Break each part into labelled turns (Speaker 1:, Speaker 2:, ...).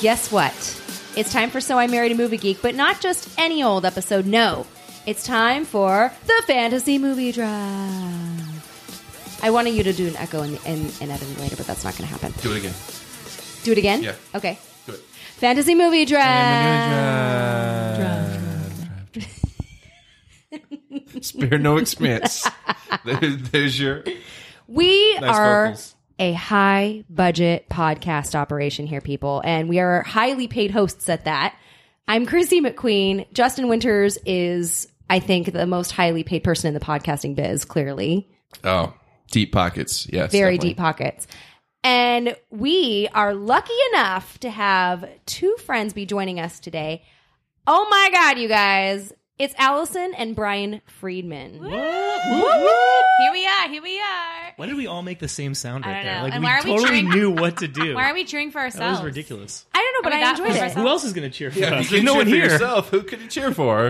Speaker 1: Guess what? It's time for So I Married a Movie Geek, but not just any old episode, no. It's time for the Fantasy Movie Draft. I wanted you to do an echo and, and, and edit me later, but that's not going to happen.
Speaker 2: Do it again.
Speaker 1: Do it again?
Speaker 2: Yeah.
Speaker 1: Okay.
Speaker 2: Do it.
Speaker 1: Fantasy movie draft.
Speaker 2: Spare no expense. There- There's your.
Speaker 1: We
Speaker 2: Nice
Speaker 1: are
Speaker 2: vocals.
Speaker 1: a high budget podcast operation here, people, and we are highly paid hosts at that. I'm Chrissy McQueen. Justin Winters is, I think, the most highly paid person in the podcasting biz, clearly.
Speaker 2: Oh, deep pockets. Yes.
Speaker 1: very
Speaker 2: definitely.
Speaker 1: deep pockets. And we are lucky enough to have two friends be joining us today. Oh my God, you guys. It's Allison and Brian Friedman.
Speaker 3: Here we are. Here we are.
Speaker 4: Why did we all make the same sound
Speaker 3: I
Speaker 4: right
Speaker 3: don't
Speaker 4: there?
Speaker 3: know.
Speaker 4: Like
Speaker 3: And
Speaker 4: we
Speaker 3: why are we
Speaker 4: totally
Speaker 3: cheering?
Speaker 4: knew what to do.
Speaker 3: Why are we cheering for
Speaker 4: that
Speaker 3: ourselves?
Speaker 4: was ridiculous.
Speaker 1: I don't know, but
Speaker 3: I mean,
Speaker 1: I
Speaker 3: that
Speaker 1: enjoyed
Speaker 3: was
Speaker 1: it.
Speaker 3: ourselves.
Speaker 4: Who else is going to cheer for
Speaker 2: Yeah,
Speaker 4: us?
Speaker 2: if you
Speaker 4: There's no
Speaker 2: cheer
Speaker 4: one
Speaker 2: for
Speaker 4: here.
Speaker 2: Yourself, who could you cheer for?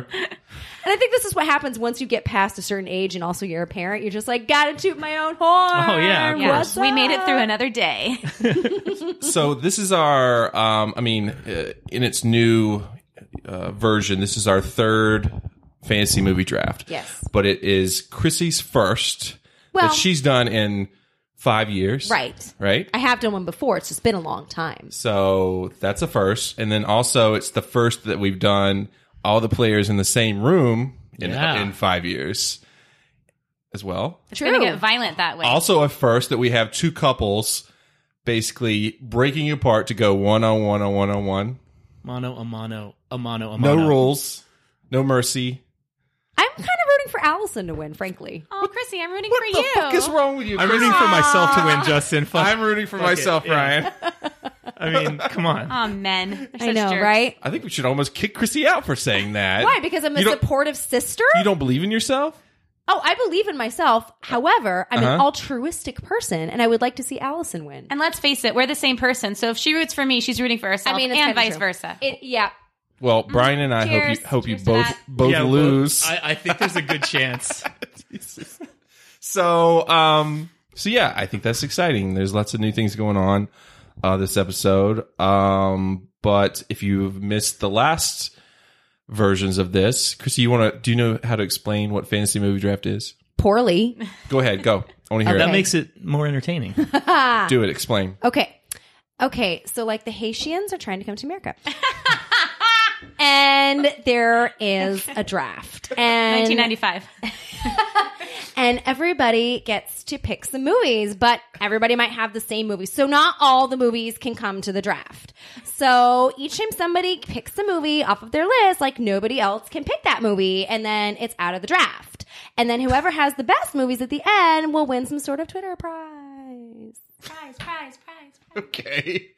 Speaker 1: And I think this is what happens once you get past a certain age and also you're a parent. You're just like, gotta toot my own horn.
Speaker 4: Oh, yeah, of
Speaker 3: Yeah.
Speaker 1: What's
Speaker 3: We made it
Speaker 1: up?
Speaker 3: through another day.
Speaker 2: so this is our. Um, I mean, uh, in its new uh, version, this is our third fantasy movie draft.
Speaker 1: Yes.
Speaker 2: But it is Chrissy's first
Speaker 1: Well-
Speaker 2: that she's done in five years.
Speaker 1: Right.
Speaker 2: Right.
Speaker 1: I have done one before. It's just been a long time.
Speaker 2: So that's a first. And then also, it's the first that we've done all the players in the same room in,
Speaker 4: Yeah.
Speaker 2: in five years as well.
Speaker 3: It's
Speaker 1: True.
Speaker 3: going to get violent that way.
Speaker 2: Also, a first that we have two couples basically breaking apart to go one on one on one on one.
Speaker 4: Mono, a mono, a mono, a
Speaker 2: No
Speaker 4: mono.
Speaker 2: rules, no mercy.
Speaker 1: I'm kind of rooting for Allison to win, frankly.
Speaker 3: oh, Chrissy, I'm rooting
Speaker 2: What
Speaker 3: for
Speaker 2: the
Speaker 3: you.
Speaker 2: fuck is wrong with you?
Speaker 4: I'm
Speaker 2: Chris?
Speaker 4: rooting for myself to win, Justin. Fuck.
Speaker 2: I'm rooting for myself,
Speaker 4: it, yeah.
Speaker 2: Ryan.
Speaker 4: I mean, come on.
Speaker 3: Aw, men. They're
Speaker 1: I
Speaker 3: such
Speaker 1: know,
Speaker 3: jerks.
Speaker 1: right?
Speaker 2: I think we should almost kick Chrissy out for saying that.
Speaker 1: Why? Because I'm a
Speaker 2: You don't-
Speaker 1: supportive sister?
Speaker 2: you don't believe in yourself.
Speaker 1: Oh, I believe in myself. However, I'm an
Speaker 2: Uh-huh.
Speaker 1: altruistic person and I would like to see Allison win.
Speaker 3: And let's face it, we're the same person. So if she roots for me, she's rooting for herself.
Speaker 1: I mean, it's
Speaker 3: and
Speaker 1: kinda
Speaker 3: vice
Speaker 1: true.
Speaker 3: versa.
Speaker 1: It, yeah.
Speaker 2: Well, Brian and I hope
Speaker 3: Mm, Cheers.
Speaker 2: you hope you
Speaker 3: Cheers to
Speaker 2: both
Speaker 3: that.
Speaker 2: both
Speaker 4: Yeah, well,
Speaker 2: lose.
Speaker 4: I, I think there's a good chance.
Speaker 2: so um so yeah, I think that's exciting. There's lots of new things going on uh this episode. Um but if you've missed the last versions of this, Chrissy, you wanna do you know how to explain what fantasy movie draft is?
Speaker 1: Poorly.
Speaker 2: Go ahead, go. I wanna hear
Speaker 4: That
Speaker 1: Okay.
Speaker 4: makes it more entertaining.
Speaker 2: it. Do it, explain.
Speaker 1: Okay. Okay. So, like, the Haitians are trying to come to America. and there is a draft. And,
Speaker 3: 1995.
Speaker 1: and everybody gets to pick some movies, but everybody might have the same movie. So, not all the movies can come to the draft. So, each time somebody picks a movie off of their list, like, nobody else can pick that movie. And then it's out of the draft. And then whoever has the best movies at the end will win some sort of Twitter prize.
Speaker 3: prize, prize, prize, prize.
Speaker 2: Okay.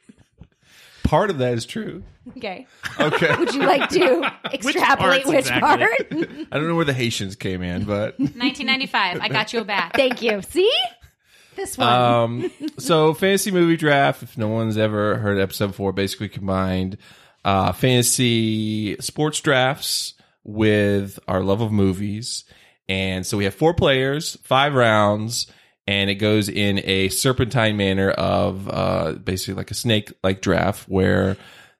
Speaker 2: Part of that is true.
Speaker 1: Okay.
Speaker 2: Okay.
Speaker 1: Would you like to extrapolate
Speaker 4: parts
Speaker 1: which
Speaker 4: exactly?
Speaker 1: part?
Speaker 2: I don't know where the Haitians came in, but
Speaker 3: 1995. I got you back.
Speaker 1: Thank you. See? This one.
Speaker 2: Um, so fantasy movie draft. If no one's ever heard episode four, basically combined uh, fantasy sports drafts with our love of movies, and so we have four players, five rounds, and it goes in a serpentine manner of uh, basically like a snake like draft where.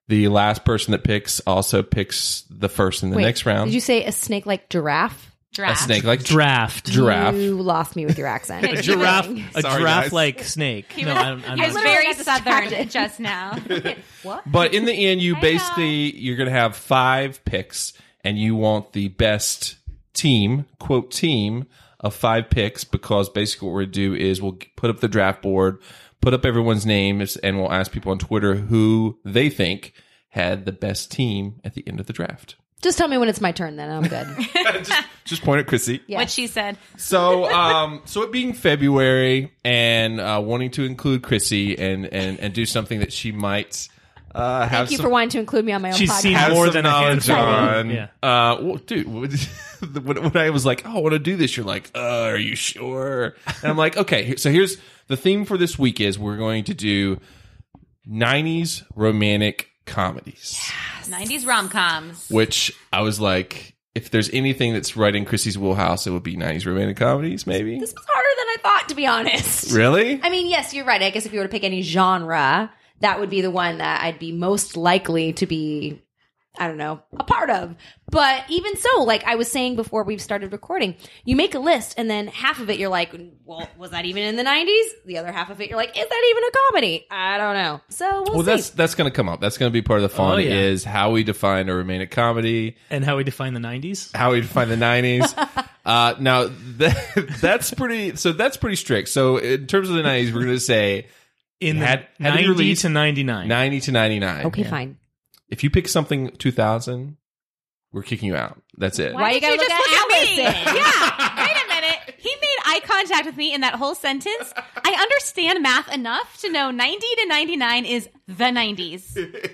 Speaker 2: The last person that picks also picks the first in the
Speaker 1: Wait,
Speaker 2: next
Speaker 4: Um,
Speaker 2: round.
Speaker 1: Did you say a snake like giraffe?
Speaker 2: a
Speaker 3: Draft.
Speaker 2: snake like
Speaker 4: Draft.
Speaker 2: giraffe.
Speaker 1: You lost me with your accent.
Speaker 4: A giraffe. A
Speaker 2: Sorry,
Speaker 4: giraffe
Speaker 2: guys.
Speaker 4: like snake. No, I'm, I'm
Speaker 3: I was
Speaker 4: not-
Speaker 3: very
Speaker 1: got distracted.
Speaker 3: southern just now.
Speaker 1: what?
Speaker 2: But in the end, you
Speaker 3: know.
Speaker 2: basically you're gonna have five picks, and you want the best team, quote team of five picks, because basically what we're gonna do is we'll put up the draft board, put up everyone's names, and we'll ask people on Twitter who they think had the best team at the end of the draft.
Speaker 1: Just tell me when it's my turn, then I'm good.
Speaker 2: just, just point at Chrissy.
Speaker 1: Yeah.
Speaker 3: What she said.
Speaker 2: So, um, so it being February and uh, wanting to include Chrissy and and and do something that she might Uh, have
Speaker 1: Thank you
Speaker 2: some-
Speaker 1: for wanting to include me on my own
Speaker 4: She's
Speaker 1: podcast.
Speaker 4: seen
Speaker 2: have
Speaker 4: more
Speaker 2: some
Speaker 4: than a
Speaker 2: knowledge
Speaker 4: handful.
Speaker 2: on.
Speaker 4: Yeah.
Speaker 2: Uh, well, dude, when, when- when I was like, "Oh, I want to do this," you're like, uh, "Are you sure?" And I'm like, "Okay." here- So here's the theme for this week: is we're going to do '90s romantic comedies,
Speaker 3: 90s rom coms.
Speaker 2: which I was like, if there's anything that's right in Chrissy's wheelhouse, it would be '90s romantic comedies, maybe.
Speaker 1: this was harder than I thought, to be honest.
Speaker 2: Really?
Speaker 1: I mean, yes, you're right. I guess if you were to pick any genre, that would be the one that I'd be most likely to be, I don't know, a part of. But even so, like I was saying before we've started recording, you make a list and then half of it you're like, well, was that even in the 90s? The other half of it you're like, is that even a comedy? I don't know. So we'll,
Speaker 2: Well,
Speaker 1: see.
Speaker 2: that's that's going to come up. That's going to be part of the fun.
Speaker 4: Oh, yeah.
Speaker 2: Is how we define a romantic comedy.
Speaker 4: And how we define the 90s?
Speaker 2: how we define the 90s. uh, now that, that's pretty. So that's pretty strict. So in terms of the 90s, we're going to say
Speaker 4: In the
Speaker 2: Had- had it
Speaker 4: 90
Speaker 2: released-
Speaker 4: to 99.
Speaker 2: 90 to 99.
Speaker 1: okay, fine.
Speaker 2: If you pick something 2000, we're kicking you out. That's it.
Speaker 1: Why you gotta look at Allison?
Speaker 3: yeah. Wait a minute. He made eye contact with me in that whole sentence. I understand math enough to know 90 to 99 is the 90s.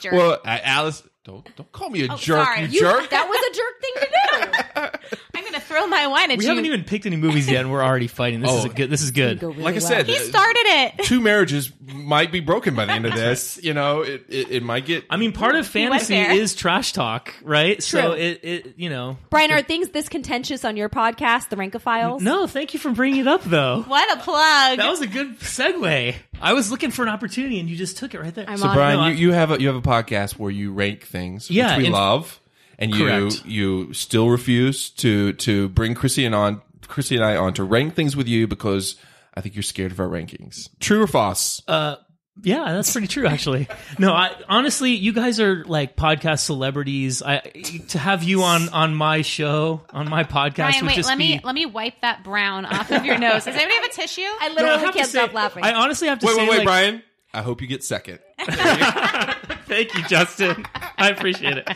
Speaker 3: Jerk.
Speaker 2: Well, I, Alice, don't don't call me a
Speaker 3: Oh,
Speaker 2: jerk.
Speaker 3: sorry.
Speaker 2: You,
Speaker 3: You-
Speaker 2: jerk.
Speaker 1: That was a jerk thing to do.
Speaker 3: I'm going to throw my wine at
Speaker 4: We
Speaker 3: you.
Speaker 4: haven't even picked any movies yet, and we're already fighting. This is
Speaker 2: Oh.
Speaker 4: a good. This is good.
Speaker 1: Go really
Speaker 2: like I
Speaker 1: well.
Speaker 2: said,
Speaker 3: he
Speaker 2: uh,
Speaker 3: started it.
Speaker 2: two marriages might be broken by the end of this. You know, it it, it might get.
Speaker 4: I mean, part of
Speaker 3: went
Speaker 4: fantasy
Speaker 3: there.
Speaker 4: is trash talk, right?
Speaker 1: True.
Speaker 4: So it, it, you know.
Speaker 1: Brian, are things this contentious on your podcast, The Rankophiles?
Speaker 4: No, thank you for bringing it up, though.
Speaker 3: What a plug.
Speaker 4: That was a good segue. I was looking for an opportunity, and you just took it right there.
Speaker 1: I'm
Speaker 2: So
Speaker 1: on-
Speaker 2: Brian,
Speaker 4: No, I-
Speaker 2: you, you have a you have a podcast where you rank things,
Speaker 4: Yeah,
Speaker 2: which we
Speaker 4: in-
Speaker 2: love, and you
Speaker 4: Correct.
Speaker 2: you still refuse to to bring Chrissy and on Chrissy and I on to rank things with you because I think you're scared of our rankings. True or false?
Speaker 4: Uh, Yeah, that's pretty true, actually. No, I, honestly, you guys are like podcast celebrities. I to have you on on my show on my podcast
Speaker 3: Brian,
Speaker 4: would
Speaker 3: wait,
Speaker 4: just
Speaker 3: let
Speaker 4: be.
Speaker 3: me let me wipe that brown off of your nose. Does anybody have a tissue?
Speaker 1: I
Speaker 4: No, I
Speaker 1: literally
Speaker 4: have to
Speaker 1: can't
Speaker 4: say-
Speaker 1: stop laughing.
Speaker 4: I honestly have to
Speaker 2: wait,
Speaker 4: say,
Speaker 2: wait, wait,
Speaker 4: like-
Speaker 2: Brian. I hope you get second.
Speaker 4: Thank you, Justin. I appreciate it.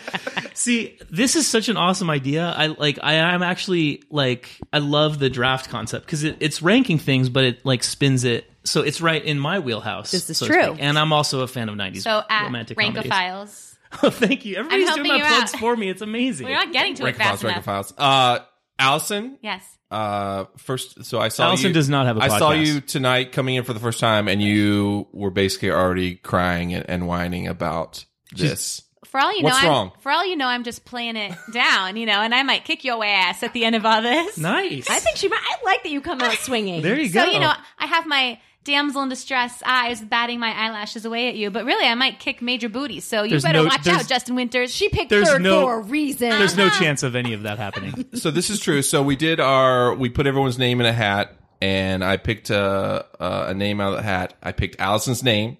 Speaker 4: See, this is such an awesome idea. I like. I am actually like. I love the draft concept because it, it's ranking things, but it like spins it. So it's right in my wheelhouse.
Speaker 1: This is
Speaker 4: so to speak.
Speaker 1: true.
Speaker 4: and I'm also a fan of '90s
Speaker 3: so at
Speaker 4: romantic comedies.
Speaker 3: Rankophiles.
Speaker 4: Oh, thank you. Everybody's doing
Speaker 3: helping
Speaker 4: my
Speaker 3: you
Speaker 4: plugs
Speaker 3: out.
Speaker 4: for me. It's amazing.
Speaker 3: We're not getting to it
Speaker 2: Rank files,
Speaker 3: fast
Speaker 2: rank
Speaker 3: enough.
Speaker 2: files. Uh, Allison.
Speaker 3: Yes.
Speaker 2: Uh, first, so I saw
Speaker 4: Allison
Speaker 2: you-
Speaker 4: does not have a
Speaker 2: I saw
Speaker 4: podcast.
Speaker 2: you tonight coming in for the first time, and you were basically already crying and, and whining about this.
Speaker 3: For all you
Speaker 2: What's
Speaker 3: know,
Speaker 2: wrong?
Speaker 3: I'm, for all you know, I'm just playing it down, you know, and I might kick your ass at the end of all this.
Speaker 4: nice.
Speaker 1: I think she might. I like that you come out swinging.
Speaker 4: there you
Speaker 3: so
Speaker 4: go.
Speaker 3: you know, I have my damsel in distress eyes batting my eyelashes away at you, but really, I might kick major booty. So you
Speaker 4: There's
Speaker 3: better
Speaker 4: no-
Speaker 3: watch
Speaker 4: there's-
Speaker 3: out, Justin Winters.
Speaker 1: she picked
Speaker 4: There's
Speaker 1: third
Speaker 4: no-
Speaker 1: for a reason.
Speaker 4: there's
Speaker 3: uh,
Speaker 4: no chance of any of that happening.
Speaker 2: so this is true. So we did our we put everyone's name in a hat, and I picked a a, a name out of the hat. I picked Allison's name,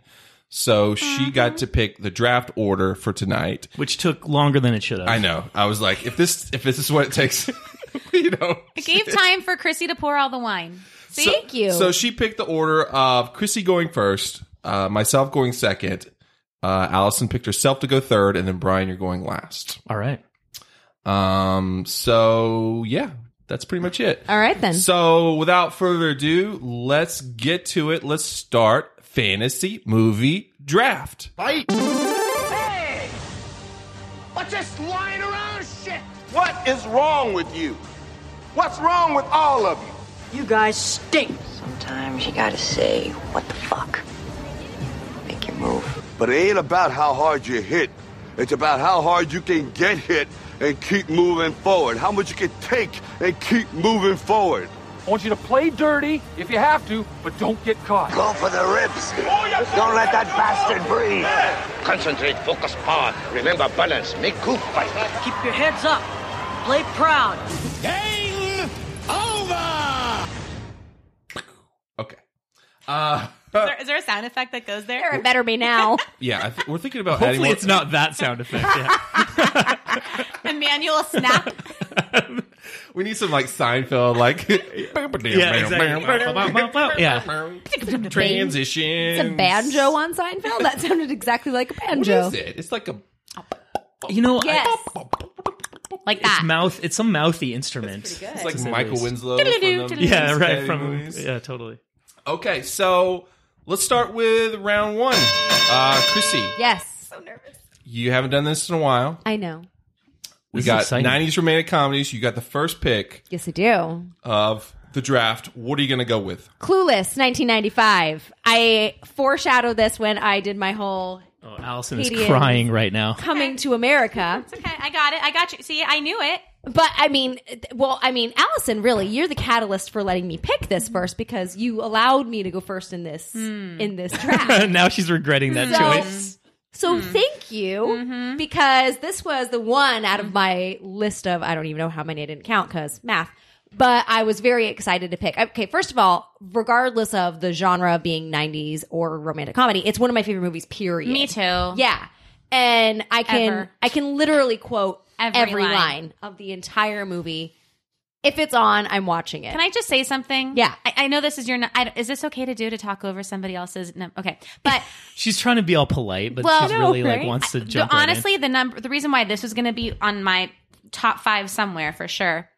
Speaker 2: so
Speaker 1: Mm-hmm.
Speaker 2: she got to pick the draft order for tonight.
Speaker 4: Which took longer than it should have.
Speaker 2: I know. I was like, if this if this is what it takes, you know.
Speaker 3: I gave time for Chrissy to pour all the wine. See,
Speaker 2: So-
Speaker 1: Thank you.
Speaker 2: So she picked the order of Chrissy going first, uh, myself going second. Uh, Allison picked herself to go third, and then Brian, you're going last.
Speaker 4: All right.
Speaker 2: Um, so yeah, that's pretty much it.
Speaker 1: All right then.
Speaker 2: So, without further ado, let's get to it. Let's start fantasy movie draft.
Speaker 5: Hey! What's this lying around shit? What is wrong with you? What's wrong with all of you?
Speaker 6: You guys stink.
Speaker 7: Sometimes you gotta say, what the fuck? Make your move.
Speaker 5: But it ain't about how hard you hit. It's about how hard you can get hit and keep moving forward. How much you can take and keep moving forward.
Speaker 8: I want you to play dirty if you have to, but don't get caught.
Speaker 7: Go for the ribs. Don't let that bastard breathe.
Speaker 9: Concentrate, focus, power. Remember balance. Make group fight.
Speaker 6: Keep your heads up. Play proud.
Speaker 2: Okay. Uh,
Speaker 3: is, there, is there a sound effect that goes there?
Speaker 1: it better be now.
Speaker 2: yeah, I th- we're thinking about adding
Speaker 4: Hopefully,
Speaker 2: more-
Speaker 4: it's not that sound effect. Yeah.
Speaker 3: A manual snap.
Speaker 2: We need some like Seinfeld, like
Speaker 4: Yeah, exactly. Yeah.
Speaker 2: transition.
Speaker 1: It's a banjo on Seinfeld. That sounded exactly like a
Speaker 2: What
Speaker 1: banjo.
Speaker 2: is it? It's like a
Speaker 4: You know, I-
Speaker 1: Yes.
Speaker 3: like
Speaker 4: it's
Speaker 3: that.
Speaker 4: mouth. It's some mouthy instrument.
Speaker 2: it's like Michael Winslow. from
Speaker 3: Diddle-doo,
Speaker 2: them
Speaker 3: diddle-doo.
Speaker 4: Yeah,
Speaker 2: Scary
Speaker 4: right. From
Speaker 2: movies.
Speaker 4: yeah, totally.
Speaker 2: Okay, so Let's start with round one. Uh, Chrissy,
Speaker 1: Yes.
Speaker 2: you haven't done this in a while.
Speaker 1: I know.
Speaker 2: We
Speaker 4: This is
Speaker 2: got
Speaker 4: exciting.
Speaker 2: 90s romantic comedies. You got the first pick
Speaker 1: Yes, I do.
Speaker 2: of the draft. What are you going to go with?
Speaker 1: Clueless, 1995. I foreshadowed this when I did my whole
Speaker 4: Oh, Allison is
Speaker 1: Comedians.
Speaker 4: crying right now.
Speaker 1: coming to America.
Speaker 3: Okay, I got it. I got you. See, I knew it.
Speaker 1: But I mean, th- well, I mean, Allison, really, you're the catalyst for letting me pick this first because you allowed me to go first in this in this draft.
Speaker 4: now she's regretting that
Speaker 1: So-
Speaker 4: choice.
Speaker 1: so
Speaker 3: Hmm.
Speaker 1: thank you
Speaker 3: Mm-hmm.
Speaker 1: because this was the one out of my list of I don't even know how many I didn't count because math. But I was very excited to pick. Okay, first of all, regardless of the genre being 90s or romantic comedy, it's one of my favorite movies. Period.
Speaker 3: Me too. Yeah.
Speaker 1: Yeah. And I can
Speaker 3: Ever.
Speaker 1: I can literally quote every,
Speaker 3: Every
Speaker 1: line.
Speaker 3: line.
Speaker 1: of the entire movie. If it's on, I'm watching it.
Speaker 3: Can I just say something?
Speaker 1: Yeah.
Speaker 3: I, I know this is your. n- I, is this okay to do to talk over somebody else's? No. Okay. But
Speaker 4: She's trying to be all polite, but
Speaker 3: well,
Speaker 4: she's really
Speaker 1: right?
Speaker 4: like wants to
Speaker 3: the-
Speaker 4: jump. right in.
Speaker 3: honestly, the number, the reason why this was going to be on my top five somewhere for sure.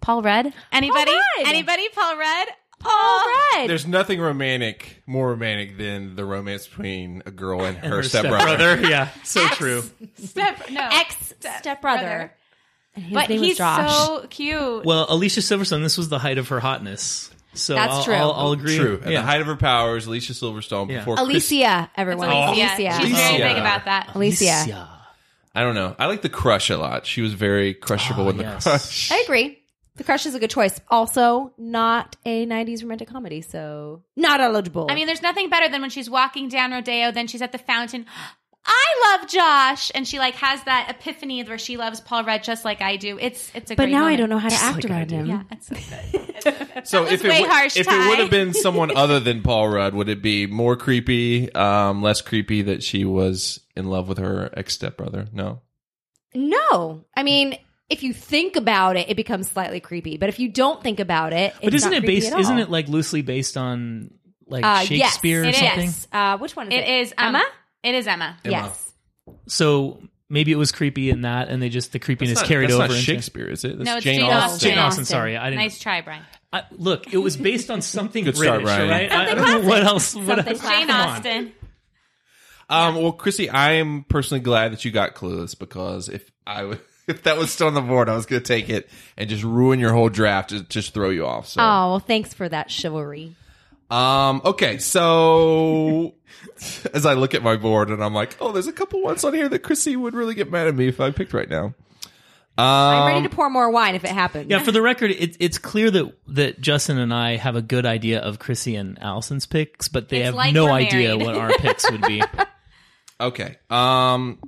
Speaker 3: Paul Rudd. Anybody?
Speaker 1: Rudd!
Speaker 3: Anybody? Paul Rudd.
Speaker 1: All
Speaker 3: Oh,
Speaker 1: right.
Speaker 2: There's nothing romantic, more romantic than the romance between a girl and her,
Speaker 4: her
Speaker 2: stepbrother.
Speaker 4: stepbrother. yeah, so true.
Speaker 3: Step no.
Speaker 1: Ex stepbrother.
Speaker 3: brother. But
Speaker 1: name was
Speaker 3: he's
Speaker 1: Josh.
Speaker 3: so cute.
Speaker 4: Well, Alicia Silverstone, this was the height of her hotness. So
Speaker 1: That's
Speaker 4: I'll,
Speaker 1: true.
Speaker 4: I'll, I'll agree.
Speaker 2: True. At
Speaker 4: Yeah.
Speaker 2: the height of her powers, Alicia Silverstone
Speaker 4: Yeah.
Speaker 2: before Chris-
Speaker 1: Alicia, everyone.
Speaker 3: Alicia. She's very
Speaker 2: Alicia.
Speaker 3: big about that.
Speaker 1: Alicia.
Speaker 2: I don't know. I like the crush a lot. She was very crushable
Speaker 4: Oh,
Speaker 2: in the
Speaker 4: yes.
Speaker 2: crush.
Speaker 1: I agree. The Crush is a good choice. Also, not a 90s romantic comedy, so not eligible.
Speaker 3: I mean, there's nothing better than when she's walking down Rodeo, then she's at the fountain. I love Josh, and she like has that epiphany where she loves Paul Rudd just like I do. It's it's a
Speaker 1: but
Speaker 3: great
Speaker 1: now I
Speaker 3: moment.
Speaker 1: don't know how to act
Speaker 4: like I
Speaker 1: around
Speaker 4: do.
Speaker 1: him.
Speaker 3: Yeah, it's so good.
Speaker 2: So
Speaker 3: was
Speaker 2: if it
Speaker 3: way
Speaker 2: would-
Speaker 3: harsh,
Speaker 2: if it
Speaker 3: Ty.
Speaker 2: would have been someone other than Paul Rudd, would it be more creepy, um, less creepy that she was in love with her ex stepbrother? No.
Speaker 1: No. I mean, if you think about it, it becomes slightly creepy. But if you don't think about it, it's
Speaker 4: But isn't
Speaker 1: not
Speaker 4: it
Speaker 1: creepy
Speaker 4: based?
Speaker 1: at all.
Speaker 4: Isn't it like loosely based on like
Speaker 1: Uh, yes,
Speaker 4: Shakespeare
Speaker 3: it
Speaker 4: or
Speaker 3: is.
Speaker 4: something?
Speaker 1: Uh, which one is it?
Speaker 3: it is um,
Speaker 1: Emma?
Speaker 3: It is Emma.
Speaker 2: Emma.
Speaker 1: Yes.
Speaker 4: So maybe it was creepy in that, and they just the creepiness
Speaker 2: That's not-
Speaker 4: carried
Speaker 2: that's
Speaker 4: over.
Speaker 2: Not
Speaker 4: into-
Speaker 2: Shakespeare, is it? That's
Speaker 3: No, it's
Speaker 2: Jane,
Speaker 3: Jane
Speaker 2: Austen.
Speaker 3: Austen.
Speaker 4: Jane Austen. Sorry, I didn't.
Speaker 3: Nice try, Brian.
Speaker 4: I, look, it was based on something
Speaker 2: Good
Speaker 4: British,
Speaker 2: start, Ryan.
Speaker 4: all right? I, I
Speaker 1: Something
Speaker 4: don't know what
Speaker 1: classic.
Speaker 4: else. What
Speaker 1: Something
Speaker 4: else?
Speaker 1: classic.
Speaker 3: Jane
Speaker 4: Come on.
Speaker 3: Austen.
Speaker 2: Um, well, Chrissy, I am personally glad that you got clueless because if I w- if that was still on the board, I was going to take it and just ruin your whole draft, just, just throw you off. So,
Speaker 1: Oh, well, thanks for that chivalry.
Speaker 2: um, okay, so as I look at my board and I'm like, oh, there's a couple ones on here that Chrissy would really get mad at me if I picked right now.
Speaker 1: I'm ready to pour more wine if it happens.
Speaker 4: Um, Yeah, for the record, it, it's clear that that Justin and I have a good idea of Chrissy and Allison's picks, but they
Speaker 3: It's
Speaker 4: have
Speaker 3: like
Speaker 4: no
Speaker 3: we're
Speaker 4: idea
Speaker 3: married.
Speaker 4: what our picks would be.
Speaker 2: Okay. Um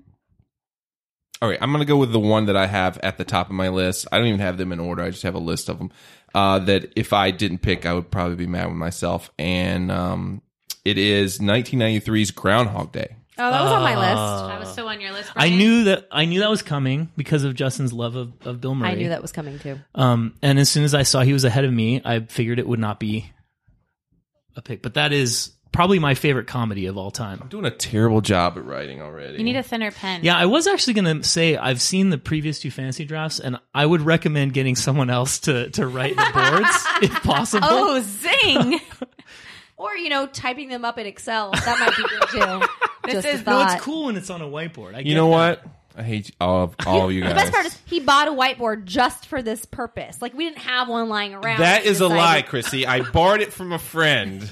Speaker 2: All right, I'm going to go with the one that I have at the top of my list. I don't even have them in order. I just have a list of them uh that if I didn't pick, I would probably be mad with myself and um it is 1993's Groundhog Day.
Speaker 1: Oh, that was on my
Speaker 4: Uh,
Speaker 1: list.
Speaker 3: I was so on your list.
Speaker 4: I
Speaker 3: Brian.
Speaker 4: knew that I knew that was coming because of Justin's love of, of Bill Murray.
Speaker 1: I knew that was coming too.
Speaker 4: Um, and as soon as I saw he was ahead of me, I figured it would not be a pick. But that is probably my favorite comedy of all time.
Speaker 2: I'm doing a terrible job at writing already.
Speaker 3: You need a thinner pen.
Speaker 4: Yeah, I was actually going to say I've seen the previous two fantasy drafts, and I would recommend getting someone else to to write the boards if possible.
Speaker 3: Oh, zing!
Speaker 1: Or, you know, typing them up in Excel. That might be good too. Just a
Speaker 3: is-
Speaker 4: no,
Speaker 1: thought.
Speaker 4: it's cool when it's on a whiteboard. I
Speaker 2: You know what? I hate all of, all of you guys.
Speaker 1: The best part is he bought a whiteboard just for this purpose. Like we didn't have one lying around.
Speaker 2: that
Speaker 1: He
Speaker 2: is a
Speaker 1: decided-
Speaker 2: lie, Chrissy. I borrowed it from a friend.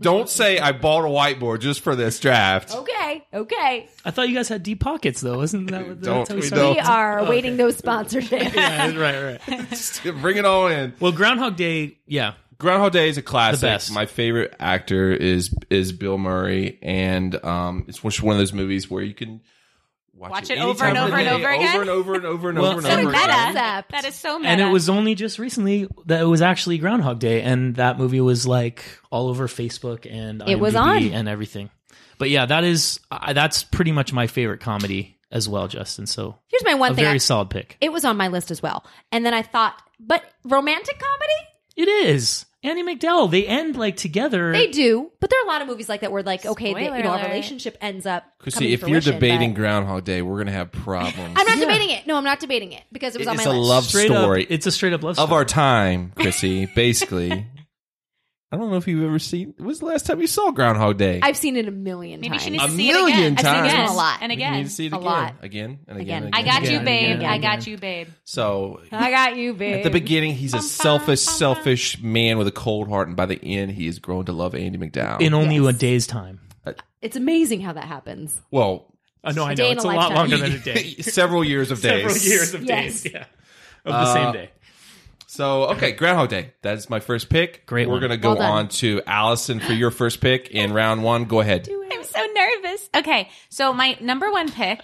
Speaker 2: Don't say I bought a whiteboard just for this draft.
Speaker 1: Okay, okay.
Speaker 4: I thought you guys had deep pockets, though. Isn't that what
Speaker 2: Don't-
Speaker 4: that's how we
Speaker 2: we
Speaker 4: started?
Speaker 1: We are awaiting those sponsorships.
Speaker 4: right, right.
Speaker 2: Bring it all in.
Speaker 4: Well, Groundhog Day, yeah.
Speaker 2: Groundhog Day is a classic.
Speaker 4: The best.
Speaker 2: My favorite actor is is Bill Murray, and um, it's just one of those movies where you can watch,
Speaker 3: Watch it over
Speaker 2: anytime
Speaker 4: and
Speaker 2: of the
Speaker 4: over and
Speaker 2: day,
Speaker 3: over again?
Speaker 2: over and over and over and
Speaker 4: Well,
Speaker 2: over and
Speaker 4: So
Speaker 2: over
Speaker 3: Meta.
Speaker 2: again.
Speaker 1: Concept.
Speaker 3: That is so meta.
Speaker 4: And it was only just recently that it was actually Groundhog Day, and that movie was like all over Facebook and
Speaker 1: It was
Speaker 4: IMDb
Speaker 1: on.
Speaker 4: and everything. But yeah, that is I that's pretty much my favorite comedy as well, Justin. So
Speaker 1: Here's my one
Speaker 4: a
Speaker 1: thing.
Speaker 4: very
Speaker 1: I-
Speaker 4: solid pick.
Speaker 1: it was on my list as well. And then I thought, but romantic comedy?
Speaker 4: It is Annie McDowell. They end like together.
Speaker 1: They do, but there are a lot of movies like that where, like, okay, they,
Speaker 3: Spoiler
Speaker 1: you know, a
Speaker 3: alert.
Speaker 1: relationship ends up. coming
Speaker 2: Chrissy,
Speaker 1: to
Speaker 2: if you're
Speaker 1: fruition,
Speaker 2: debating
Speaker 1: but-
Speaker 2: Groundhog Day, we're gonna have problems.
Speaker 1: I'm not debating it. No, I'm not debating it because it was on
Speaker 2: it's
Speaker 1: my
Speaker 2: a
Speaker 1: list.
Speaker 2: love
Speaker 4: straight
Speaker 2: story
Speaker 4: Up, it's a straight up love
Speaker 2: of
Speaker 4: story.
Speaker 2: our time, Chrissy. Basically, I don't know if you've ever seen. When's the last time you saw Groundhog Day?
Speaker 1: I've seen it a million
Speaker 3: Maybe
Speaker 1: times.
Speaker 3: she needs
Speaker 2: A
Speaker 3: to see
Speaker 2: million
Speaker 3: it again. I've seen
Speaker 2: times.
Speaker 3: it a lot. And
Speaker 2: You
Speaker 3: again.
Speaker 2: need to see it
Speaker 1: a
Speaker 2: again,
Speaker 1: lot.
Speaker 2: again and again.
Speaker 1: Again.
Speaker 3: I got
Speaker 4: Again,
Speaker 3: you, babe.
Speaker 4: again,
Speaker 3: I got
Speaker 4: again.
Speaker 3: you, babe.
Speaker 2: So
Speaker 1: I got you, babe.
Speaker 2: at the beginning, he's a selfish, selfish man with a cold heart, and by the end, he has grown to love Andy McDowell.
Speaker 4: in only a day's time.
Speaker 1: It's amazing how that happens.
Speaker 2: well,
Speaker 4: Uh, no, I
Speaker 1: Day
Speaker 4: know
Speaker 1: in
Speaker 4: it's
Speaker 1: a
Speaker 4: a lot
Speaker 1: lifetime.
Speaker 4: longer than a day.
Speaker 2: several years of days.
Speaker 4: Several Uh, years of
Speaker 1: Yes.
Speaker 4: days. Yeah, of the same day.
Speaker 2: So okay, Groundhog Day. That's my first pick.
Speaker 4: Great
Speaker 2: We're
Speaker 4: one.
Speaker 2: gonna go
Speaker 1: Well done.
Speaker 2: on to Allison for your first pick in round one. Go ahead.
Speaker 3: I'm so nervous. Okay, so my number one pick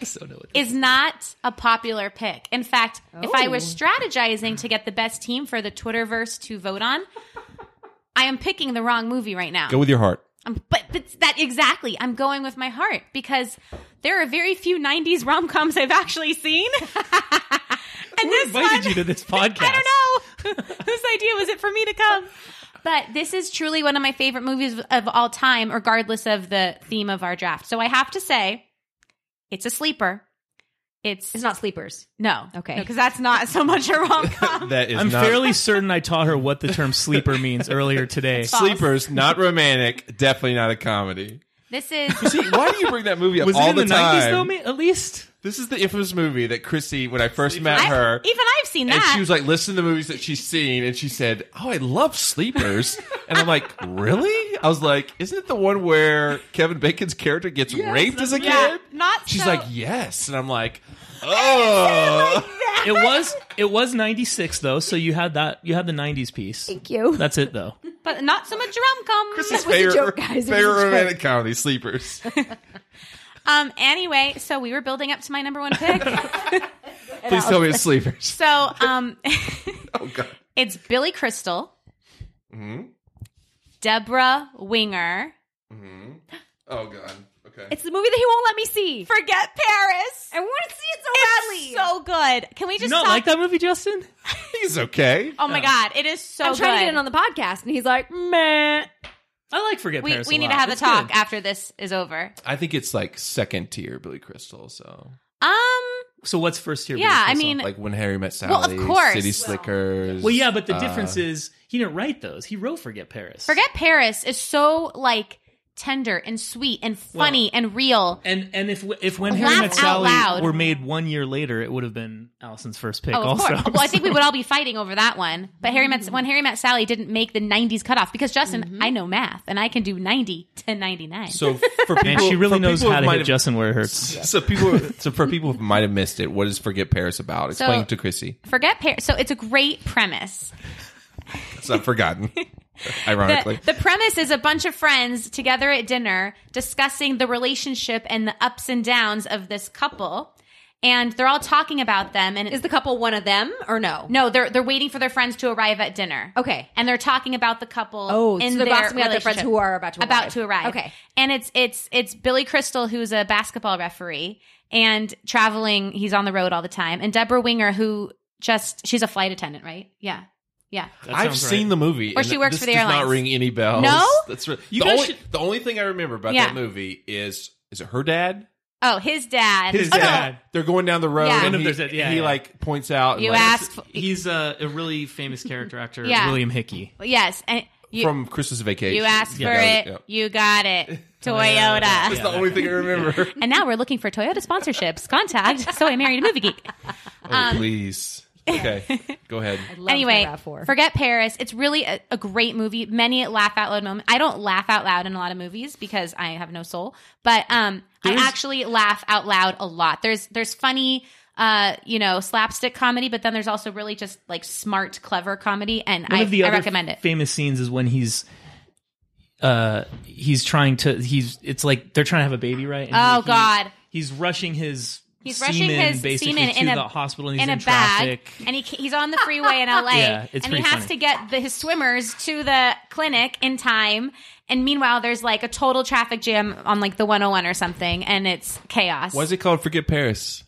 Speaker 3: is not a popular pick. In fact, if I
Speaker 1: Oh.
Speaker 3: was strategizing to get the best team for the Twitterverse to vote on, I am picking the wrong movie right now.
Speaker 2: Go with your heart.
Speaker 3: Um, but but that exactly. I'm going with my heart because there are very few '90s rom coms I've actually seen. and
Speaker 4: Who
Speaker 3: this
Speaker 4: invited
Speaker 3: one,
Speaker 4: you to this podcast?
Speaker 3: I don't know whose idea was it for me to come. But this is truly one of my favorite movies of all time, regardless of the theme of our draft. So I have to say, it's a sleeper. It's,
Speaker 1: It's not sleepers.
Speaker 3: no
Speaker 1: Okay.
Speaker 3: because that's not so much a rom com.
Speaker 2: That is
Speaker 4: I'm
Speaker 2: not
Speaker 4: fairly certain I taught her what the term sleeper means earlier today.
Speaker 2: sleepers, not romantic, definitely not a comedy.
Speaker 3: this is
Speaker 2: Why do you bring that movie up
Speaker 4: Was
Speaker 2: all
Speaker 4: it in the,
Speaker 2: the, time?
Speaker 4: 90s though? ma- At least
Speaker 2: This is the infamous movie that Chrissy, when I first met
Speaker 3: I-
Speaker 2: her,
Speaker 3: even I've seen
Speaker 2: and
Speaker 3: that.
Speaker 2: she was like listing the movies that she's seen, and she said, "Oh, I love Sleepers," and I'm like, "Really?" I was like, "Isn't it the one where Kevin Bacon's character gets raped as a
Speaker 3: yeah,
Speaker 2: kid?"
Speaker 3: not.
Speaker 2: She's
Speaker 3: so-
Speaker 2: like, "Yes," and I'm like, "Oh."
Speaker 4: it was it was 96 though, so you had that you had the 90s piece.
Speaker 1: Thank you.
Speaker 4: That's it though.
Speaker 3: but not so much rom com.
Speaker 2: Chrissy's
Speaker 1: was a
Speaker 2: favorite,
Speaker 1: joke, guys. It was a
Speaker 2: favorite
Speaker 1: joke.
Speaker 2: romantic comedy, Sleepers.
Speaker 3: Um. Anyway, so we were building up to my number one pick.
Speaker 2: Please tell me it's Sleepers.
Speaker 3: so, um,
Speaker 2: Oh God. Mm-hmm.
Speaker 3: it's Billy Crystal, Deborah Winger.
Speaker 2: Oh God. Okay.
Speaker 1: It's the movie that he won't let me see.
Speaker 3: Forget Paris.
Speaker 1: I want to see it so badly.
Speaker 3: So good. Can we
Speaker 4: Do
Speaker 3: just
Speaker 4: you not
Speaker 3: talk-
Speaker 4: like that movie, Justin?
Speaker 2: He's okay.
Speaker 3: Oh my god, it is so
Speaker 1: I'm
Speaker 3: good.
Speaker 1: trying to get it on the podcast, and he's like, "Mm, meh.
Speaker 4: I like Forget
Speaker 3: we
Speaker 4: Paris.
Speaker 3: we
Speaker 4: a
Speaker 3: need
Speaker 4: lot.
Speaker 3: to have
Speaker 4: It's
Speaker 3: a talk
Speaker 4: good.
Speaker 3: after this is over.
Speaker 2: I think it's like second tier Billy Crystal. So
Speaker 3: Um.
Speaker 4: So what's first here?
Speaker 3: Yeah,
Speaker 4: Bruce?
Speaker 3: I mean,
Speaker 2: like when Harry met Sally.
Speaker 3: Well, of course.
Speaker 2: City
Speaker 3: Well-
Speaker 2: Slickers.
Speaker 4: well, yeah, but the
Speaker 2: uh,
Speaker 4: difference is he didn't write those. He wrote Forget Paris.
Speaker 3: Forget Paris is so like tender and sweet and funny and real.
Speaker 4: And and if if when
Speaker 3: Laugh
Speaker 4: Harry Met
Speaker 3: out
Speaker 4: Sally
Speaker 3: loud.
Speaker 4: were made one year later, it would have been Allison's first pick.
Speaker 3: Oh, of
Speaker 4: also,
Speaker 3: course. Well, I think we would all be fighting over that one. But Harry met when Harry met Sally didn't make the '90s cutoff because Justin, I know math and I can do 90 to 99.
Speaker 2: So for people,
Speaker 4: and she really
Speaker 2: for
Speaker 4: knows
Speaker 2: people
Speaker 4: how
Speaker 2: who
Speaker 4: to
Speaker 2: might
Speaker 4: hit
Speaker 2: have-
Speaker 4: Justin where it hurts.
Speaker 2: So people, so for people who might have missed it, what is Forget Paris about? Explain it to Chrissy.
Speaker 3: Forget Paris. So it's a great premise.
Speaker 2: It's not forgotten,
Speaker 3: The,
Speaker 2: ironically.
Speaker 3: the premise is a bunch of friends together at dinner discussing the relationship and the ups and downs of this couple, and they're all talking about them. And
Speaker 1: Is the couple one of them or no?
Speaker 3: no, they're they're waiting for their friends to arrive at dinner.
Speaker 1: Okay.
Speaker 3: and they're talking about the couple.
Speaker 1: Oh,
Speaker 3: in
Speaker 1: so they're
Speaker 3: their
Speaker 1: gossiping about their friends
Speaker 3: relationship.
Speaker 1: who are about to arrive.
Speaker 3: about to arrive.
Speaker 1: Okay.
Speaker 3: and it's it's it's Billy Crystal who's a basketball referee and traveling. He's on the road all the time, and Deborah Winger who just she's a flight attendant, right? Yeah, yeah.
Speaker 4: That
Speaker 2: I've
Speaker 4: sounds
Speaker 2: seen
Speaker 4: right.
Speaker 2: the movie.
Speaker 3: Or
Speaker 2: and
Speaker 3: she works
Speaker 2: this
Speaker 3: for the
Speaker 2: does Not
Speaker 3: airlines.
Speaker 2: ring any bells.
Speaker 3: No?
Speaker 2: that's right.
Speaker 4: You
Speaker 2: the,
Speaker 4: guys
Speaker 2: only,
Speaker 4: should-
Speaker 2: the only thing I remember about
Speaker 3: Yeah.
Speaker 2: that movie is is it her dad?
Speaker 3: Oh, his dad.
Speaker 2: His
Speaker 3: Oh, no.
Speaker 2: dad. They're going down the road,
Speaker 3: Yeah.
Speaker 2: and
Speaker 4: One of
Speaker 2: he,
Speaker 4: their dad- yeah,
Speaker 2: he
Speaker 4: yeah.
Speaker 2: like points out. and,
Speaker 3: You
Speaker 2: like,
Speaker 3: asked for-
Speaker 4: He's a, a really famous character actor,
Speaker 3: Yeah.
Speaker 4: William Hickey.
Speaker 3: yes, and you
Speaker 2: from Christmas Vacation.
Speaker 3: you asked for
Speaker 2: Yeah.
Speaker 3: it,
Speaker 2: Yeah.
Speaker 3: you got it.
Speaker 4: Toyota.
Speaker 3: Toyota.
Speaker 2: That's the only thing I remember.
Speaker 3: And now we're looking for Toyota sponsorships. Contact. So I married a movie geek. Um,
Speaker 2: Oh, please. Okay, go ahead.
Speaker 3: anyway,
Speaker 1: RAV4.
Speaker 3: forget Paris. It's really a, a great movie. Many laugh out loud moments. I don't laugh out loud in a lot of movies because I have no soul, but um, I actually laugh out loud a lot. There's there's funny. Uh, you know, slapstick comedy, but then there's also really just like smart, clever comedy, and
Speaker 4: One
Speaker 3: I,
Speaker 4: of the
Speaker 3: I
Speaker 4: other
Speaker 3: recommend it.
Speaker 4: Famous scenes is when he's uh he's trying to he's it's like they're trying to have a baby, right? And
Speaker 3: Oh,
Speaker 4: he-
Speaker 3: God.
Speaker 4: He's rushing his
Speaker 3: He's rushing
Speaker 4: semen,
Speaker 3: his
Speaker 4: basically
Speaker 3: semen
Speaker 4: to
Speaker 3: in a
Speaker 4: the hospital and he's
Speaker 3: in
Speaker 4: in,
Speaker 3: a bag,
Speaker 4: traffic.
Speaker 3: and he he's on the freeway in L.A.
Speaker 4: Yeah, it's
Speaker 3: and he
Speaker 4: pretty
Speaker 3: has
Speaker 4: funny.
Speaker 3: to get the, his swimmers to the clinic in time. And meanwhile, there's like a total traffic jam on like the 101 or something, and it's chaos
Speaker 2: Why is it called Forget Paris?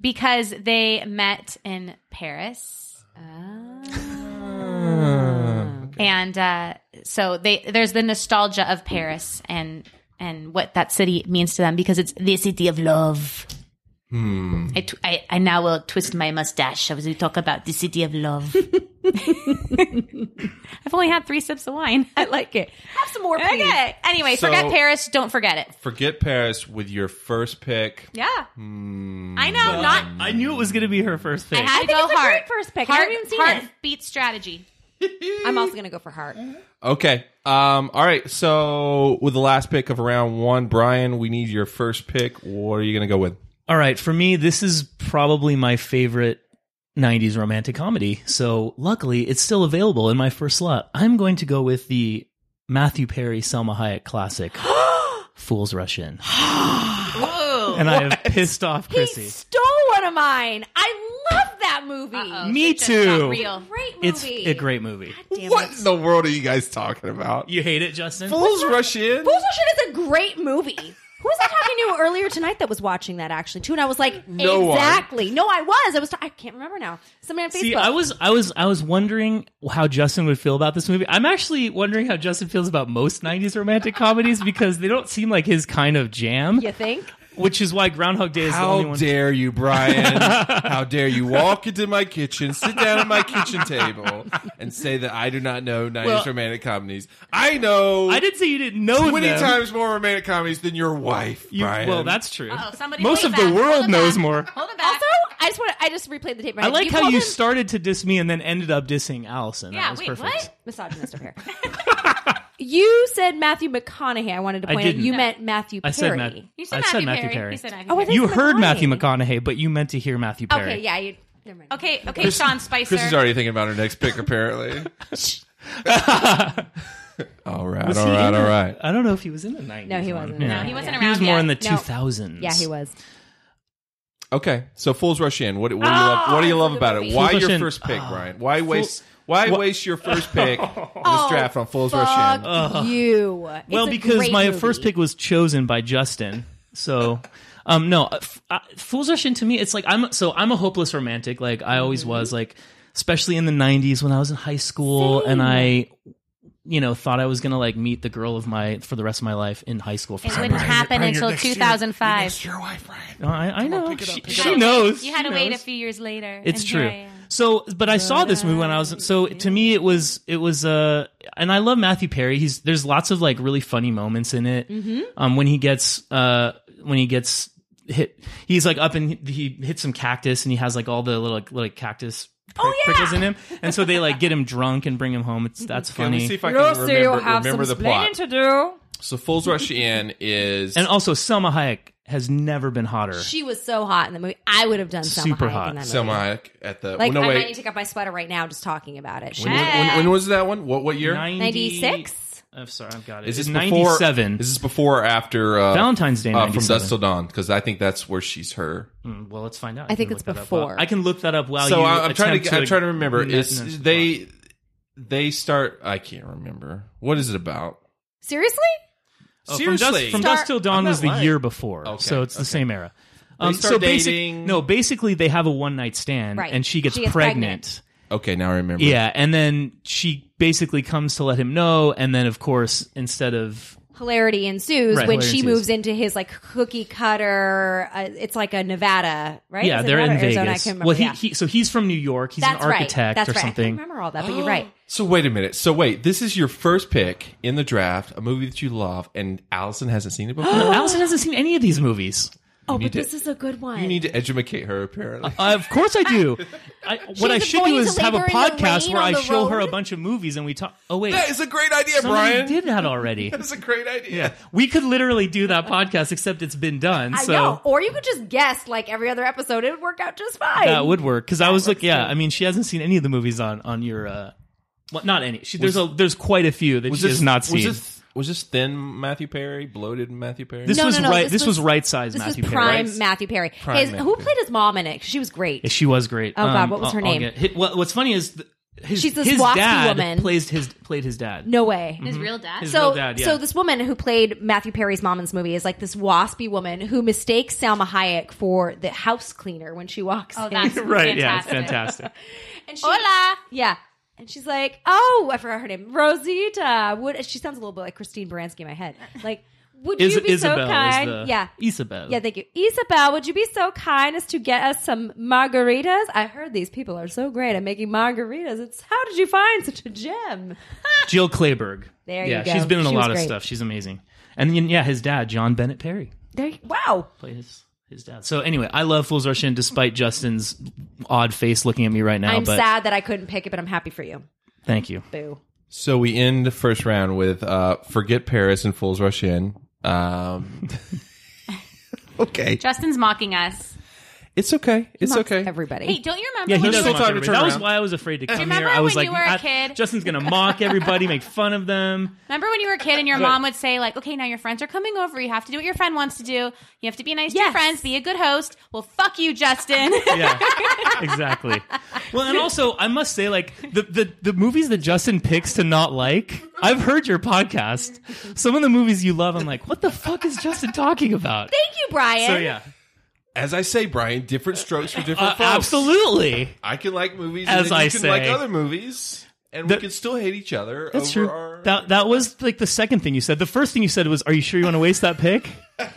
Speaker 3: because they met in Paris. And uh, so they there's the nostalgia of Paris and and what that city means to them because it's the city of love. I, tw- I I now will twist my mustache as we talk about the city of love. I've only had three sips of wine. I like it.
Speaker 1: Have some more, please.
Speaker 3: Okay. Anyway,
Speaker 2: So-
Speaker 3: forget Paris. Don't forget it.
Speaker 2: Forget Paris with your first pick.
Speaker 3: Yeah. I know. not.
Speaker 4: I knew it was going to be her first pick.
Speaker 3: I had to
Speaker 1: think
Speaker 3: go
Speaker 1: it's a great
Speaker 3: hard.
Speaker 1: first pick. I
Speaker 3: Heart,
Speaker 1: haven't even seen
Speaker 3: heart
Speaker 1: it.
Speaker 3: beat strategy.
Speaker 1: I'm also gonna go for heart.
Speaker 4: Mm.
Speaker 2: Okay. Um. All right. So with the last pick of round one, Brian, we need your first pick. What are you going to go with?
Speaker 4: All right, for me, this is probably my favorite 90s romantic comedy. So luckily, it's still available in my first slot. I'm going to go with the Matthew Perry Selma Hayek classic, Fools Rush In. and I have pissed off
Speaker 1: He
Speaker 4: Chrissy.
Speaker 1: stole one of mine. I love that movie.
Speaker 3: Uh-oh.
Speaker 4: Me
Speaker 3: It's just not
Speaker 4: too.
Speaker 3: real.
Speaker 1: Great movie.
Speaker 4: It's a great movie.
Speaker 1: Damn
Speaker 2: What
Speaker 1: it.
Speaker 2: in the world are you guys talking about?
Speaker 4: You hate it, Justin?
Speaker 2: Fools rush in.
Speaker 1: Fools Rush In is a great movie. Who was I talking to earlier tonight that was watching that actually too? And I was like,
Speaker 2: No one.
Speaker 1: exactly. No, I was. I was. I can't remember now. Somebody on Facebook.
Speaker 4: See, I was, I was, I was wondering how Justin would feel about this movie. I'm actually wondering how Justin feels about most '90s romantic comedies because they don't seem like his kind of jam.
Speaker 1: You think?
Speaker 4: Which is why Groundhog Day is the only
Speaker 2: How
Speaker 4: one.
Speaker 2: dare you, Brian? How dare you walk into my kitchen, sit down at my kitchen table, and say that I do not know 90s
Speaker 4: Well-
Speaker 2: romantic comedies? I know
Speaker 4: I didn't say you didn't know
Speaker 2: 20
Speaker 4: them.
Speaker 2: times more romantic comedies than your wife,
Speaker 4: You-
Speaker 2: Brian.
Speaker 4: well, that's true.
Speaker 3: Oh, somebody
Speaker 4: Most
Speaker 3: hold
Speaker 4: of
Speaker 3: it
Speaker 4: the
Speaker 3: back. Hold
Speaker 4: world
Speaker 3: it
Speaker 4: knows
Speaker 3: back.
Speaker 4: more.
Speaker 3: Hold it back. Oh,
Speaker 1: Also, I just want. to I just replayed the tape. in my
Speaker 4: I
Speaker 1: head.
Speaker 4: like how
Speaker 1: called
Speaker 4: you
Speaker 1: him
Speaker 4: started to diss me and then ended up dissing Allison.
Speaker 3: yeah.
Speaker 4: that was
Speaker 3: wait.
Speaker 4: perfect.
Speaker 3: What?
Speaker 1: misogynist over here. you said Matthew McConaughey. I wanted to
Speaker 4: I
Speaker 1: point out
Speaker 4: didn't.
Speaker 1: you meant Matthew
Speaker 4: I
Speaker 1: Perry.
Speaker 4: said Matt.
Speaker 3: You said
Speaker 4: I
Speaker 3: Matthew
Speaker 4: said Matthew
Speaker 3: Perry.
Speaker 4: Perry.
Speaker 3: You said Matthew
Speaker 1: Oh, I
Speaker 3: Perry.
Speaker 1: thought
Speaker 4: you
Speaker 1: it was
Speaker 4: heard
Speaker 1: McConaughey.
Speaker 4: Matthew McConaughey, but you meant to hear Matthew Perry.
Speaker 1: Okay, yeah. You, never mind.
Speaker 3: Okay. Okay. Sean Spicer.
Speaker 2: Chris is already thinking about her next pick, apparently. all right,
Speaker 4: Was
Speaker 2: all
Speaker 4: he
Speaker 2: right,
Speaker 4: in
Speaker 2: all
Speaker 4: the-
Speaker 2: right.
Speaker 4: I don't know if he was in the 90s.
Speaker 1: No, he
Speaker 4: one.
Speaker 1: wasn't.
Speaker 4: Yeah.
Speaker 3: No, he wasn't
Speaker 1: Yeah.
Speaker 4: He was
Speaker 3: around
Speaker 4: more
Speaker 3: yet.
Speaker 4: in the
Speaker 1: No.
Speaker 4: 2000s.
Speaker 1: Yeah, he was.
Speaker 2: Okay, so Fools Rush In. What, what do you love? What do you love about it?
Speaker 1: Fools
Speaker 2: Why
Speaker 4: Rush
Speaker 2: your
Speaker 4: In-
Speaker 2: first pick,
Speaker 4: Oh.
Speaker 2: Brian? Why
Speaker 4: Fool-
Speaker 2: waste? Why
Speaker 4: Wha-
Speaker 2: waste your first pick in this draft on Fools Rush In?
Speaker 1: Oh, Fuck you. It's
Speaker 4: well
Speaker 1: a
Speaker 4: because
Speaker 1: great
Speaker 4: my
Speaker 1: movie.
Speaker 4: first pick was chosen by justin so um no uh, f- uh, fools rush in to me it's like i'm so i'm a hopeless romantic like i
Speaker 1: Mm-hmm.
Speaker 4: always was like especially in the 90s when i was in high school and i you know thought i was gonna like meet the girl of my for the rest of my life in high school for
Speaker 3: It
Speaker 4: some
Speaker 3: wouldn't
Speaker 4: reason.
Speaker 3: happen until 2005.
Speaker 4: No, i, I know she,
Speaker 3: You had
Speaker 4: she
Speaker 3: to wait-
Speaker 4: knows
Speaker 3: You had
Speaker 4: She
Speaker 3: to wait a
Speaker 4: knows.
Speaker 3: few years later.
Speaker 4: It's
Speaker 3: and
Speaker 4: true.
Speaker 3: here I am.
Speaker 4: So, but I saw this movie when I was so to me it was it was uh and I love Matthew Perry. He's there's lots of like really funny moments in it. Um, when he gets uh when he gets hit, he's like up and he, he hits some cactus and he has like all the little like, little cactus. Prick, prickles in him, and so they like get him drunk and bring him home. It's that's
Speaker 2: Let me
Speaker 4: funny.
Speaker 2: see if I can remember, remember the plot.
Speaker 1: do.
Speaker 2: So Fools Rush In is
Speaker 4: and also, Selma Hayek has never been hotter.
Speaker 1: She was so hot in the movie. I would have done Selma
Speaker 4: Super
Speaker 1: Hayek
Speaker 4: hot.
Speaker 1: In that movie.
Speaker 2: semi at the.
Speaker 1: Like
Speaker 2: no
Speaker 1: I
Speaker 2: wait.
Speaker 1: might need to take off my sweater right now just talking about it.
Speaker 2: when, was- when- when was that one? What what year?
Speaker 4: 90
Speaker 1: Ninety six.
Speaker 4: I'm Oh, sorry, I've got it.
Speaker 2: Is this
Speaker 4: It's
Speaker 2: before?
Speaker 4: 97?
Speaker 2: Is this before or after uh,
Speaker 4: Valentine's Day
Speaker 2: uh, from
Speaker 4: 97.
Speaker 2: Dusk Till Dawn? Because I think that's where she's her.
Speaker 4: Mm, Well, let's find out.
Speaker 1: I think
Speaker 4: can
Speaker 1: it's
Speaker 4: look that up.
Speaker 1: before.
Speaker 4: I can look that up while
Speaker 2: so
Speaker 4: you.
Speaker 2: I, am trying
Speaker 4: attempt
Speaker 2: to, I'm trying to remember.
Speaker 4: Net-
Speaker 2: It's
Speaker 4: net-
Speaker 2: they they start. I can't remember. What is it about?
Speaker 1: Seriously?
Speaker 4: Oh, from Dusk-
Speaker 2: Seriously,
Speaker 4: from
Speaker 1: Start-
Speaker 4: Dusk Till
Speaker 2: I'm
Speaker 4: Dawn
Speaker 2: not
Speaker 4: was the
Speaker 2: lying.
Speaker 4: year before,
Speaker 2: Okay,
Speaker 4: so it's
Speaker 2: okay.
Speaker 4: the same era. Um,
Speaker 2: They start
Speaker 4: so basic-
Speaker 2: dating.
Speaker 4: no, basically they have a one night stand,
Speaker 1: Right.
Speaker 4: and she gets,
Speaker 1: She gets
Speaker 4: pregnant.
Speaker 1: pregnant.
Speaker 2: okay, now I remember.
Speaker 4: Yeah, and then she basically comes to let him know, and then of course instead of
Speaker 1: Hilarity ensues
Speaker 4: Right,
Speaker 1: when
Speaker 4: hilarity
Speaker 1: she
Speaker 4: ensues.
Speaker 1: moves into his like cookie cutter. Uh, it's like a Nevada, right?
Speaker 4: yeah,
Speaker 1: Is it
Speaker 4: they're in
Speaker 1: Nevada or
Speaker 4: Vegas.
Speaker 1: Arizona? I can remember.
Speaker 4: well, he,
Speaker 1: yeah.
Speaker 4: he so he's from New York. He's
Speaker 1: That's
Speaker 4: an
Speaker 1: right.
Speaker 4: architect
Speaker 1: That's
Speaker 4: or
Speaker 1: right. I
Speaker 4: something.
Speaker 1: can't remember all that, but you're right.
Speaker 2: So wait a minute. So wait, this is your first pick in the draft, a movie that you love, and Allison hasn't seen it before.
Speaker 4: Allison hasn't seen any of these movies.
Speaker 1: Oh, but
Speaker 2: need to-
Speaker 1: this is a good one.
Speaker 2: you need to educate her. Apparently,
Speaker 4: Uh, of course I do. I, what I
Speaker 1: She's
Speaker 4: should do
Speaker 1: going
Speaker 4: is
Speaker 1: to
Speaker 4: have a
Speaker 1: labor in the
Speaker 4: podcast
Speaker 1: rain
Speaker 4: where
Speaker 1: on
Speaker 4: I
Speaker 1: the
Speaker 4: show her
Speaker 1: road?
Speaker 4: a bunch of movies and we talk. Oh wait,
Speaker 2: that is a great idea,
Speaker 4: somebody
Speaker 2: Brian.
Speaker 4: did that already.
Speaker 2: That's a great idea.
Speaker 4: we could literally do that podcast, except it's been done.
Speaker 1: I
Speaker 4: So
Speaker 1: know. Or you could just guess like every other episode. It would work out just fine.
Speaker 4: that would work. Because I was like, yeah, I mean, she hasn't seen any of the movies on on your. Uh, well, not any. She, there's a there's quite a few that she has not
Speaker 2: was
Speaker 4: seen.
Speaker 2: this was this thin Matthew Perry, bloated Matthew Perry?
Speaker 4: This
Speaker 1: No,
Speaker 4: was
Speaker 1: no, no,
Speaker 4: right.
Speaker 1: this
Speaker 4: This was,
Speaker 1: was-
Speaker 4: right size
Speaker 1: This
Speaker 4: Matthew
Speaker 1: is
Speaker 4: Perry.
Speaker 1: prime
Speaker 4: right?
Speaker 1: Matthew Perry.
Speaker 2: Prime
Speaker 1: His-
Speaker 2: Matthew
Speaker 1: who
Speaker 2: Perry.
Speaker 1: played his mom in it? 'Cause She was great.
Speaker 4: Yeah, she was great. Um,
Speaker 1: Oh, God, what was her
Speaker 4: I'll
Speaker 1: name?
Speaker 4: get- hi- what, what's funny is th- his,
Speaker 1: She's this
Speaker 4: his
Speaker 1: waspy
Speaker 4: dad
Speaker 1: woman.
Speaker 4: plays his played his dad.
Speaker 1: no way.
Speaker 3: His real dad.
Speaker 4: Mm-hmm. His
Speaker 1: So,
Speaker 4: real dad, yeah.
Speaker 1: so this woman who played Matthew Perry's mom in this movie is like this waspy woman who mistakes Salma Hayek for the house cleaner when she walks
Speaker 3: oh,
Speaker 1: in.
Speaker 3: that's
Speaker 4: right?
Speaker 3: Fantastic.
Speaker 4: Yeah, it's fantastic.
Speaker 1: And she,
Speaker 3: Hola.
Speaker 1: Yeah. And she's like, oh, I forgot her name. Rosita. Would, she sounds a little bit like Christine Baranski in my head. Like, Would
Speaker 4: Is-
Speaker 1: you be
Speaker 4: Isabel
Speaker 1: so
Speaker 4: is
Speaker 1: kind?
Speaker 4: the-
Speaker 1: yeah.
Speaker 4: Isabel.
Speaker 1: Yeah, thank you. Isabel, would you be so kind as to get us some margaritas? I heard these people are so great at making margaritas. It's how did you find such a gem?
Speaker 4: Jill Clayburgh.
Speaker 1: There you
Speaker 4: yeah,
Speaker 1: go.
Speaker 4: she's been in a
Speaker 1: She was
Speaker 4: lot of
Speaker 1: great.
Speaker 4: stuff. She's amazing. And then, yeah, his dad, John Bennett Perry,
Speaker 1: There you, wow.
Speaker 4: played his his dad. So anyway, I love Fools Rush In despite Justin's odd face looking at me right now.
Speaker 1: I'm
Speaker 4: but
Speaker 1: sad that I couldn't pick it, but I'm happy for you.
Speaker 4: thank you.
Speaker 1: Boo.
Speaker 2: So we end the first round with uh, "Forget Paris" and "Fools Rush In." Um, okay,
Speaker 3: Justin's mocking us.
Speaker 2: it's okay. It's
Speaker 1: Mocks
Speaker 2: okay.
Speaker 1: Everybody.
Speaker 3: Hey, don't you remember?
Speaker 4: Yeah, he
Speaker 3: when
Speaker 4: does
Speaker 3: you
Speaker 4: mock
Speaker 2: still time to
Speaker 4: everybody.
Speaker 2: turn
Speaker 4: That was
Speaker 2: around.
Speaker 4: why I was afraid to come
Speaker 3: remember
Speaker 4: here. I was
Speaker 3: when
Speaker 4: like,
Speaker 3: you were a
Speaker 4: "Ah,
Speaker 3: kid?"
Speaker 4: Justin's gonna mock everybody, make fun of them.
Speaker 3: Remember when you were a kid and your mom would say, like, okay, now your friends are coming over. You have to do what your friend wants to do. You have to be nice to your
Speaker 1: Yes.
Speaker 3: friends, be a good host. Well, fuck you, Justin.
Speaker 4: Yeah, exactly. Well, and also I must say, like the, the the movies that Justin picks to not like. I've heard your podcast. Some of the movies you love, I'm like, what the fuck is Justin talking about?
Speaker 1: Thank you, Brian.
Speaker 4: So yeah,
Speaker 2: As I say, Brian, different strokes for different
Speaker 4: Uh,
Speaker 2: folks.
Speaker 4: absolutely.
Speaker 2: I can like movies,
Speaker 4: As
Speaker 2: and then you
Speaker 4: I
Speaker 2: can
Speaker 4: say.
Speaker 2: like other movies, and
Speaker 4: The-
Speaker 2: we can still hate each other.
Speaker 4: That's
Speaker 2: over
Speaker 4: true.
Speaker 2: Our...
Speaker 4: That that was like the second thing you said. The first thing you said was, "Are you sure you want to waste that pick?"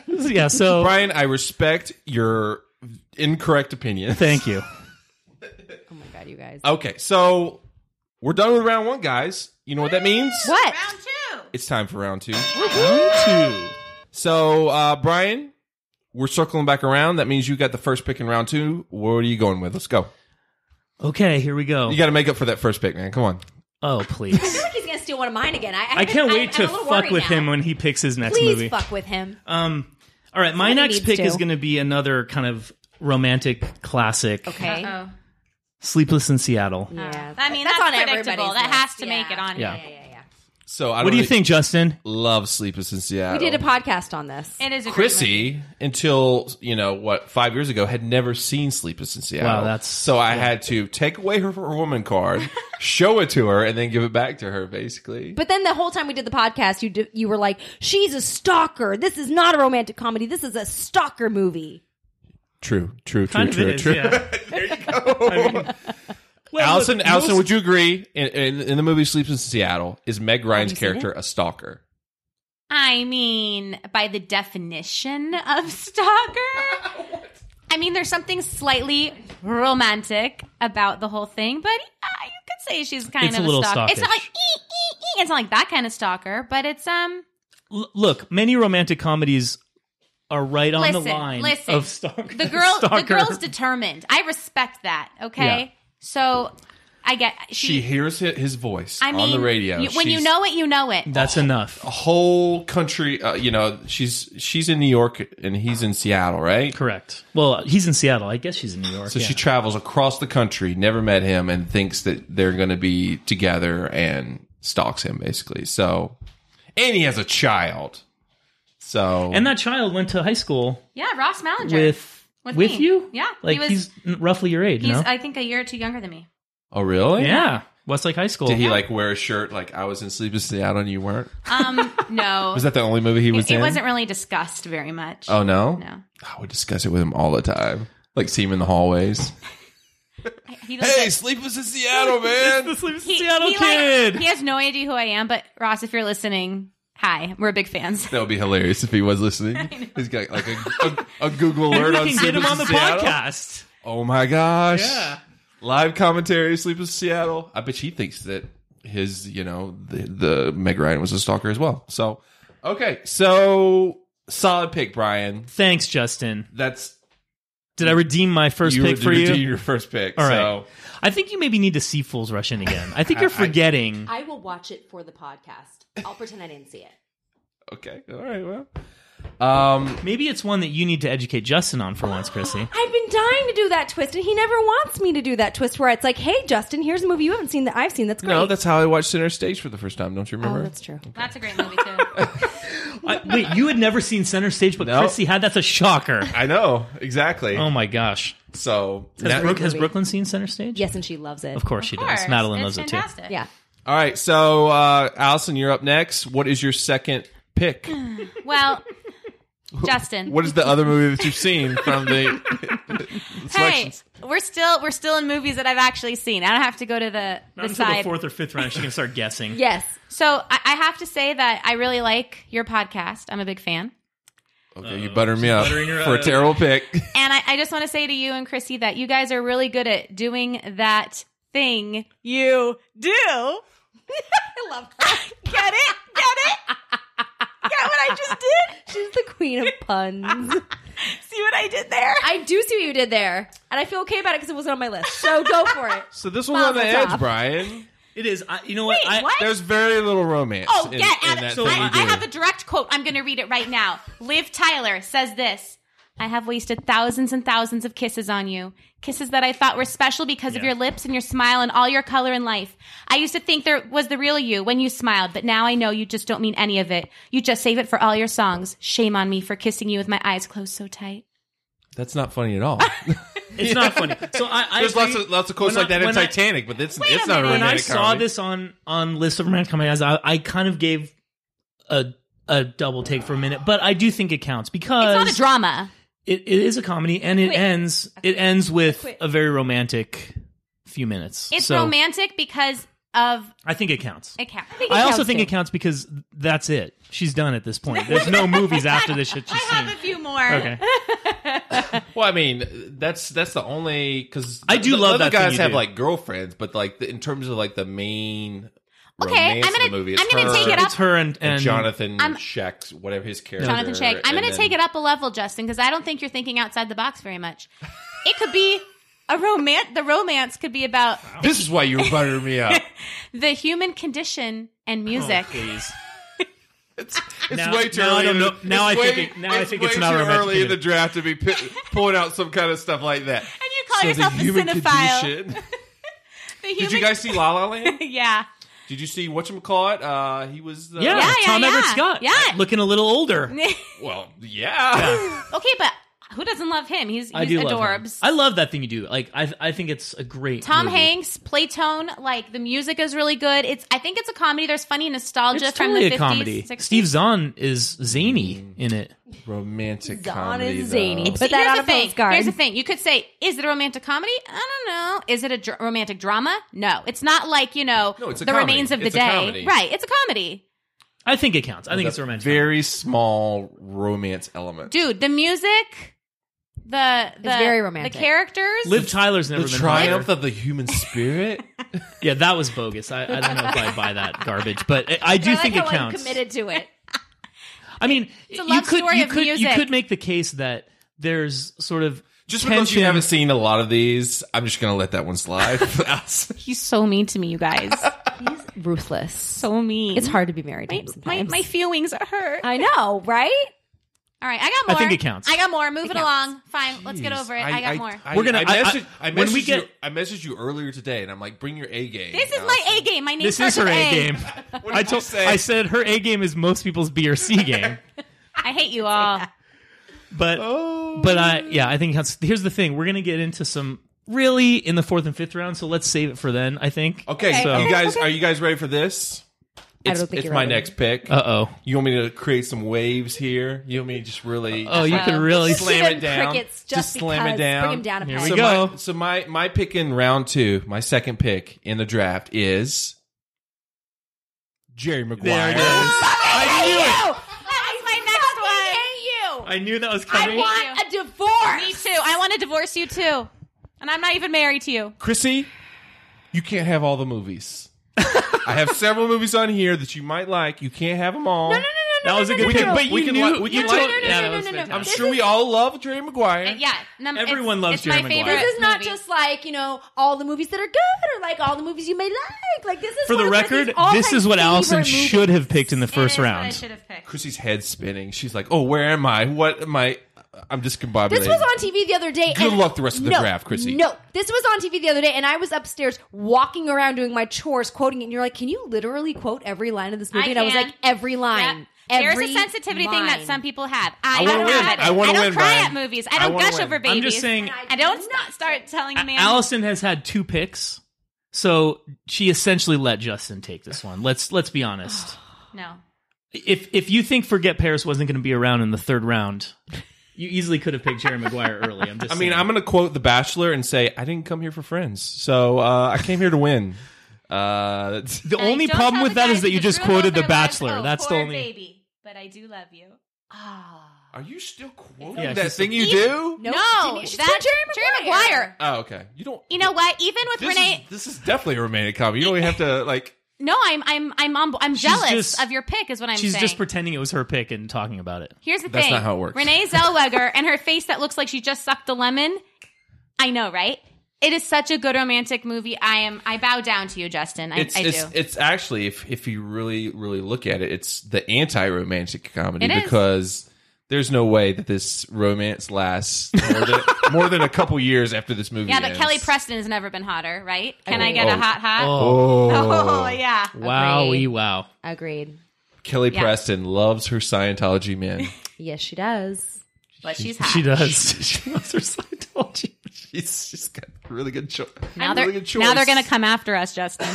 Speaker 4: yeah. So
Speaker 2: Brian, I respect your incorrect opinion.
Speaker 4: thank you.
Speaker 1: Oh my god, you guys.
Speaker 2: Okay, so we're done with round one, guys. You know what that means?
Speaker 1: What?
Speaker 2: It's time for round two.
Speaker 4: Two.
Speaker 2: So, uh, Brian, we're circling back around. That means you got the first pick in round two. What are you going with? Let's go.
Speaker 4: Okay, here we go.
Speaker 2: You got to make up for that first pick, man. Come on.
Speaker 4: oh please.
Speaker 1: I feel like he's gonna steal one of mine again. I,
Speaker 4: I can't wait
Speaker 1: I'm
Speaker 4: to
Speaker 1: a little
Speaker 4: fuck
Speaker 1: worried
Speaker 4: with
Speaker 1: now.
Speaker 4: him when he picks his next
Speaker 1: Please
Speaker 4: movie.
Speaker 1: fuck with him.
Speaker 4: Um, all right, my
Speaker 1: Somebody
Speaker 4: next
Speaker 1: needs
Speaker 4: pick
Speaker 1: to.
Speaker 4: is going to be another kind of romantic classic,
Speaker 1: Okay.
Speaker 3: oh.
Speaker 4: "Sleepless in Seattle."
Speaker 1: Yeah.
Speaker 3: I mean,
Speaker 1: That's
Speaker 3: that's,
Speaker 1: on
Speaker 3: predictable.
Speaker 1: everybody's
Speaker 3: That has
Speaker 1: list.
Speaker 3: to
Speaker 1: Yeah.
Speaker 3: make it on
Speaker 4: Yeah.
Speaker 3: here.
Speaker 2: So, I
Speaker 4: What do you think, Justin?
Speaker 2: Love Sleepless in Seattle.
Speaker 1: We did a podcast on this.
Speaker 3: It is a great movie.
Speaker 2: Chrissy, until you know what, five years ago, had never seen Sleepless in Seattle.
Speaker 4: Wow, that's-
Speaker 2: so I had to take away her, her woman card, show it to her, and then give it back to her. Basically,
Speaker 1: But then the whole time we did the podcast, you d- you were like, "She's a stalker. This is not a romantic comedy. This is a stalker movie."
Speaker 2: true, true, true,
Speaker 4: Kind of
Speaker 2: true,
Speaker 4: is,
Speaker 2: true.
Speaker 4: yeah. Well,
Speaker 2: Allison,
Speaker 4: look,
Speaker 2: Allison,
Speaker 4: most-
Speaker 2: would you agree? In, in, in the movie Sleeps in Seattle, is Meg Ryan's
Speaker 1: you seen
Speaker 2: character a stalker?
Speaker 3: I mean, by the definition of stalker, I mean, there's something slightly romantic about the whole thing, but uh, you could say she's kind
Speaker 4: It's
Speaker 3: of
Speaker 4: a little
Speaker 3: stalker. It's not like
Speaker 4: stalkish.
Speaker 3: ee, ee, ee. it's not like that kind of stalker, but it's um.
Speaker 4: L- look, many romantic comedies are right on the
Speaker 3: Listen,
Speaker 4: line
Speaker 3: listen.
Speaker 4: of stalker.
Speaker 3: The girl, the
Speaker 4: stalker.
Speaker 3: girl's determined. I respect that. Okay,
Speaker 4: Yeah.
Speaker 3: so I get she.
Speaker 2: She hears hi- his voice
Speaker 3: I mean,
Speaker 2: on the radio.
Speaker 3: you- when you
Speaker 2: She's-
Speaker 3: know it, you know it.
Speaker 4: That's enough.
Speaker 2: a whole country, uh, you know, she's she's in New York and he's in Seattle, right?
Speaker 4: Correct. Well, uh, he's in Seattle. I guess she's in New York.
Speaker 2: So
Speaker 4: yeah.
Speaker 2: she travels across the country, never met him, and thinks that they're going to be together and stalks him basically. So, and he has a child. So
Speaker 4: and that child went to high school
Speaker 3: Yeah, Ross Malinger
Speaker 4: with
Speaker 3: With
Speaker 4: with,
Speaker 3: me.
Speaker 4: you.
Speaker 3: Yeah,
Speaker 4: like
Speaker 3: he was-
Speaker 4: he's n- roughly your age.
Speaker 3: He's,
Speaker 4: no?
Speaker 3: I think, a year or two younger than me.
Speaker 2: oh really?
Speaker 4: yeah, Westlake High School.
Speaker 2: Did he like wear a shirt like I was in Sleepless in Seattle and you weren't?
Speaker 3: Um, no,
Speaker 2: Was that the only movie he was
Speaker 3: it,
Speaker 2: in?
Speaker 3: wasn't really discussed very much.
Speaker 2: Oh no,
Speaker 3: No.
Speaker 2: I would discuss it with him all the time. Like see him in the hallways.
Speaker 3: He doesn't-
Speaker 2: hey, Sleepless in Seattle, man.
Speaker 3: he,
Speaker 4: Seattle
Speaker 3: he, like,
Speaker 4: kid.
Speaker 3: he has no idea who I am, but Ross, if you're listening, hi, we're big fans.
Speaker 2: That would be hilarious if he was listening. He's got like a, a, a Google alert on
Speaker 4: we can get him
Speaker 2: Sleepless
Speaker 4: on the
Speaker 2: in Seattle.
Speaker 4: podcast.
Speaker 2: Oh my gosh.
Speaker 4: Yeah.
Speaker 2: Live commentary, Sleep in Seattle. I bet she thinks that his, you know, the, the Meg Ryan was a stalker as well. So, okay. So, solid pick, Brian.
Speaker 4: Thanks, Justin.
Speaker 2: That's
Speaker 4: Did I redeem my first
Speaker 2: you
Speaker 4: pick
Speaker 2: were-
Speaker 4: for
Speaker 2: you were doing
Speaker 4: you?
Speaker 2: your first pick.
Speaker 4: All right.
Speaker 2: So,
Speaker 4: I think you maybe need to see Fools Rush in again. I think you're forgetting.
Speaker 1: I will watch it for the podcast. I'll pretend I didn't see it.
Speaker 2: okay. All right. Well, um,
Speaker 4: maybe it's one that you need to educate Justin on for once, Chrissy.
Speaker 1: I've been dying to do that twist, and he never wants me to do that twist where it's like, "Hey, Justin, here's a movie you haven't seen that I've seen. That's great."
Speaker 2: no, that's how I watched Center Stage for the first time. Don't you
Speaker 1: oh,
Speaker 2: remember?
Speaker 1: that's true.
Speaker 3: That's a great movie too.
Speaker 4: I, wait, you had never seen Center Stage, but
Speaker 2: No.
Speaker 4: Chrissy had. That's a shocker.
Speaker 2: I know. Exactly.
Speaker 4: Oh my gosh.
Speaker 2: so,
Speaker 4: Has,
Speaker 2: that-
Speaker 4: Brook- has Brooklyn seen Center Stage?
Speaker 1: Yes, and she loves it.
Speaker 4: Of course she
Speaker 3: Of course.
Speaker 4: does. Madeline
Speaker 3: it's
Speaker 4: loves
Speaker 3: fantastic.
Speaker 1: Yeah.
Speaker 2: all right. So, uh, Allison, you're up next. What is your second pick?
Speaker 3: Well, Justin,
Speaker 2: What is the other movie that you've seen from the
Speaker 3: hey,
Speaker 2: selections?
Speaker 3: We're still we're still in movies that I've actually seen. I don't have to go to the the
Speaker 4: Not until the
Speaker 3: side.
Speaker 4: fourth or fifth round, she can start guessing.
Speaker 1: Yes.
Speaker 3: so I, I have to say that I really like your podcast. I'm a big fan.
Speaker 2: Okay, you Uh, butter me up
Speaker 4: buttering her
Speaker 2: for a
Speaker 4: up.
Speaker 2: terrible pick.
Speaker 3: And I, I just want to say to you and Chrissy that you guys are really good at doing that thing you do. I love that. Get it? Get it? Get what I just did?
Speaker 1: She's the queen of puns.
Speaker 3: See what I did there?
Speaker 1: I do see what you did there, and I feel okay about it because it wasn't on my list. So go for it.
Speaker 2: So this one's on the
Speaker 1: Mazel
Speaker 2: edge,
Speaker 1: tov.
Speaker 2: Brian.
Speaker 4: It is. I, you know what? I,
Speaker 3: what?
Speaker 2: There's very little romance.
Speaker 3: Oh,
Speaker 2: in,
Speaker 3: yeah.
Speaker 2: in
Speaker 3: Adam-
Speaker 2: that
Speaker 3: so
Speaker 2: thing
Speaker 3: I,
Speaker 2: you
Speaker 3: I
Speaker 2: do.
Speaker 3: have a direct quote. I'm going to read it right now. Liv Tyler says this I have wasted thousands and thousands of kisses on you. Kisses that I thought were special because of
Speaker 4: Yeah.
Speaker 3: your lips and your smile and all your color in life. I used to think there was the real you when you smiled, but now I know you just don't mean any of it. You just save it for all your songs. Shame on me for kissing you with my eyes closed so tight.
Speaker 2: That's not funny at all.
Speaker 4: it's not funny. So I, I
Speaker 2: There's
Speaker 4: agree.
Speaker 2: lots of lots of quotes
Speaker 4: When
Speaker 2: like
Speaker 4: I-
Speaker 2: that in
Speaker 4: when I-
Speaker 2: Titanic, but it's
Speaker 3: Wait a
Speaker 2: it's not a
Speaker 3: minute.
Speaker 4: when I
Speaker 2: romantic
Speaker 4: saw
Speaker 2: comedy.
Speaker 4: this on on list of romantic comedies, I, I kind of gave a a double take for a minute, but I do think it counts
Speaker 3: It's
Speaker 4: because
Speaker 3: not a drama.
Speaker 4: It, it is a comedy, and it
Speaker 1: Quit.
Speaker 4: ends it ends with
Speaker 1: Quit.
Speaker 4: a very romantic few minutes.
Speaker 3: It's
Speaker 4: So,
Speaker 3: romantic because of
Speaker 4: I think it counts.
Speaker 3: it counts.
Speaker 4: I also
Speaker 1: counts
Speaker 4: think
Speaker 1: too.
Speaker 4: it counts because that's it. She's done at this point. There's no movies after this shit she's
Speaker 3: I have
Speaker 4: seen.
Speaker 3: a few more.
Speaker 4: Okay.
Speaker 2: Well, I mean, that's that's the only because
Speaker 4: I do love
Speaker 2: other
Speaker 4: that thing
Speaker 2: guys
Speaker 4: you
Speaker 2: have
Speaker 4: do.
Speaker 2: like girlfriends, but like the, in terms of like the main
Speaker 3: Okay,
Speaker 2: romance
Speaker 3: I'm gonna
Speaker 2: of the movie,
Speaker 3: I'm gonna
Speaker 2: her
Speaker 3: take it up
Speaker 4: It's her and,
Speaker 2: and
Speaker 4: and
Speaker 2: Jonathan
Speaker 3: I'm-
Speaker 2: Sheck's whatever his character.
Speaker 3: Jonathan Shake. I'm
Speaker 2: and
Speaker 3: going to
Speaker 2: then-
Speaker 3: take it up a level, Justin, because I don't think you're thinking outside the box very much. It could be a romance. The romance could be about
Speaker 2: This is why you were buttering me up.
Speaker 3: the human condition and
Speaker 4: Oh,
Speaker 3: music.
Speaker 4: please.
Speaker 2: It's, it's
Speaker 4: Now-
Speaker 2: way too
Speaker 4: now I
Speaker 2: early.
Speaker 4: don't
Speaker 2: in the-
Speaker 4: know- now
Speaker 2: it's
Speaker 4: I think
Speaker 2: way-
Speaker 4: it- now I think it's
Speaker 2: way
Speaker 4: not
Speaker 2: too
Speaker 4: romantic
Speaker 2: early in the
Speaker 4: comedy.
Speaker 2: draft to be pi pulling out some kind of stuff like that.
Speaker 3: And you
Speaker 2: So
Speaker 3: call
Speaker 2: the
Speaker 3: yourself a
Speaker 2: human
Speaker 3: cinephile.
Speaker 2: condition-
Speaker 3: The human,
Speaker 2: Did you guys see La La Land?
Speaker 3: yeah.
Speaker 2: Did you see whatchamacallit? Uh, he was the,
Speaker 4: Yeah,
Speaker 3: Yeah, yeah,
Speaker 4: Tom Everett
Speaker 3: yeah.
Speaker 4: Scott.
Speaker 3: Yeah.
Speaker 4: Looking a little older.
Speaker 2: Well, yeah.
Speaker 3: Okay, but who doesn't love him? He's, he's
Speaker 4: I do love him.
Speaker 3: adorbs.
Speaker 4: I love that thing you do. Like I I think it's a great
Speaker 3: Tom
Speaker 4: movie.
Speaker 3: Hanks, Playtone, like the music is really good. It's I think it's a comedy. There's funny nostalgia
Speaker 4: It's
Speaker 3: from
Speaker 4: totally
Speaker 3: the 50s,
Speaker 4: a comedy.
Speaker 3: 60s.
Speaker 4: Steve Zahn is
Speaker 2: Mm.
Speaker 4: zany in it.
Speaker 2: Romantic
Speaker 1: Zahn
Speaker 2: comedy.
Speaker 1: is zany.
Speaker 2: though.
Speaker 1: Put that
Speaker 3: here's
Speaker 1: on
Speaker 3: the
Speaker 1: a
Speaker 3: thing.
Speaker 1: postcard.
Speaker 3: Here's the thing. You could say, is it a romantic comedy? I don't know. Is it a dr- romantic drama? No. It's not like, you know,
Speaker 2: No, it's a
Speaker 3: the
Speaker 2: comedy.
Speaker 3: remains of the
Speaker 2: It's a
Speaker 3: day.
Speaker 2: comedy.
Speaker 3: Right. It's a comedy.
Speaker 4: I think it counts. I think
Speaker 2: With
Speaker 4: it's
Speaker 2: a
Speaker 4: romantic.
Speaker 2: Very small romance element.
Speaker 3: Dude, the music, the the
Speaker 1: very romantic.
Speaker 3: The characters.
Speaker 4: Liv Tyler's never
Speaker 2: the
Speaker 4: been
Speaker 2: triumph
Speaker 4: hotter.
Speaker 2: of the human spirit.
Speaker 4: Yeah, that was bogus. I, I don't know if I buy that garbage, but I, I do
Speaker 1: I like
Speaker 4: think
Speaker 1: how
Speaker 4: it counts.
Speaker 1: uncommitted to it.
Speaker 4: I mean,
Speaker 3: a
Speaker 4: you
Speaker 3: love
Speaker 4: could
Speaker 3: story
Speaker 4: you
Speaker 3: of
Speaker 4: could you
Speaker 3: music.
Speaker 4: could make the case that there's sort of
Speaker 2: just because
Speaker 4: tension.
Speaker 2: you haven't seen a lot of these, I'm just gonna let that one slide.
Speaker 3: He's so mean to me, you guys.
Speaker 1: He's ruthless.
Speaker 3: so mean.
Speaker 1: It's hard to be married to
Speaker 3: My,
Speaker 1: him
Speaker 3: my,
Speaker 1: sometimes.
Speaker 3: my feelings are hurt.
Speaker 1: I know, right?
Speaker 3: All right, I got
Speaker 4: I
Speaker 3: more.
Speaker 4: think it counts.
Speaker 3: I got more. Move it, along. Fine, let's get over it. I, got more.
Speaker 4: We're gonna-
Speaker 2: I
Speaker 4: I- I-
Speaker 2: messaged, I,
Speaker 4: when
Speaker 2: messaged
Speaker 4: we
Speaker 2: you,
Speaker 4: get-
Speaker 2: I messaged you earlier today, and I'm like, bring your A game.
Speaker 3: this
Speaker 2: And
Speaker 3: is
Speaker 2: I
Speaker 3: my
Speaker 2: was
Speaker 3: A game. My name
Speaker 4: this is
Speaker 3: starts
Speaker 4: her
Speaker 3: with
Speaker 4: A game.
Speaker 2: like, What did
Speaker 4: I
Speaker 2: you
Speaker 4: told
Speaker 2: say?
Speaker 4: I said her A game is most people's B or C game.
Speaker 3: I hate you all.
Speaker 4: But
Speaker 2: Oh.
Speaker 4: but I yeah, I think that's, here's the thing. We're gonna get into some really in the fourth and fifth round, so let's save it for then. I think.
Speaker 2: okay.
Speaker 4: So-
Speaker 2: you guys, are you guys ready for this?
Speaker 1: I
Speaker 2: It's,
Speaker 1: don't think
Speaker 2: it's
Speaker 1: you're
Speaker 2: my
Speaker 1: ready.
Speaker 2: next pick.
Speaker 4: Uh oh.
Speaker 2: you want me to create some waves here? You want me to just really?
Speaker 4: Oh, you could really.
Speaker 1: Just
Speaker 2: slam
Speaker 1: give
Speaker 2: it
Speaker 1: him
Speaker 2: down.
Speaker 1: Crickets just,
Speaker 2: Just slam it
Speaker 1: because.
Speaker 2: down.
Speaker 1: Bring him down a
Speaker 4: Here
Speaker 1: peg.
Speaker 4: we
Speaker 2: so
Speaker 4: go.
Speaker 2: My, so my my pick in round two, my second pick in the draft is Jerry Maguire.
Speaker 1: Ew!
Speaker 4: I
Speaker 1: That's my
Speaker 3: next one.
Speaker 1: next one.
Speaker 4: knew it. I knew that was
Speaker 1: I
Speaker 4: coming.
Speaker 1: want a divorce.
Speaker 3: Me too. I want to divorce you too. And I'm not even married to you.
Speaker 2: Chrissy, you can't have all the movies. I have several movies on here that you might like. You can't have them all. No, no,
Speaker 4: That was a good
Speaker 2: We
Speaker 4: pick.
Speaker 2: can-
Speaker 4: but
Speaker 2: we
Speaker 4: you
Speaker 2: can
Speaker 4: knew.
Speaker 2: li- we
Speaker 4: you
Speaker 2: can
Speaker 4: told-
Speaker 2: li- No, no,
Speaker 4: yeah,
Speaker 1: no,
Speaker 4: that
Speaker 1: no,
Speaker 4: was
Speaker 1: no, no.
Speaker 2: I'm
Speaker 4: fantastic.
Speaker 1: This
Speaker 2: sure we all love Jerry Maguire.
Speaker 3: Yeah, num-
Speaker 4: Everyone
Speaker 3: it's,
Speaker 4: loves
Speaker 3: it's
Speaker 4: Jerry
Speaker 3: my
Speaker 4: Maguire.
Speaker 3: favorite.
Speaker 4: This
Speaker 1: This is not
Speaker 3: movie.
Speaker 1: just like you know all the movies that are good or like all the movies you may like. Like this is
Speaker 4: For
Speaker 1: one
Speaker 4: the
Speaker 1: of Chrissy's
Speaker 4: record,
Speaker 1: all-time
Speaker 4: this is what Allison
Speaker 1: favorite movies.
Speaker 4: should have picked in the
Speaker 3: It
Speaker 4: first
Speaker 3: is what I
Speaker 4: round.
Speaker 3: should have picked.
Speaker 2: Chrissy's head spinning. She's like, "Oh, where am I? What am I? I'm discombobulated."
Speaker 1: This was on TV the other day.
Speaker 2: Good
Speaker 1: and-
Speaker 2: luck the rest of the
Speaker 1: no,
Speaker 2: draft, Chrissy.
Speaker 1: No, this was on TV the other day, and I was upstairs walking around doing my chores, quoting it. And you're like, "Can you literally quote every line of this movie?"
Speaker 3: I
Speaker 1: and I was
Speaker 3: can.
Speaker 1: like, "Every line."
Speaker 3: Yep.
Speaker 1: Every
Speaker 3: There's a sensitivity thing
Speaker 1: line.
Speaker 3: that some people have. I,
Speaker 2: I wanna
Speaker 3: don't
Speaker 2: win.
Speaker 3: have it.
Speaker 2: I wanna
Speaker 3: don't
Speaker 2: win,
Speaker 3: cry
Speaker 2: Brian.
Speaker 3: at movies.
Speaker 2: I
Speaker 3: I don't
Speaker 2: wanna
Speaker 3: gush
Speaker 2: win.
Speaker 3: over babies.
Speaker 4: I'm just saying-
Speaker 3: I don't st- start telling a man.
Speaker 4: Allison has had two picks, so she essentially let Justin take this one. Let's let's be honest.
Speaker 3: no.
Speaker 4: If if you think Forget Paris wasn't going to be around in the third round, You easily could have picked Jerry Maguire early. I'm just.
Speaker 2: I mean,
Speaker 4: saying.
Speaker 2: I'm going to quote The Bachelor and say, I didn't come here for friends. So uh, I came here to win. Uh, that's-
Speaker 4: the only problem with that is that you just quoted The Bachelor. That's the only.
Speaker 3: Oh, baby. But I do love you. Ah.
Speaker 2: Are you still quoting
Speaker 4: Yeah,
Speaker 2: that
Speaker 4: she's-
Speaker 2: thing you do?
Speaker 1: No,
Speaker 3: No,
Speaker 1: she
Speaker 3: that-
Speaker 1: said Jerry
Speaker 3: Jerry
Speaker 1: Maguire.
Speaker 3: Maguire.
Speaker 2: Oh, okay. You don't.
Speaker 3: You know what? Even with
Speaker 2: This,
Speaker 3: Renee,
Speaker 2: is, this is definitely a romantic comedy. You don't even have to like.
Speaker 3: no, I'm I'm I'm on, I'm jealous
Speaker 4: just-
Speaker 3: of your pick. Is what I'm
Speaker 4: She's
Speaker 3: saying.
Speaker 4: just pretending it was her pick and talking about it.
Speaker 3: Here's the
Speaker 2: That's
Speaker 3: thing.
Speaker 2: not how it works.
Speaker 3: Renee Zellweger and her face that looks like she just sucked a lemon. I know, right? It is such a good romantic movie. I am. I bow down to you, Justin. I,
Speaker 2: It's
Speaker 3: I
Speaker 2: it's,
Speaker 3: do.
Speaker 2: it's actually if if you really really look at it, it's the anti romantic comedy
Speaker 3: It is.
Speaker 2: because there's no way that this romance lasts more than, more than a couple years after this movie.
Speaker 3: yeah, but
Speaker 2: ends.
Speaker 3: Kelly Preston has never been hotter, right? Can I
Speaker 2: Oh.
Speaker 3: get a
Speaker 2: Oh.
Speaker 3: hot hot?
Speaker 2: Oh,
Speaker 3: yeah.
Speaker 4: Wow,
Speaker 1: Agreed.
Speaker 4: wow.
Speaker 1: Agreed.
Speaker 2: Kelly
Speaker 3: Yeah.
Speaker 2: Preston loves her Scientology men.
Speaker 1: Yes, she does.
Speaker 3: But she's hot.
Speaker 4: She does. she loves her Scientology.
Speaker 2: she's she's got really good choice.
Speaker 3: Now they're,
Speaker 2: really good choice.
Speaker 3: now they're going to come after us, Justin.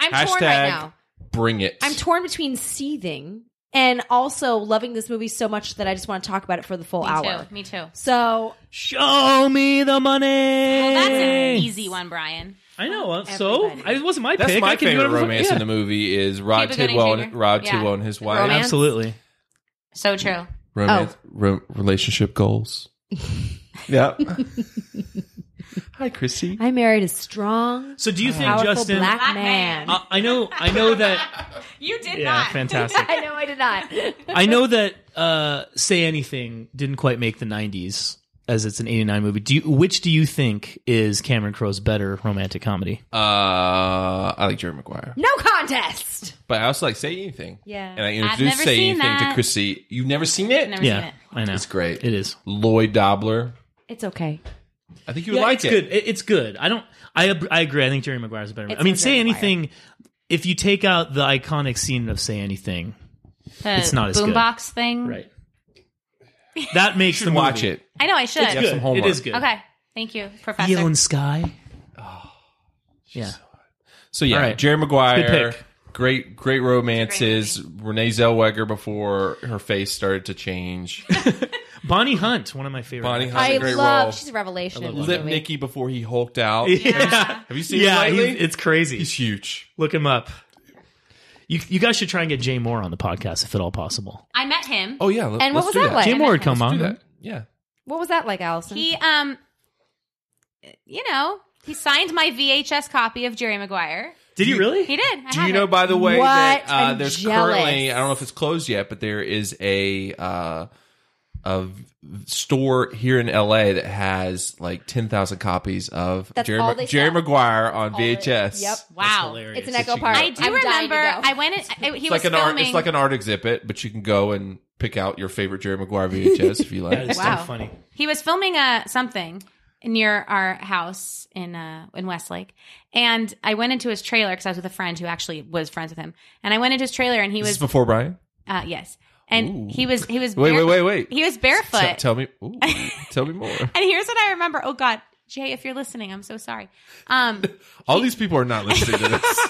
Speaker 1: I'm torn right
Speaker 2: Hashtag
Speaker 1: now.
Speaker 2: bring it.
Speaker 1: I'm torn between seething and also loving this movie so much that I just want to talk about it for the full
Speaker 3: Me
Speaker 1: hour.
Speaker 3: too. Me too.
Speaker 1: So
Speaker 4: Show me the money.
Speaker 3: Well, that's an easy one, Brian.
Speaker 4: I know. uh, So
Speaker 1: Everybody.
Speaker 4: I, it wasn't my
Speaker 2: That's
Speaker 4: pick.
Speaker 2: my
Speaker 4: I can do
Speaker 2: favorite
Speaker 4: whatever the fuck-
Speaker 2: romance in the movie is Rod
Speaker 3: Cuba Gooding
Speaker 2: Tidwell
Speaker 3: Jr..
Speaker 2: and Rod
Speaker 3: Yeah.
Speaker 2: Tidwell and his wife.
Speaker 4: yeah.
Speaker 1: romance.
Speaker 4: Absolutely.
Speaker 3: So true.
Speaker 2: Romance,
Speaker 4: Oh.
Speaker 2: ro- relationship goals. yep. Hi, Chrissy.
Speaker 1: I married a strong,
Speaker 4: So do you think,
Speaker 1: powerful
Speaker 4: Justin? uh,
Speaker 1: black
Speaker 3: Black
Speaker 1: man.
Speaker 3: man. Oh.
Speaker 4: I I know. I know that.
Speaker 3: You did
Speaker 4: Yeah,
Speaker 3: not.
Speaker 4: fantastic.
Speaker 1: I know I did not.
Speaker 4: I know that. Uh, Say anything didn't quite make the '90s, as it's an '89 movie. Do you, which do you think is Cameron Crowe's better romantic comedy?
Speaker 2: Uh, I like Jerry Maguire,
Speaker 1: no contest.
Speaker 2: but I also like Say Anything.
Speaker 1: Yeah.
Speaker 2: and I
Speaker 3: I've
Speaker 2: introduced
Speaker 3: never
Speaker 2: Say
Speaker 3: seen
Speaker 2: Anything to
Speaker 3: that.
Speaker 2: Chrissy. You've never seen it?
Speaker 3: Never seen
Speaker 4: Yeah,
Speaker 3: it.
Speaker 4: I know.
Speaker 2: It's great.
Speaker 4: It is.
Speaker 2: Lloyd Dobler.
Speaker 1: It's okay.
Speaker 2: I think you would
Speaker 4: Yeah,
Speaker 2: like
Speaker 4: it's
Speaker 2: it.
Speaker 4: good. It- It's good. I don't. I ab- I agree. I think Jerry Maguire's better. I mean,
Speaker 1: Jerry
Speaker 4: say
Speaker 1: Maguire.
Speaker 4: anything. If you take out the iconic scene of "Say Anything,"
Speaker 3: The
Speaker 4: It's not as good.
Speaker 3: boombox thing.
Speaker 4: right? That makes
Speaker 2: You
Speaker 4: the
Speaker 2: should watch
Speaker 4: movie.
Speaker 2: it.
Speaker 3: I know. I should.
Speaker 2: Have some homework.
Speaker 4: It is good.
Speaker 3: Okay. Thank you, Professor.
Speaker 4: Yellow and Sky. yeah.
Speaker 2: Oh, So yeah,
Speaker 4: All right.
Speaker 2: Jerry Maguire.
Speaker 4: Good pick.
Speaker 2: Great, great romances. Renee Zellweger before her face started to change.
Speaker 4: Bonnie Hunt, one of my favorite.
Speaker 2: Bonnie
Speaker 4: actors.
Speaker 2: Hunt,
Speaker 1: I
Speaker 2: a great
Speaker 1: love.
Speaker 2: role.
Speaker 1: She's a revelation. in this
Speaker 2: Lip
Speaker 1: movie.
Speaker 2: Nicky before he hulked out.
Speaker 4: Yeah.
Speaker 2: Have you seen
Speaker 4: yeah,
Speaker 2: him
Speaker 4: he's-
Speaker 2: lately?
Speaker 4: it's crazy.
Speaker 2: He's huge.
Speaker 4: Look him up. You you guys should try and get Jay Moore on the podcast if at all possible.
Speaker 3: I met him.
Speaker 2: Oh yeah. let-
Speaker 1: And what
Speaker 2: let's
Speaker 1: was
Speaker 2: do
Speaker 1: that like?
Speaker 4: Jay Moore would come
Speaker 2: Do
Speaker 4: on.
Speaker 2: that. Yeah.
Speaker 1: What was that like, Allison?
Speaker 3: He um, you know, he signed my VHS copy of Jerry Maguire.
Speaker 4: Did you really?
Speaker 3: He did. I
Speaker 2: Do
Speaker 3: have
Speaker 2: you know,
Speaker 3: it.
Speaker 2: by the way,
Speaker 1: What?
Speaker 2: that uh,
Speaker 1: I'm
Speaker 2: there's
Speaker 1: jealous.
Speaker 2: currently I don't know if it's closed yet, but there is a uh, a v- store here in L.A. that has like ten thousand copies of
Speaker 1: That's
Speaker 2: Jerry,
Speaker 1: all
Speaker 2: Ma-
Speaker 1: they
Speaker 2: Jerry
Speaker 1: sell.
Speaker 2: Maguire on
Speaker 1: All it-
Speaker 2: VHS.
Speaker 1: Yep.
Speaker 3: wow.
Speaker 4: hilarious.
Speaker 1: It's an
Speaker 2: That
Speaker 1: echo
Speaker 2: she
Speaker 1: part.
Speaker 3: I do
Speaker 1: I'm dying to
Speaker 3: remember.
Speaker 1: go.
Speaker 3: I went. In, I,
Speaker 2: It's
Speaker 3: he was
Speaker 2: like an
Speaker 3: filming.
Speaker 2: art. It's like an art exhibit, but you can go and pick out your favorite Jerry Maguire VHS if you
Speaker 4: That
Speaker 2: like.
Speaker 4: is so
Speaker 3: Wow.
Speaker 4: funny.
Speaker 3: he was filming uh something near our house in uh in Westlake, and I went into his trailer because I was with a friend who actually was friends with him, and I went into his trailer and he
Speaker 2: This is
Speaker 3: was
Speaker 2: before Brian.
Speaker 3: uh yes, and
Speaker 2: Ooh.
Speaker 3: he was he was
Speaker 2: Wait, wait,
Speaker 3: bare-
Speaker 2: wait, wait.
Speaker 3: he was barefoot.
Speaker 2: Tell, tell me, ooh, tell me more.
Speaker 3: and here's what I remember. Oh God, Jay, if you're listening, I'm so sorry. Um,
Speaker 2: All these people are not listening to this.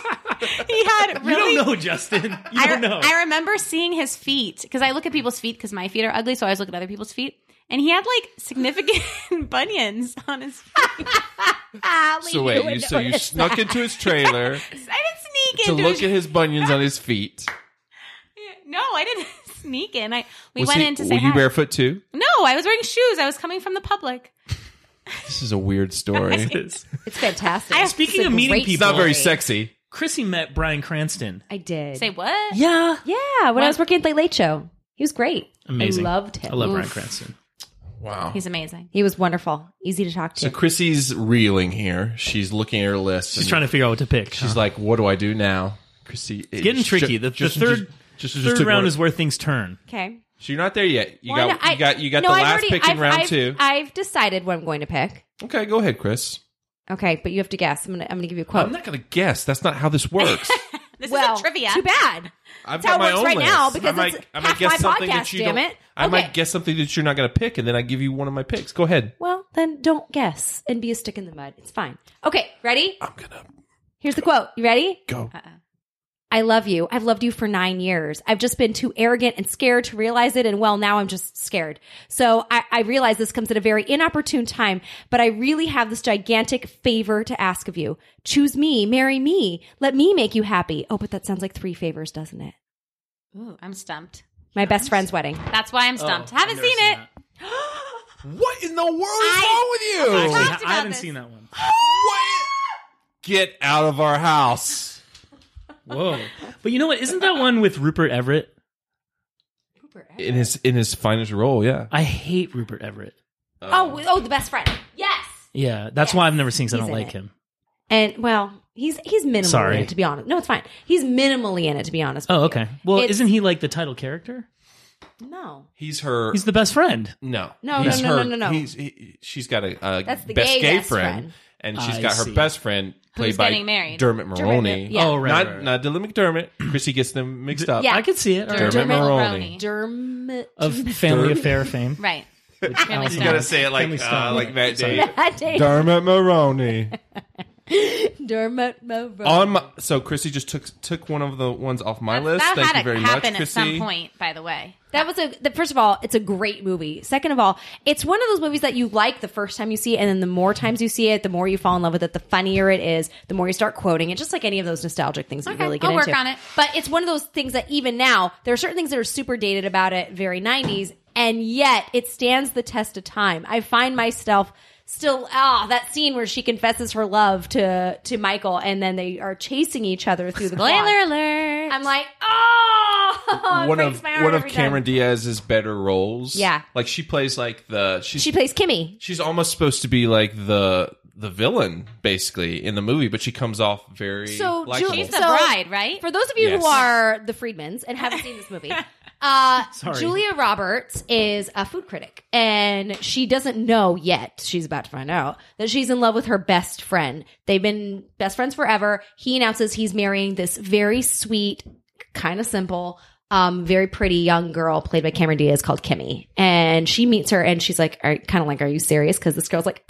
Speaker 3: he had really.
Speaker 4: You don't know, Justin. You
Speaker 3: I,
Speaker 4: don't know.
Speaker 3: I remember seeing his feet because I look at people's feet because my feet are ugly, so I always look at other people's feet. And he had like significant bunions on his feet. I
Speaker 2: so wait, you, so you snuck into his trailer
Speaker 3: didn't sneak
Speaker 2: to
Speaker 3: into
Speaker 2: look
Speaker 3: his,
Speaker 2: at his bunions on his feet.
Speaker 3: No, I didn't sneak in. I we
Speaker 2: Was
Speaker 3: went
Speaker 2: he-
Speaker 3: in to
Speaker 2: were
Speaker 3: say
Speaker 2: you
Speaker 3: hi.
Speaker 2: barefoot too?
Speaker 3: No, I was wearing shoes. I was coming from the public.
Speaker 2: This is a weird story.
Speaker 1: it's fantastic.
Speaker 3: I-
Speaker 4: Speaking
Speaker 1: It's a
Speaker 4: of meeting
Speaker 1: great
Speaker 4: people,
Speaker 2: it's not very
Speaker 1: Story.
Speaker 2: sexy.
Speaker 4: Chrissy met Brian Cranston.
Speaker 1: I did.
Speaker 3: Say what?
Speaker 4: Yeah,
Speaker 1: Yeah, when I was working at Late Late Show, he was great.
Speaker 4: amazing.
Speaker 1: I loved him.
Speaker 4: I love Brian
Speaker 3: Oof.
Speaker 4: Cranston.
Speaker 2: Wow.
Speaker 3: He's amazing.
Speaker 1: He was wonderful, easy to talk to.
Speaker 2: So Chrissy's reeling here. She's looking at her list.
Speaker 4: She's trying to figure out what to pick.
Speaker 2: She's like, "What do I do now?" Chrissy, it's
Speaker 4: getting tricky.
Speaker 2: ju-
Speaker 4: The, the
Speaker 2: Justin
Speaker 4: third,
Speaker 2: just- just-
Speaker 4: third
Speaker 2: just took
Speaker 4: round
Speaker 2: one.
Speaker 4: is where things turn.
Speaker 1: okay.
Speaker 2: So you're not there yet. You
Speaker 1: Well,
Speaker 2: got
Speaker 1: no, I-
Speaker 2: you got you got
Speaker 1: no,
Speaker 2: the
Speaker 1: I've
Speaker 2: last
Speaker 1: already-
Speaker 2: pick in
Speaker 1: I've-
Speaker 2: round
Speaker 1: I've-
Speaker 2: two.
Speaker 1: I've decided what I'm going to pick.
Speaker 2: okay, go ahead, Chris.
Speaker 1: Okay, but you have to guess. I'm gonna I'm gonna give you a quote.
Speaker 2: I'm not gonna guess. That's not how this works.
Speaker 3: This
Speaker 1: well,
Speaker 3: is a trivia.
Speaker 1: Too bad.
Speaker 2: I've
Speaker 1: That's how
Speaker 2: got
Speaker 1: it
Speaker 2: my
Speaker 1: works
Speaker 2: own
Speaker 1: right
Speaker 2: list.
Speaker 1: now, because
Speaker 2: I might,
Speaker 1: it's
Speaker 2: I might
Speaker 1: half
Speaker 2: guess
Speaker 1: my
Speaker 2: something
Speaker 1: podcast,
Speaker 2: that you
Speaker 1: damn
Speaker 2: don't.
Speaker 1: it.
Speaker 2: I
Speaker 1: Okay.
Speaker 2: might guess something that you're not gonna pick, and then I give you one of my picks. Go ahead.
Speaker 1: Well, then don't guess and be a stick in the mud. It's fine. Okay, ready?
Speaker 2: I'm gonna
Speaker 1: Here's the quote. You ready?
Speaker 2: go.
Speaker 1: I love you. I've loved you for nine years. I've just been too arrogant and scared to realize it. And well, now I'm just scared. So I, I realize this comes at a very inopportune time, but I really have this gigantic favor to ask of you. Choose me, marry me, let me make you happy. Oh, but that sounds like three favors, doesn't it?
Speaker 3: Ooh, I'm stumped.
Speaker 1: My best friend's wedding.
Speaker 3: That's why I'm stumped.
Speaker 4: Oh,
Speaker 3: Haven't
Speaker 4: I've
Speaker 3: seen
Speaker 4: never
Speaker 3: it.
Speaker 4: that.
Speaker 2: What in the world is
Speaker 3: I-
Speaker 2: wrong with you?
Speaker 4: Actually,
Speaker 3: talked
Speaker 4: I
Speaker 3: about
Speaker 4: haven't
Speaker 3: this.
Speaker 4: seen that one.
Speaker 2: What? Get out of our house.
Speaker 4: Whoa! But you know what? Isn't that one with Rupert Everett?
Speaker 2: In his in his finest role, yeah.
Speaker 4: I hate Rupert Everett.
Speaker 1: Oh, oh, the best friend. Yes.
Speaker 4: Yeah, that's why I've never seen. Cause I
Speaker 1: He's
Speaker 4: don't
Speaker 1: in it.
Speaker 4: like him.
Speaker 1: And well, he's he's minimally
Speaker 4: Sorry.
Speaker 1: in it to be honest. No, it's fine. He's minimally in it to be honest. with
Speaker 4: Oh,
Speaker 1: you.
Speaker 4: okay. Well,
Speaker 1: It's-
Speaker 4: isn't he like the title character?
Speaker 1: No.
Speaker 2: He's her.
Speaker 4: He's the best friend.
Speaker 2: no,
Speaker 1: No, no,
Speaker 2: he's
Speaker 1: no, no,
Speaker 2: her-
Speaker 1: no, no.
Speaker 2: He's, he, she's got a, a
Speaker 1: That's the
Speaker 2: best
Speaker 1: gay
Speaker 2: gay,
Speaker 1: best
Speaker 2: friend,
Speaker 1: friend.
Speaker 2: and she's
Speaker 4: I
Speaker 2: got her
Speaker 4: see.
Speaker 2: best friend played by
Speaker 3: getting married.
Speaker 2: Dermot Maroney.
Speaker 1: Dermot, yeah.
Speaker 4: Oh, right.
Speaker 2: not
Speaker 4: right, right.
Speaker 2: not Dylan McDermott. Chrissy gets them mixed up.
Speaker 1: Yeah.
Speaker 4: I could see it. All
Speaker 2: Dermot,
Speaker 4: right.
Speaker 1: Dermot
Speaker 2: Maroney.
Speaker 1: Dermot
Speaker 4: Of Family
Speaker 2: Dermot.
Speaker 4: Affair fame.
Speaker 3: Right. Family
Speaker 4: You
Speaker 2: You
Speaker 3: Stone.
Speaker 2: gotta say it like
Speaker 4: Family
Speaker 2: uh,
Speaker 4: Stone.
Speaker 2: like that
Speaker 4: Sorry.
Speaker 2: day.
Speaker 1: That day.
Speaker 2: Dermot Maroney.
Speaker 1: Dermot Mulroney.
Speaker 2: On my, so Chrissy just took took one of the ones off my list.
Speaker 3: that
Speaker 2: Thank
Speaker 3: had
Speaker 2: you very
Speaker 3: to
Speaker 2: much,
Speaker 3: happen
Speaker 2: Chrissy.
Speaker 3: at some point, by the way.
Speaker 1: that was a the, first of all, it's a great movie. Second of all, it's one of those movies that you like the first time you see it, and then the more times you see it, the more you fall in love with it. The funnier it is, the more you start quoting it. Just like any of those nostalgic things that
Speaker 3: Okay,
Speaker 1: you really get
Speaker 3: I'll work
Speaker 1: into.
Speaker 3: on it.
Speaker 1: But it's one of those things that even now there are certain things that are super dated about it, very '90s, and yet it stands the test of time. I find myself still ah that scene where she confesses her love to to Michael, and then they are chasing each other through the quad.
Speaker 3: Spoiler alert.
Speaker 1: I'm like, oh, it
Speaker 2: one
Speaker 1: breaks
Speaker 2: of
Speaker 1: my heart
Speaker 2: one of
Speaker 1: every time.
Speaker 2: Cameron Diaz's better roles.
Speaker 1: Yeah.
Speaker 2: like she plays like the she's
Speaker 1: She plays Kimmy.
Speaker 2: she's almost supposed to be like the the villain basically in the movie, but she comes off very
Speaker 1: So
Speaker 2: likable.
Speaker 1: Julie-
Speaker 3: She's the
Speaker 1: So-
Speaker 3: bride, right?
Speaker 1: For those of you
Speaker 2: Yes.
Speaker 1: who are the Freedmans and haven't seen this movie, uh, Julia Roberts is a food critic, and she doesn't know yet. She's about to find out that she's in love with her best friend. They've been best friends forever. He announces he's marrying this very sweet, kind of simple. Um, very pretty young girl played by Cameron Diaz called Kimmy, and she meets her, and she's like, "Are kind of like, are you serious?" Because this girl's like,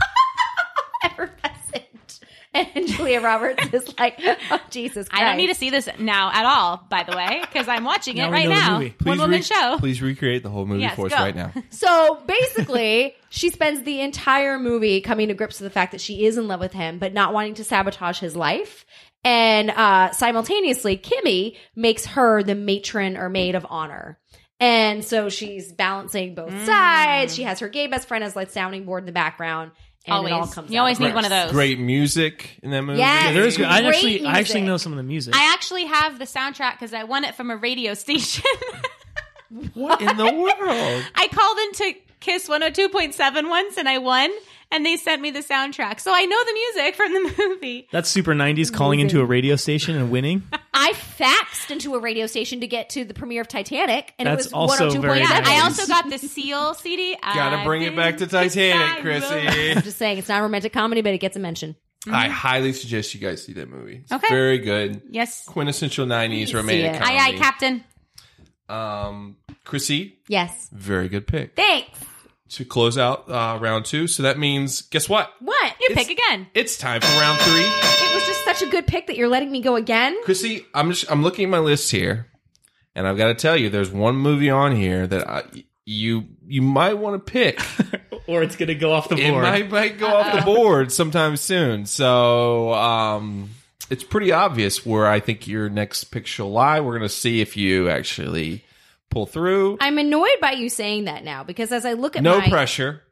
Speaker 1: ever present. And Julia Roberts is like, oh, Jesus Christ.
Speaker 3: I don't need to see this now at all, by the way, because I'm watching it
Speaker 4: Now we
Speaker 3: right
Speaker 4: know the
Speaker 3: now.
Speaker 4: movie.
Speaker 3: One woman
Speaker 2: re-
Speaker 3: show.
Speaker 2: Please recreate the whole movie
Speaker 3: Yes,
Speaker 2: for us
Speaker 3: go.
Speaker 2: right now.
Speaker 1: So basically, she spends the entire movie coming to grips with the fact that she is in love with him, but not wanting to sabotage his life. And uh, simultaneously, Kimmy makes her the matron or maid of honor. And so she's balancing both
Speaker 3: Mm.
Speaker 1: sides. She has her gay best friend as like sounding board in the background. And
Speaker 3: Always.
Speaker 1: it all comes
Speaker 3: You
Speaker 1: out.
Speaker 3: always need one of those.
Speaker 2: Great music in that movie.
Speaker 1: Yes.
Speaker 4: Yeah, there is. I
Speaker 1: Great
Speaker 4: actually, I actually
Speaker 1: music.
Speaker 4: know some of the music.
Speaker 3: I actually have the soundtrack because I won it from a radio station.
Speaker 2: What in the world?
Speaker 3: I called into Kiss 102.7 once and I won, and they sent me the soundtrack. So I know the music from the movie.
Speaker 4: That's super '90s calling into a radio station and winning.
Speaker 1: I faxed into a radio station to get to the premiere of Titanic, and
Speaker 4: That's
Speaker 1: it was
Speaker 4: also
Speaker 1: 102.7.
Speaker 4: very nice.
Speaker 3: I also got the Seal CD.
Speaker 2: Gotta
Speaker 3: I
Speaker 2: bring it back to
Speaker 3: think I
Speaker 2: Titanic,
Speaker 3: will.
Speaker 1: I'm
Speaker 2: Chrissy.
Speaker 1: just saying, it's not a romantic comedy, but it gets a mention.
Speaker 2: I highly suggest you guys see that movie. It's
Speaker 3: Okay.
Speaker 2: very good.
Speaker 3: Yes.
Speaker 2: Quintessential '90s romantic
Speaker 1: it.
Speaker 2: comedy.
Speaker 3: Aye, aye, Captain.
Speaker 2: um, Chrissy,
Speaker 1: Yes.
Speaker 2: very good pick.
Speaker 1: Thanks.
Speaker 2: to close out uh, round two. So that means, guess what?
Speaker 1: What?
Speaker 3: You
Speaker 2: It's-
Speaker 3: pick again.
Speaker 2: It's time for round three.
Speaker 1: It was just such a good pick that you're letting me go again.
Speaker 2: Chrissy, I'm just, I'm looking at my list here, and I've got to tell you, there's one movie on here that I, you you might want to pick.
Speaker 4: or it's gonna go off the
Speaker 2: it
Speaker 4: board.
Speaker 2: might might go off the board sometime soon. So um, it's pretty obvious where I think your next pick shall lie. We're gonna see if you actually pull through.
Speaker 1: I'm annoyed by you saying that now because as I look at
Speaker 2: no
Speaker 1: my
Speaker 2: pressure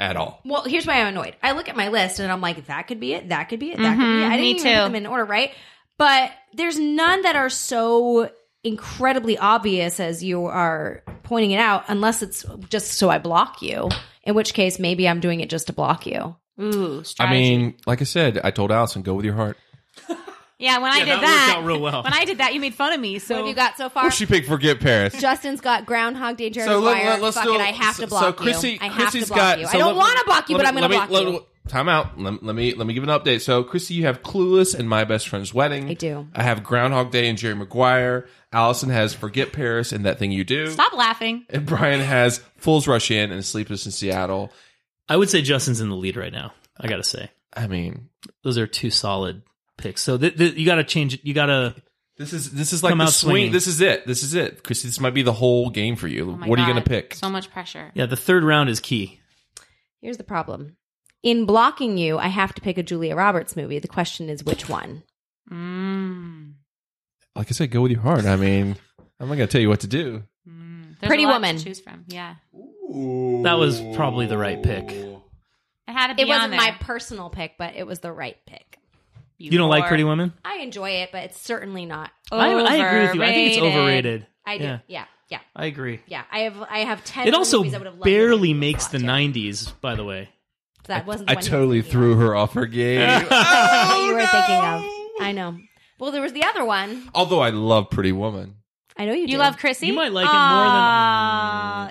Speaker 2: at all.
Speaker 1: well, here's why I'm annoyed. I look at my list and I'm like, that could be it. That could be it. That could be it. I didn't
Speaker 3: Mm-hmm, me
Speaker 1: even put
Speaker 3: too.
Speaker 1: them in order, right? But there's none that are so incredibly obvious as you are pointing it out, unless it's just so I block you. In which case, maybe I'm doing it just to block you.
Speaker 3: Ooh,
Speaker 2: I
Speaker 3: strategy.
Speaker 2: mean, like I said, I told Allison, go with your heart.
Speaker 3: yeah, when I
Speaker 4: Yeah,
Speaker 3: did that,
Speaker 4: that worked out real well.
Speaker 3: when I did that, you made fun of me. So
Speaker 1: What have you got so far?
Speaker 2: Well, she picked Forget Paris.
Speaker 1: Justin's got Groundhog Day, Jeremy
Speaker 2: So let,
Speaker 1: Wire.
Speaker 2: let, let's
Speaker 1: Fuck
Speaker 2: do.
Speaker 1: it, I have
Speaker 2: so,
Speaker 1: to block
Speaker 2: so Chrissy,
Speaker 1: you. I have
Speaker 2: Chrissy's
Speaker 1: to block
Speaker 2: got.
Speaker 1: you.
Speaker 2: so
Speaker 1: I don't
Speaker 2: let-
Speaker 1: want to block you,
Speaker 2: let
Speaker 1: but
Speaker 2: me-
Speaker 1: I'm going
Speaker 2: let
Speaker 1: to
Speaker 2: me-
Speaker 1: block
Speaker 2: let-
Speaker 1: you.
Speaker 2: Time out. Let, let me let me give an update. So Chrissy, you have Clueless and My Best Friend's Wedding.
Speaker 1: I do.
Speaker 2: I have Groundhog Day and Jerry Maguire. Allison has Forget Paris and That Thing You Do.
Speaker 3: stop laughing.
Speaker 2: And Brian has Fools Rush In and Sleepless in Seattle.
Speaker 4: I would say Justin's in the lead right now. I gotta say,
Speaker 2: I mean,
Speaker 4: those are two solid picks. So th- th- you gotta change it. You gotta
Speaker 2: This is this is like
Speaker 4: Come
Speaker 2: the
Speaker 4: out
Speaker 2: swing.
Speaker 4: swinging.
Speaker 2: This is it. This is it, Christy. This might be the whole game for you.
Speaker 3: Oh my
Speaker 2: what are you
Speaker 3: God.
Speaker 2: going to pick?
Speaker 3: So much pressure.
Speaker 4: Yeah, the third round is key.
Speaker 1: Here's the problem. In blocking you, I have to pick a Julia Roberts movie. The question is which one?
Speaker 3: Mm.
Speaker 2: Like I said, go with your heart. I mean, I'm not going to tell you what to do.
Speaker 3: Mm. There's
Speaker 1: Pretty
Speaker 3: a lot
Speaker 1: Woman.
Speaker 3: to choose from. Yeah,
Speaker 4: That was probably the right pick.
Speaker 3: it had to be
Speaker 1: It wasn't
Speaker 3: on
Speaker 1: my
Speaker 3: there.
Speaker 1: personal pick, but it was the right pick.
Speaker 4: You don't like
Speaker 3: whore.
Speaker 4: Pretty Women?
Speaker 1: I enjoy it, but it's certainly not.
Speaker 4: I, I agree with you. I think it's overrated.
Speaker 1: I do.
Speaker 4: Yeah,
Speaker 1: Yeah. yeah, yeah,
Speaker 4: I agree.
Speaker 1: I have I have ten.
Speaker 4: It also
Speaker 1: movies I would have loved to
Speaker 4: barely
Speaker 1: pick.
Speaker 4: makes the
Speaker 1: Blocking.
Speaker 4: 90s, by the way.
Speaker 1: That wasn't. the
Speaker 2: I
Speaker 1: one you
Speaker 2: totally
Speaker 1: were thinking
Speaker 2: threw Oh,
Speaker 1: of.
Speaker 2: her off her game.
Speaker 1: That you were thinking of. I know. Well, there was the other one.
Speaker 2: Although I love Pretty Woman.
Speaker 1: I know you.
Speaker 3: You
Speaker 1: do.
Speaker 3: love Chrissy?
Speaker 4: You might like it more than-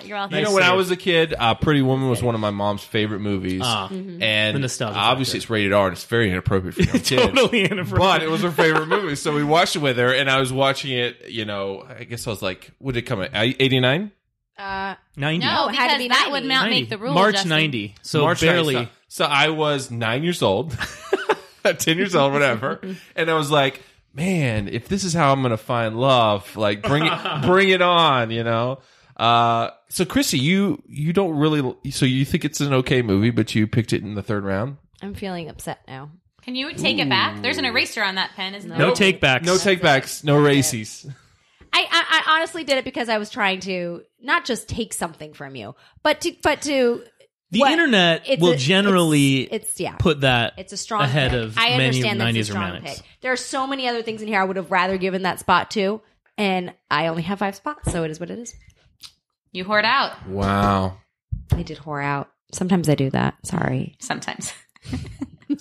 Speaker 3: Aw,
Speaker 4: mm,
Speaker 3: you're all
Speaker 2: You
Speaker 4: Nice
Speaker 2: know, when I
Speaker 4: save.
Speaker 2: was a kid, uh, Pretty Woman was one of my mom's favorite movies,
Speaker 4: Ah.
Speaker 2: and
Speaker 4: The nostalgia
Speaker 2: obviously
Speaker 4: factor.
Speaker 2: it's rated R. and It's very inappropriate for young kids.
Speaker 4: Totally inappropriate.
Speaker 2: But it was her favorite movie, so we watched it with her, and I was watching it. You know, I guess I was like, "What did it come at? Eighty nine?
Speaker 1: Uh,
Speaker 4: 90.
Speaker 3: No,
Speaker 1: No, it had
Speaker 3: because
Speaker 1: to be
Speaker 3: that would
Speaker 1: 90.
Speaker 3: not make the rules.
Speaker 4: March
Speaker 3: Justin.
Speaker 4: 90. So
Speaker 2: March
Speaker 4: barely.
Speaker 2: 9th. So, so I was nine years old, ten years old, whatever, and I was like, "Man, if this is how I'm gonna find love, like bring it, bring it on," you know. Uh, so Chrissy, you you don't really so you think it's an okay movie, but you picked it in the third round.
Speaker 1: I'm feeling upset now.
Speaker 3: Can you take it back? There's an eraser on that pen, isn't there?
Speaker 4: No take backs.
Speaker 2: No takebacks, no racies.
Speaker 1: I, I, I honestly did it because I was trying to not just take something from you, but to but to
Speaker 4: The
Speaker 1: what-
Speaker 4: internet
Speaker 1: it's
Speaker 4: will
Speaker 1: a-
Speaker 4: generally
Speaker 1: it's, it's yeah
Speaker 4: put that
Speaker 1: it's a strong
Speaker 4: ahead
Speaker 1: pick.
Speaker 4: of
Speaker 1: I
Speaker 4: many
Speaker 1: understand that's
Speaker 4: 90s
Speaker 1: a strong
Speaker 4: romantics.
Speaker 1: pick. There are so many other things in here I would have rather given that spot to, and I only have five spots, so it is what it is.
Speaker 3: You hoard out
Speaker 2: Wow.
Speaker 1: I did whore out. Sometimes I do that. Sorry.
Speaker 3: sometimes.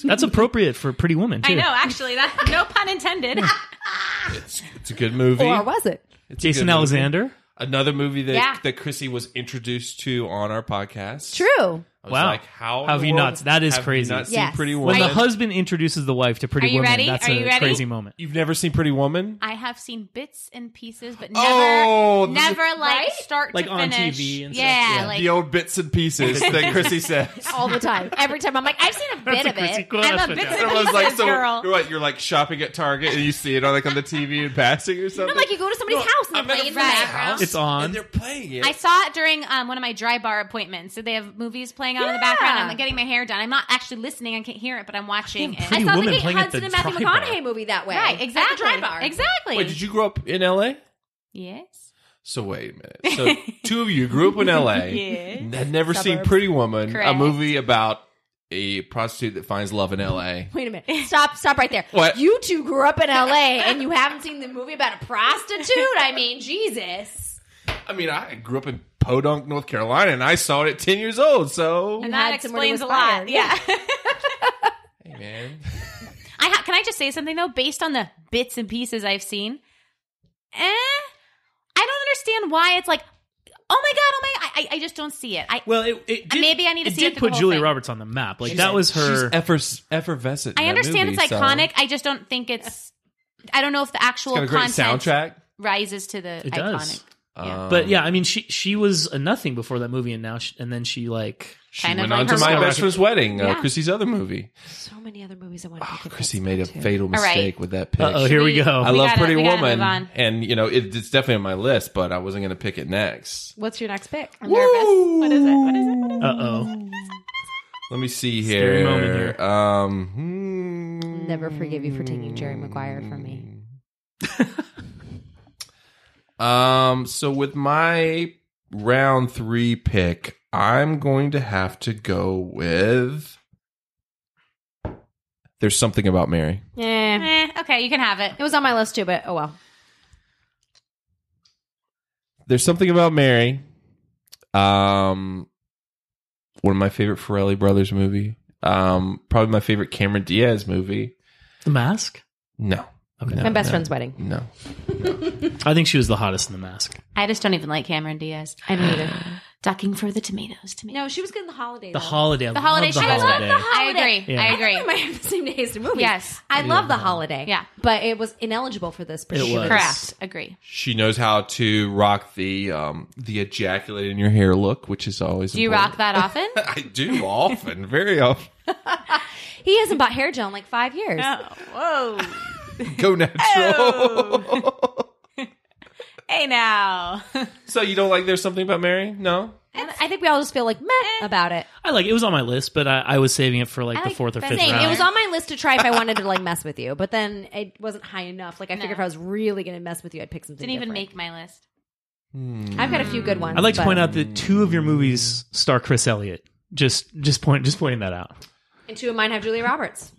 Speaker 4: That's appropriate for Pretty Woman, too.
Speaker 3: Mm-hmm. I know, actually, that no pun intended.
Speaker 4: Hmm.
Speaker 2: It's, it's a good movie.
Speaker 1: Or was it?
Speaker 2: It's a good
Speaker 4: Jason
Speaker 2: movie.
Speaker 4: Alexander.
Speaker 2: Another movie that
Speaker 3: Yeah.
Speaker 2: that Chrissy was introduced to on our podcast.
Speaker 1: True.
Speaker 2: I was
Speaker 4: Wow.
Speaker 2: Like, how in
Speaker 4: Have
Speaker 2: the
Speaker 4: you
Speaker 2: world
Speaker 4: not- that is
Speaker 2: have you
Speaker 4: crazy.
Speaker 2: not seen
Speaker 1: Yes.
Speaker 2: Pretty
Speaker 4: When
Speaker 2: Woman.
Speaker 4: the husband introduces the wife to Pretty
Speaker 3: Are you
Speaker 4: Woman,
Speaker 3: ready?
Speaker 4: that's
Speaker 3: Are
Speaker 4: a
Speaker 3: you ready?
Speaker 4: crazy moment.
Speaker 2: You've never seen Pretty Woman?
Speaker 3: I have seen bits and pieces, but never,
Speaker 2: Oh, this is-
Speaker 3: never like
Speaker 1: Right?
Speaker 3: start
Speaker 4: Like
Speaker 3: to
Speaker 4: on
Speaker 3: finish.
Speaker 4: TV and stuff,
Speaker 3: yeah,
Speaker 4: yeah.
Speaker 3: like
Speaker 2: the old bits and pieces that Chrissy says.
Speaker 1: All the time. Every time I'm like, I've seen a bit
Speaker 4: a
Speaker 1: of
Speaker 4: Chrissy
Speaker 1: it.
Speaker 4: Coyle
Speaker 1: I'm a
Speaker 4: aspect,
Speaker 1: bits
Speaker 4: yeah.
Speaker 1: and
Speaker 2: Everyone's
Speaker 1: pieces
Speaker 2: like, so
Speaker 1: girl.
Speaker 2: you're what? You're like shopping at Target and you see it on like on the TV and passing or something.
Speaker 1: I'm like, you go to somebody's house and
Speaker 2: I'm
Speaker 1: they're
Speaker 2: at a
Speaker 1: playing in the
Speaker 2: friend's
Speaker 3: background.
Speaker 2: house,
Speaker 4: It's on.
Speaker 2: and they're playing it.
Speaker 3: I saw it during um, one of my dry bar appointments. So they have movies playing on in the
Speaker 1: Yeah.
Speaker 3: background. I'm like, getting my hair done. I'm not actually listening. I can't hear it, but I'm watching it.
Speaker 4: Pretty
Speaker 1: I saw
Speaker 4: Woman
Speaker 1: the Kate
Speaker 4: playing at
Speaker 1: Hudson
Speaker 4: the
Speaker 1: and Matthew
Speaker 4: dry bar.
Speaker 1: McConaughey movie that way.
Speaker 3: Right,
Speaker 1: At the
Speaker 3: exactly.
Speaker 1: dry bar.
Speaker 3: Exactly.
Speaker 2: Wait, did you grow up in LA?
Speaker 3: yes.
Speaker 2: So wait a minute. So two of you grew up in LA,
Speaker 3: Yes.
Speaker 2: had never seen
Speaker 1: Suburbs.
Speaker 2: Pretty Woman, a
Speaker 3: Correct.
Speaker 2: movie about a prostitute that finds love in LA.
Speaker 1: Wait a minute. Stop stop right there.
Speaker 2: What?
Speaker 1: You two grew up in LA and you haven't seen the movie about a prostitute? I mean, Jesus.
Speaker 2: I mean, I grew up in Podunk, North Carolina, and I saw it at ten years old. So,
Speaker 3: And
Speaker 1: had
Speaker 3: that
Speaker 1: somebody
Speaker 3: explains a
Speaker 1: with
Speaker 3: lot.
Speaker 1: fire.
Speaker 3: Yeah.
Speaker 2: hey man,
Speaker 3: I ha- can I just say something though, based on the bits and pieces I've seen. Eh, I don't understand why it's like, oh my god, oh my! I- I, I just don't see it. I
Speaker 4: Well, it, it did,
Speaker 3: Uh, maybe I need to
Speaker 4: it
Speaker 3: see it through
Speaker 4: did
Speaker 3: the
Speaker 4: put
Speaker 3: whole
Speaker 4: Julia
Speaker 3: thing.
Speaker 4: Roberts on the map. Like that was
Speaker 2: she's
Speaker 4: her.
Speaker 2: effers- effervescent. in
Speaker 3: I
Speaker 2: that
Speaker 3: understand
Speaker 2: movie,
Speaker 3: it's
Speaker 2: so-
Speaker 3: iconic. I just don't think it's. I don't know if the actual
Speaker 2: It's got a great
Speaker 3: content
Speaker 2: soundtrack.
Speaker 3: rises to the
Speaker 4: It
Speaker 3: iconic.
Speaker 4: does.
Speaker 3: Yeah.
Speaker 2: Um,
Speaker 4: but yeah, I mean, she she was a nothing before that movie, and now she, and then she like
Speaker 2: she
Speaker 3: kind of
Speaker 2: went
Speaker 3: like
Speaker 2: on to
Speaker 3: her
Speaker 2: my
Speaker 3: mom.
Speaker 2: best friend's wedding, uh,
Speaker 3: Yeah.
Speaker 2: Chrissy's other movie.
Speaker 1: So many other movies I want to
Speaker 2: Oh, Chrissy made a fatal
Speaker 3: All right.
Speaker 2: mistake with that pick.
Speaker 4: Uh-oh, here we
Speaker 3: We-
Speaker 4: go.
Speaker 2: I love
Speaker 3: gotta-
Speaker 2: Pretty
Speaker 3: we gotta
Speaker 2: Woman,
Speaker 3: move on.
Speaker 2: and you know it, it's definitely on my list, but I wasn't going to pick it next.
Speaker 1: What's your next pick?
Speaker 3: I'm nervous. What is it? What is it? What is
Speaker 4: Uh oh.
Speaker 2: Let me see
Speaker 4: Scary
Speaker 2: here.
Speaker 4: moment here.
Speaker 2: Um, hmm.
Speaker 1: Never forgive you for taking Jerry Maguire from me.
Speaker 2: Um, so with my round three pick, I'm going to have to go with. There's something about Mary.
Speaker 1: Yeah.
Speaker 3: it? Eh, okay, you can have it.
Speaker 1: It was on my list too, but oh well.
Speaker 2: There's something about Mary. Um, one of my favorite Farrelly Brothers movie. Um, probably my favorite Cameron Diaz movie.
Speaker 4: The mask.
Speaker 2: No,
Speaker 4: Okay.
Speaker 2: No,
Speaker 1: My best
Speaker 2: no,
Speaker 1: friend's wedding.
Speaker 2: No,
Speaker 4: I think she was the hottest in the mask.
Speaker 3: I just don't even like Cameron Diaz.
Speaker 1: I don't either.
Speaker 3: Ducking for the tomatoes. Tomatoes.
Speaker 1: No, she was good in the holiday.
Speaker 4: The
Speaker 1: though.
Speaker 4: holiday. I
Speaker 3: The
Speaker 4: love
Speaker 3: holiday.
Speaker 4: The
Speaker 3: she was good.
Speaker 4: holiday.
Speaker 3: I agree.
Speaker 4: Yeah.
Speaker 3: I
Speaker 1: We
Speaker 3: agree.
Speaker 1: might have the same day as the movie.
Speaker 3: Yes.
Speaker 1: I love the holiday.
Speaker 3: Yeah.
Speaker 1: But it was ineligible for this particular.
Speaker 4: was.
Speaker 3: Correct. Agree.
Speaker 2: she knows how to rock the um the ejaculate in your hair look, which is always.
Speaker 3: Do you rock
Speaker 2: important.
Speaker 3: that often?
Speaker 2: I do often, very often. Oh,
Speaker 1: He hasn't bought hair gel in like five years.
Speaker 3: Whoa.
Speaker 2: Go natural.
Speaker 3: Hey now.
Speaker 2: so you don't like there's something about Mary? No.
Speaker 1: And I think we all just feel like meh about it.
Speaker 4: I like it was on my list, but I, I was saving it for like the
Speaker 3: Eh. like
Speaker 4: fourth or
Speaker 3: that
Speaker 4: fifth
Speaker 3: name.
Speaker 1: Same.
Speaker 4: round.
Speaker 1: It was on my list to try if I wanted to like mess with you, but then it wasn't high enough. Like I figured if I was really going to mess with you, I'd pick something.
Speaker 3: Didn't even
Speaker 1: different. Mm.
Speaker 3: make my list.
Speaker 1: I've got a few good ones.
Speaker 4: I'd like to
Speaker 1: but-
Speaker 4: point out that two of your movies star Chris Elliott. Just just point just pointing that out.
Speaker 1: and two of mine have Julia Roberts.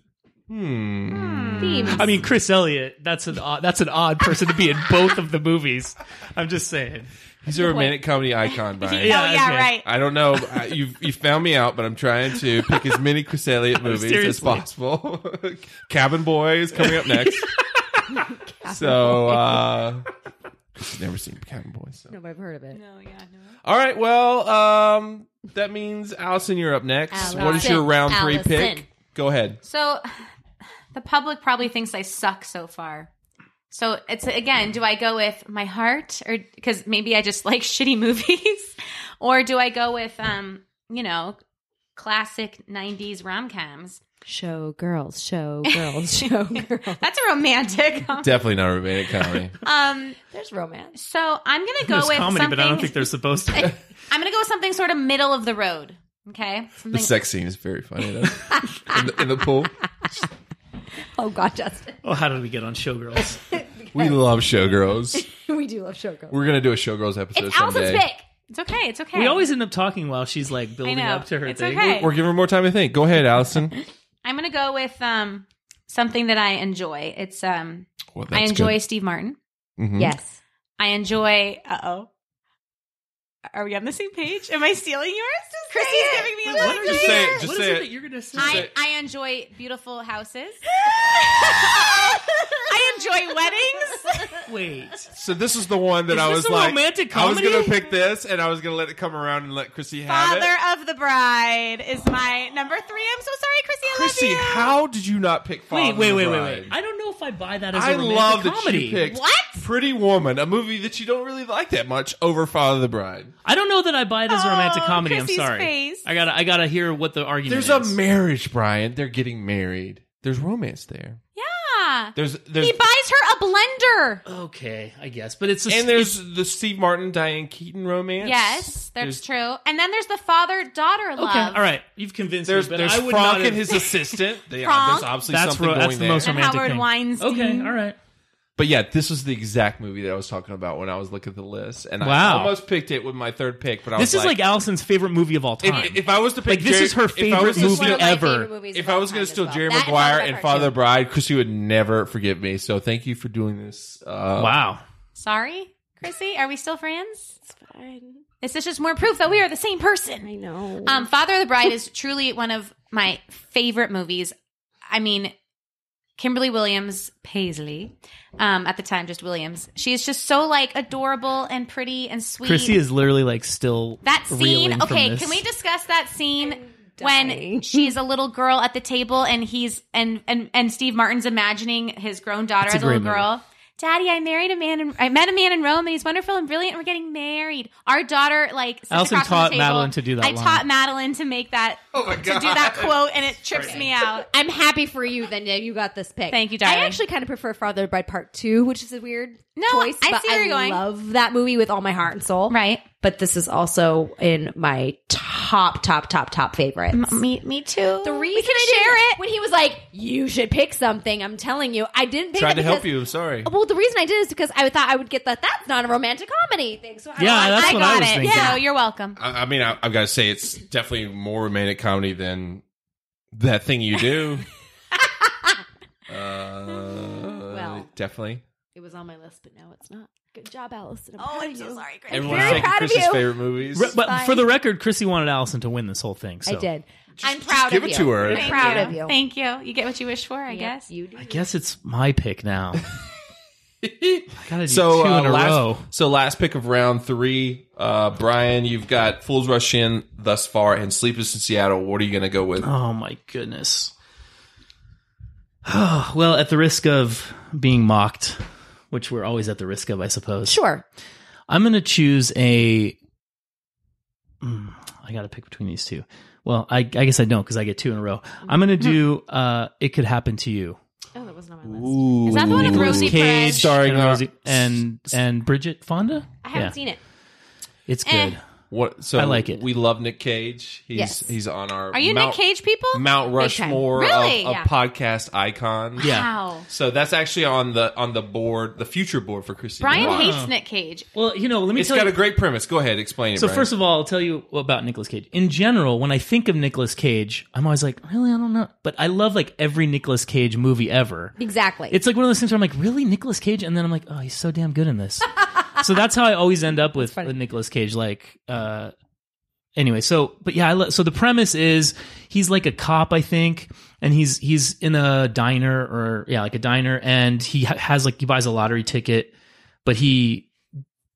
Speaker 1: Hmm. Themes.
Speaker 4: I mean, Chris Elliott. That's an odd, that's an odd person to be in both of the movies. I'm just saying.
Speaker 2: He's a romantic comedy icon, Brian.
Speaker 4: Yeah,
Speaker 3: oh yeah,
Speaker 4: okay.
Speaker 3: right.
Speaker 2: I don't know. I- You've you found me out, but I'm trying to pick as many Chris Elliott movies as
Speaker 4: Seriously.
Speaker 2: possible. Cabin Boy is coming up next. so uh I've never seen Cabin Boy. So.
Speaker 1: No, but I've heard of it.
Speaker 3: Oh yeah.
Speaker 2: All right, well, um that means Allison, you're up next. What is your
Speaker 1: Allison.
Speaker 2: round three
Speaker 1: Allison.
Speaker 2: pick? Go ahead.
Speaker 3: So the public probably thinks I suck so far. So it's again, do I go with my heart or cuz maybe I just like shitty movies or do I go with um, you know, classic 90s rom-coms?
Speaker 1: Show girls, show girls, show girls.
Speaker 3: That's a romantic.
Speaker 2: Definitely not a romantic comedy.
Speaker 3: um
Speaker 1: There's romance.
Speaker 3: so I'm going to go
Speaker 4: There's
Speaker 3: with
Speaker 4: comedy,
Speaker 3: something
Speaker 4: but I don't think they're supposed to.
Speaker 3: I'm going to go with something sort of middle of the road. Okay?
Speaker 2: the
Speaker 3: Something
Speaker 2: sex scene is very funny though. in, the, in the pool.
Speaker 1: Oh God, Justin,
Speaker 4: oh, how did we get on Showgirls?
Speaker 2: We love showgirls.
Speaker 1: we do love show girls.
Speaker 2: We're gonna do a showgirls episode
Speaker 3: It's Allison's
Speaker 2: someday.
Speaker 3: pick. It's okay. It's okay.
Speaker 4: We always end up talking while she's like building
Speaker 3: know.
Speaker 4: up to her
Speaker 3: It's
Speaker 4: thing.
Speaker 3: okay.
Speaker 2: We're giving her more time to think. Go ahead, Allison.
Speaker 3: I'm going to go with um something that I enjoy. It's um
Speaker 2: Well,
Speaker 3: I
Speaker 2: that's
Speaker 3: enjoy
Speaker 2: good.
Speaker 3: Steve Martin.
Speaker 2: Mhm.
Speaker 1: Yes.
Speaker 3: I enjoy. Uh oh. Are we on the same page? Am I stealing yours? Chrissy's giving me a
Speaker 2: What are you
Speaker 3: look.
Speaker 2: saying? Just
Speaker 4: what is
Speaker 2: say
Speaker 4: it
Speaker 2: it.
Speaker 4: that you're gonna say?
Speaker 3: I,
Speaker 2: it.
Speaker 3: I enjoy beautiful houses. I enjoy weddings.
Speaker 4: Wait.
Speaker 2: So this is the one that
Speaker 4: Is
Speaker 2: I
Speaker 4: this
Speaker 2: was
Speaker 4: a
Speaker 2: like,
Speaker 4: romantic
Speaker 2: I was
Speaker 4: comedy?
Speaker 2: gonna pick this, and I was gonna let it come around and let Chrissy have
Speaker 3: Father
Speaker 2: it.
Speaker 3: of the Bride is my number three. I'm so sorry, Chrissy. I
Speaker 2: Chrissy,
Speaker 3: love you.
Speaker 2: how did you not pick? Father
Speaker 4: Wait,
Speaker 2: of
Speaker 4: wait,
Speaker 2: the
Speaker 4: wait, wait,
Speaker 2: Bride?
Speaker 4: wait. I don't know if I buy that as a
Speaker 2: I
Speaker 4: romantic
Speaker 2: love that
Speaker 4: comedy.
Speaker 2: she picked
Speaker 3: What?
Speaker 2: Pretty Woman, a movie that you don't really like that much, over Father of the Bride.
Speaker 4: I don't know that I buy it as a romantic
Speaker 3: Oh,
Speaker 4: comedy.
Speaker 3: Chrissy's
Speaker 4: I'm sorry.
Speaker 3: face.
Speaker 4: I gotta I gotta hear what the argument
Speaker 2: There's
Speaker 4: is.
Speaker 2: a marriage, Brian. They're getting married. There's romance there.
Speaker 3: Yeah.
Speaker 2: There's there's
Speaker 3: He buys her a blender.
Speaker 4: Okay, I guess, but it's a,
Speaker 2: and there's the Steve Martin Diane Keaton romance.
Speaker 3: Yes,
Speaker 2: There's-
Speaker 3: that's true. And then there's the father daughter love.
Speaker 4: okay. All right, you've convinced
Speaker 2: There's
Speaker 4: me. But
Speaker 2: there's
Speaker 4: I would
Speaker 2: Frank
Speaker 4: not have-
Speaker 2: and his assistant. They,
Speaker 3: Frank?
Speaker 2: there's obviously
Speaker 4: That's
Speaker 2: something
Speaker 4: ro-
Speaker 2: going
Speaker 4: that's the
Speaker 2: there.
Speaker 4: most romantic
Speaker 3: Howard
Speaker 4: thing.
Speaker 3: Weinstein.
Speaker 4: Okay, all right.
Speaker 2: But yeah, this was the exact movie that I was talking about when I was looking at the list, and I
Speaker 4: Wow.
Speaker 2: almost picked it with my third pick. But I
Speaker 4: This
Speaker 2: was
Speaker 4: is like Allison's favorite movie of all time.
Speaker 2: if, if I was to pick,
Speaker 4: Like, this
Speaker 2: Jerry-
Speaker 4: is her
Speaker 2: if I
Speaker 4: favorite
Speaker 2: was to
Speaker 4: movie
Speaker 1: One
Speaker 2: steal-
Speaker 1: of my
Speaker 4: ever.
Speaker 1: favorite movies
Speaker 2: If
Speaker 1: of
Speaker 2: I
Speaker 1: all
Speaker 2: was
Speaker 1: time
Speaker 2: going to
Speaker 1: as
Speaker 2: steal
Speaker 1: well.
Speaker 2: Jerry
Speaker 1: That and
Speaker 2: Maguire
Speaker 1: Oliver
Speaker 2: and Father
Speaker 1: Cartoon.
Speaker 2: Bride, Chrissy would never forgive me. So thank you for doing this. Uh,
Speaker 4: wow.
Speaker 3: Sorry, Chrissy. Are we still friends? This is just more proof that we are the same person.
Speaker 1: I know.
Speaker 3: Um, Father of the Bride is truly one of my favorite movies. I mean, Kimberly Williams Paisley, um, at the time just Williams. She is just so like adorable and pretty and sweet.
Speaker 4: Chrissy is literally like still
Speaker 3: that scene.
Speaker 4: reeling from
Speaker 3: Okay,
Speaker 4: this.
Speaker 3: can we discuss that scene? When
Speaker 1: dying.
Speaker 3: she's a little girl at the table and he's and and and Steve Martin's imagining his grown daughter
Speaker 4: It's a
Speaker 3: as a little
Speaker 4: great movie.
Speaker 3: girl. Daddy, I married a man. In, I met a man in Rome, and he's wonderful and brilliant. And we're getting married. Our daughter, like, sits
Speaker 4: Allison
Speaker 3: across from the
Speaker 4: taught
Speaker 3: table.
Speaker 4: Madeline to do that
Speaker 3: I
Speaker 4: line.
Speaker 3: taught Madeline to make that.
Speaker 2: Oh my
Speaker 3: To do that quote, and it trips me out.
Speaker 1: I'm happy for you. Then yeah, you got this pick.
Speaker 3: Thank you, darling.
Speaker 1: I actually kind of prefer Father Bride Part Two, which is a weird
Speaker 3: No,
Speaker 1: choice.
Speaker 3: I
Speaker 1: but
Speaker 3: see where you're going.
Speaker 1: Love that movie with all my heart and soul.
Speaker 3: Right.
Speaker 1: But this is also in my top, top, top, top favorites.
Speaker 3: Me, me too.
Speaker 1: the reason
Speaker 3: we can
Speaker 1: I didn't-
Speaker 3: share it.
Speaker 1: when he was like, "You should pick something," I'm telling you, I didn't pick
Speaker 2: Tried
Speaker 1: that
Speaker 2: to help
Speaker 1: because-
Speaker 2: you. I'm sorry.
Speaker 1: Well, the reason I did is because I thought I would get that. That's not a romantic comedy thing. So I
Speaker 4: Yeah,
Speaker 1: like-
Speaker 4: that's
Speaker 3: I
Speaker 4: what
Speaker 3: got
Speaker 4: I was
Speaker 3: it.
Speaker 4: thinking.
Speaker 3: So you're welcome.
Speaker 2: I, I mean, I, I've got to say, it's definitely more romantic comedy than that thing you do. uh,
Speaker 1: Well.
Speaker 2: definitely.
Speaker 1: it was on my list, but no, it's not. Good job, Allison.
Speaker 3: Oh, I'm
Speaker 1: proud
Speaker 3: so
Speaker 1: of you.
Speaker 3: sorry, Chris.
Speaker 2: Everyone's
Speaker 1: very
Speaker 2: taking
Speaker 1: proud of
Speaker 2: Chris's
Speaker 1: you.
Speaker 2: favorite movies.
Speaker 4: Re- but
Speaker 1: Fine.
Speaker 4: for the record, Chrissy wanted Allison to win this whole thing. So
Speaker 1: I did.
Speaker 3: I'm proud
Speaker 2: give
Speaker 3: of
Speaker 2: it
Speaker 3: you.
Speaker 2: to her.
Speaker 3: I'm
Speaker 2: Thank
Speaker 3: proud
Speaker 1: you.
Speaker 3: of you. Thank you. You get what you wish for, I guess.
Speaker 1: you do.
Speaker 4: I guess it's my pick now. I gotta do
Speaker 2: so
Speaker 4: two
Speaker 2: uh,
Speaker 4: in a
Speaker 2: last,
Speaker 4: row.
Speaker 2: so last pick of round three, uh, Brian, you've got Fools Rush In thus far and Sleepless in Seattle. What are you going to go with?
Speaker 4: Oh my goodness. well, at the risk of being mocked, which we're always at the risk of, I suppose.
Speaker 1: Sure.
Speaker 4: I'm going to choose a. Mm, I got to pick between these two. Well, I, I guess I don't because I get two in a row. I'm going to do uh, It Could Happen to You.
Speaker 1: Oh, that was wasn't on my list.
Speaker 4: Ooh,
Speaker 3: Is that the one with
Speaker 4: Nicolas
Speaker 3: Rosie
Speaker 4: Cage
Speaker 3: Perez?
Speaker 4: starring
Speaker 2: And Ro-
Speaker 4: Rosie and and Bridget Fonda?
Speaker 1: I haven't
Speaker 4: Yeah.
Speaker 1: seen it.
Speaker 4: It's
Speaker 3: Eh.
Speaker 4: good.
Speaker 2: What? So
Speaker 4: I like it.
Speaker 2: We love Nick Cage. He's
Speaker 1: Yes.
Speaker 2: he's on our.
Speaker 3: Are you Nick Cage people?
Speaker 2: Mount
Speaker 1: Big time.
Speaker 2: Rushmore
Speaker 3: Really?
Speaker 2: of, of
Speaker 3: Yeah.
Speaker 2: podcast icons.
Speaker 4: Yeah.
Speaker 3: Wow.
Speaker 2: So that's actually on the on the board, the future board for Christine.
Speaker 3: Brian
Speaker 2: Rock.
Speaker 3: hates Nick Cage.
Speaker 4: Well, you know, let me
Speaker 2: It's
Speaker 4: tell
Speaker 2: got
Speaker 4: you.
Speaker 2: a great premise. Go ahead, explain it.
Speaker 4: so
Speaker 2: Brian.
Speaker 4: first of all, I'll tell you about Nicolas Cage. In general, when I think of Nicolas Cage, I'm always like, really, I don't know. But I love like every Nicolas Cage movie ever.
Speaker 1: Exactly.
Speaker 4: It's like one of those things where I'm like, really, Nicolas Cage, and then I'm like, oh, he's so damn good in this. so that's how I always end up with, with Nicolas Cage. Like, uh, anyway, so but yeah, I lo- so the premise is he's like a cop, I think, and he's he's in a diner or yeah, like a diner, and he ha- has like he buys a lottery ticket, but he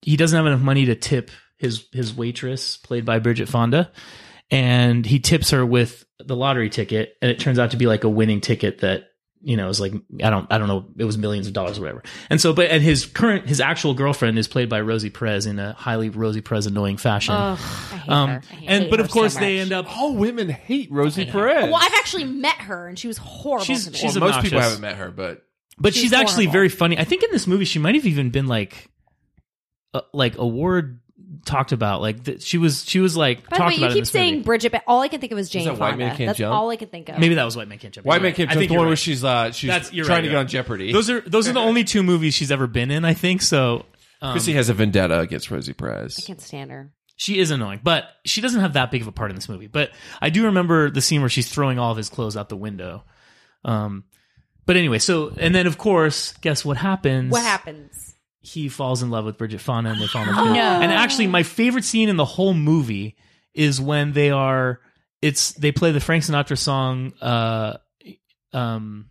Speaker 4: he doesn't have enough money to tip his his waitress, played by Bridget Fonda, and he tips her with the lottery ticket, and it turns out to be like a winning ticket that you know is like I don't I don't know it was millions of dollars or whatever. And so, but and his current his actual girlfriend is played by Rosie Perez in a highly Rosie Perez annoying fashion.
Speaker 1: I hate
Speaker 4: um,
Speaker 1: her. I hate
Speaker 4: and
Speaker 1: her
Speaker 4: but of
Speaker 1: so
Speaker 4: course
Speaker 1: much.
Speaker 4: they end up.
Speaker 2: all women hate Rosie Perez.
Speaker 1: Well, I've actually met her, and she was horrible.
Speaker 4: She's-
Speaker 1: to me.
Speaker 4: she's
Speaker 2: Well, most people
Speaker 4: obnoxious.
Speaker 2: haven't met her, but
Speaker 4: But she's,
Speaker 1: she's
Speaker 4: actually
Speaker 1: horrible.
Speaker 4: very funny. I think in this movie she might have even been like, uh, like award talked about. Like th- she was she was like
Speaker 1: By the
Speaker 4: talked
Speaker 1: way,
Speaker 4: about
Speaker 1: you
Speaker 4: in
Speaker 1: keep
Speaker 4: this
Speaker 1: saying
Speaker 4: movie.
Speaker 1: Bridget, but all I can think of was Jane
Speaker 2: that
Speaker 1: Fonda.
Speaker 2: White Man Can't
Speaker 1: That's
Speaker 2: Jump?
Speaker 1: all I can think of.
Speaker 4: Maybe that was White Man Can't Jump.
Speaker 2: White
Speaker 4: You're
Speaker 2: Man
Speaker 4: right.
Speaker 2: Can't
Speaker 4: I
Speaker 2: Jump.
Speaker 4: think
Speaker 2: The
Speaker 4: you're
Speaker 2: one
Speaker 4: right.
Speaker 2: where she's uh, she's
Speaker 4: That's- you're
Speaker 2: trying
Speaker 4: right,
Speaker 2: to
Speaker 4: you're
Speaker 2: get on
Speaker 4: right.
Speaker 2: Jeopardy.
Speaker 4: Those are those are the only two movies she's ever been in. I think so.
Speaker 2: Chrissy has a vendetta against Rosie Perez.
Speaker 1: I can't stand her.
Speaker 4: She is annoying, but she doesn't have that big of a part in this movie. But I do remember the scene where she's throwing all of his clothes out the window. Um, but anyway, so and then of course, guess what happens?
Speaker 1: What happens?
Speaker 4: He falls in love with Bridget Fonda, and they fall in love. together. And actually, my favorite scene in the whole movie is when they are. It's they play the Frank Sinatra song. Uh, um,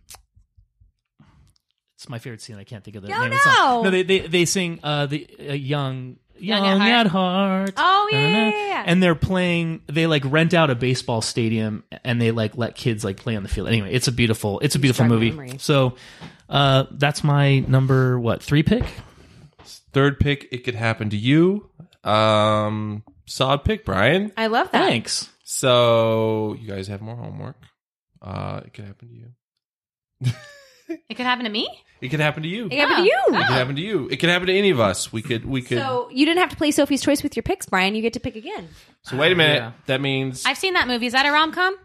Speaker 4: it's my favorite scene. I can't think of the
Speaker 1: No,
Speaker 4: name of the song.
Speaker 1: no.
Speaker 4: No, they they they sing uh, the uh, young. Young,
Speaker 3: Young at Heart.
Speaker 4: at heart.
Speaker 1: Oh, yeah,
Speaker 4: Na, na, na.
Speaker 1: yeah, yeah, yeah.
Speaker 4: And they're playing. They like rent out a baseball stadium, and they like let kids like play on the field. Anyway, it's a beautiful. It's a beautiful
Speaker 1: Strong
Speaker 4: movie.
Speaker 1: memory.
Speaker 4: So, uh, that's my number what three pick.
Speaker 2: Third pick, it could happen to you. Um, solid pick, Brian.
Speaker 1: I love that.
Speaker 4: Thanks.
Speaker 2: So you guys have more homework. Uh, it could happen to you.
Speaker 3: It could happen to me.
Speaker 2: It could happen to you. It
Speaker 1: It happened to you.
Speaker 2: could happen to you. It could happen to any of us. We could. We could. So,
Speaker 1: So you didn't have to play Sophie's Choice with your picks, Brian. You get to pick again.
Speaker 2: wait a minute.
Speaker 4: Yeah.
Speaker 2: That means
Speaker 3: I've seen that movie. Is that a rom com?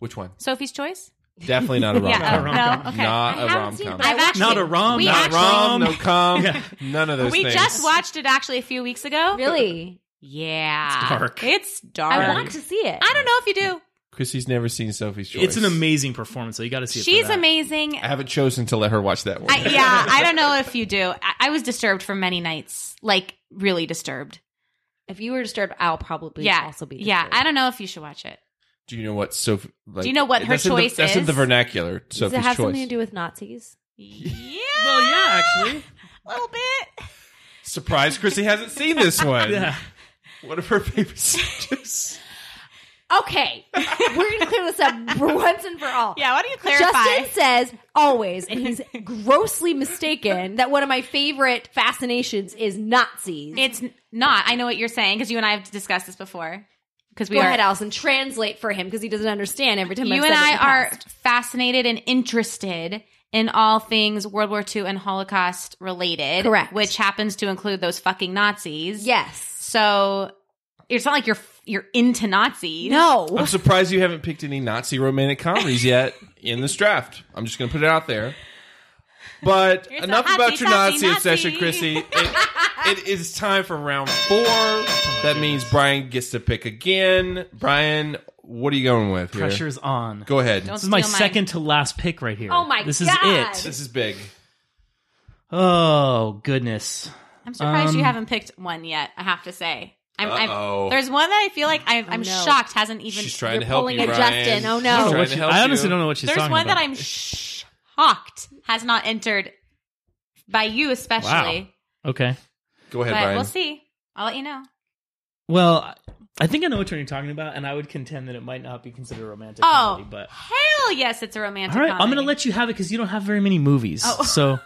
Speaker 2: which one?
Speaker 3: Sophie's Choice.
Speaker 2: Definitely not a rom
Speaker 3: Yeah,
Speaker 2: com.
Speaker 3: a rom-com. No, okay.
Speaker 2: Not
Speaker 1: I
Speaker 2: a
Speaker 1: haven't
Speaker 2: rom
Speaker 1: seen it,
Speaker 2: com.
Speaker 1: but I
Speaker 3: I've actually
Speaker 4: Not a rom,
Speaker 3: We
Speaker 4: not
Speaker 2: Not
Speaker 3: actually,
Speaker 2: rom, no com.
Speaker 4: Yeah.
Speaker 2: None of those
Speaker 3: We
Speaker 2: things.
Speaker 3: just watched it actually a few weeks ago.
Speaker 1: Really?
Speaker 3: Yeah.
Speaker 4: It's dark.
Speaker 3: It's dark.
Speaker 1: I want to see it.
Speaker 3: I don't know if you do.
Speaker 2: Chrissy's never seen Sophie's Choice.
Speaker 4: It's an amazing performance, though. You got to see it. for
Speaker 3: She's
Speaker 4: that.
Speaker 3: amazing.
Speaker 2: I haven't chosen to let her watch that one.
Speaker 3: I, yeah, I don't know if you do. I, I was disturbed for many nights, like really disturbed.
Speaker 1: If you were disturbed, I'll probably
Speaker 3: yeah,
Speaker 1: also be.
Speaker 3: yeah.
Speaker 1: disturbed.
Speaker 3: I don't know if you should watch it.
Speaker 2: Do you know what Sophie? Like,
Speaker 3: Do you know what her
Speaker 2: that's in the-
Speaker 3: choice
Speaker 2: That's in the
Speaker 3: is?
Speaker 2: vernacular.
Speaker 1: Does
Speaker 2: Sophie's
Speaker 1: it have
Speaker 2: choice.
Speaker 1: something to do with Nazis?
Speaker 3: Yeah,
Speaker 4: Well, yeah, actually.
Speaker 3: a little bit.
Speaker 2: Surprise! Chrissy hasn't seen this one.
Speaker 4: Yeah.
Speaker 2: One of her favorite subjects.
Speaker 1: Okay, we're gonna clear this up for once and for all.
Speaker 3: Yeah, why don't you clarify?
Speaker 1: Justin says always, and he's grossly mistaken that one of my favorite fascinations is Nazis.
Speaker 3: It's n- not. I know what you're saying because you and I have discussed this before. Because we
Speaker 1: Go
Speaker 3: are,
Speaker 1: ahead, Allison. Translate for him because he doesn't understand every time.
Speaker 3: you
Speaker 1: I've
Speaker 3: and
Speaker 1: said it in
Speaker 3: I
Speaker 1: the
Speaker 3: are
Speaker 1: past.
Speaker 3: fascinated and interested in all things World War II and Holocaust related.
Speaker 1: Correct.
Speaker 3: Which happens to include those fucking Nazis.
Speaker 1: yes.
Speaker 3: So it's not like you're f- you're into Nazis.
Speaker 1: No.
Speaker 2: I'm surprised you haven't picked any Nazi romantic comedies yet in this draft. I'm just going to put it out there. But
Speaker 3: You're so
Speaker 2: enough
Speaker 3: Nazi,
Speaker 2: about your
Speaker 3: Nazi,
Speaker 2: Nazi, obsession,
Speaker 3: Nazi.
Speaker 2: Chrissy. It, it is time for round four. That means Brian gets to pick again. Brian, what are you going with here?
Speaker 4: Pressure's on.
Speaker 2: Go ahead.
Speaker 3: Don't
Speaker 4: This is my
Speaker 3: steal mine.
Speaker 4: second to last pick right here.
Speaker 1: Oh my
Speaker 4: this
Speaker 1: God.
Speaker 4: is it.
Speaker 2: This is big.
Speaker 4: Oh goodness.
Speaker 3: I'm surprised you
Speaker 4: Um,
Speaker 3: haven't picked one yet. I have to say, I'm,
Speaker 2: Uh-oh.
Speaker 3: I'm, there's one that I feel like I'm, I'm
Speaker 1: Oh, no.
Speaker 3: shocked hasn't even.
Speaker 2: She's trying to
Speaker 1: you're
Speaker 2: help
Speaker 1: pulling
Speaker 2: you,
Speaker 1: a
Speaker 2: Brian.
Speaker 1: Justin. Oh, no.
Speaker 2: She's
Speaker 1: I don't
Speaker 4: I,
Speaker 2: trying
Speaker 4: don't know what
Speaker 2: to
Speaker 4: she-
Speaker 2: help
Speaker 4: I honestly
Speaker 2: you.
Speaker 4: don't know what she's
Speaker 3: there's
Speaker 4: talking
Speaker 3: one
Speaker 4: about.
Speaker 3: that I'm shocked has not entered by you especially.
Speaker 4: okay.
Speaker 2: Go ahead,
Speaker 3: But
Speaker 2: Brian.
Speaker 3: we'll see. I'll let you know.
Speaker 4: Well, I- I think I know which one you're talking about, and I would contend that it might not be considered a romantic
Speaker 3: Oh,
Speaker 4: comedy. But
Speaker 3: hell yes, it's a romantic.
Speaker 4: all right, I'm
Speaker 3: comedy. Oh.
Speaker 4: gonna let you have it because you don't have very many movies. So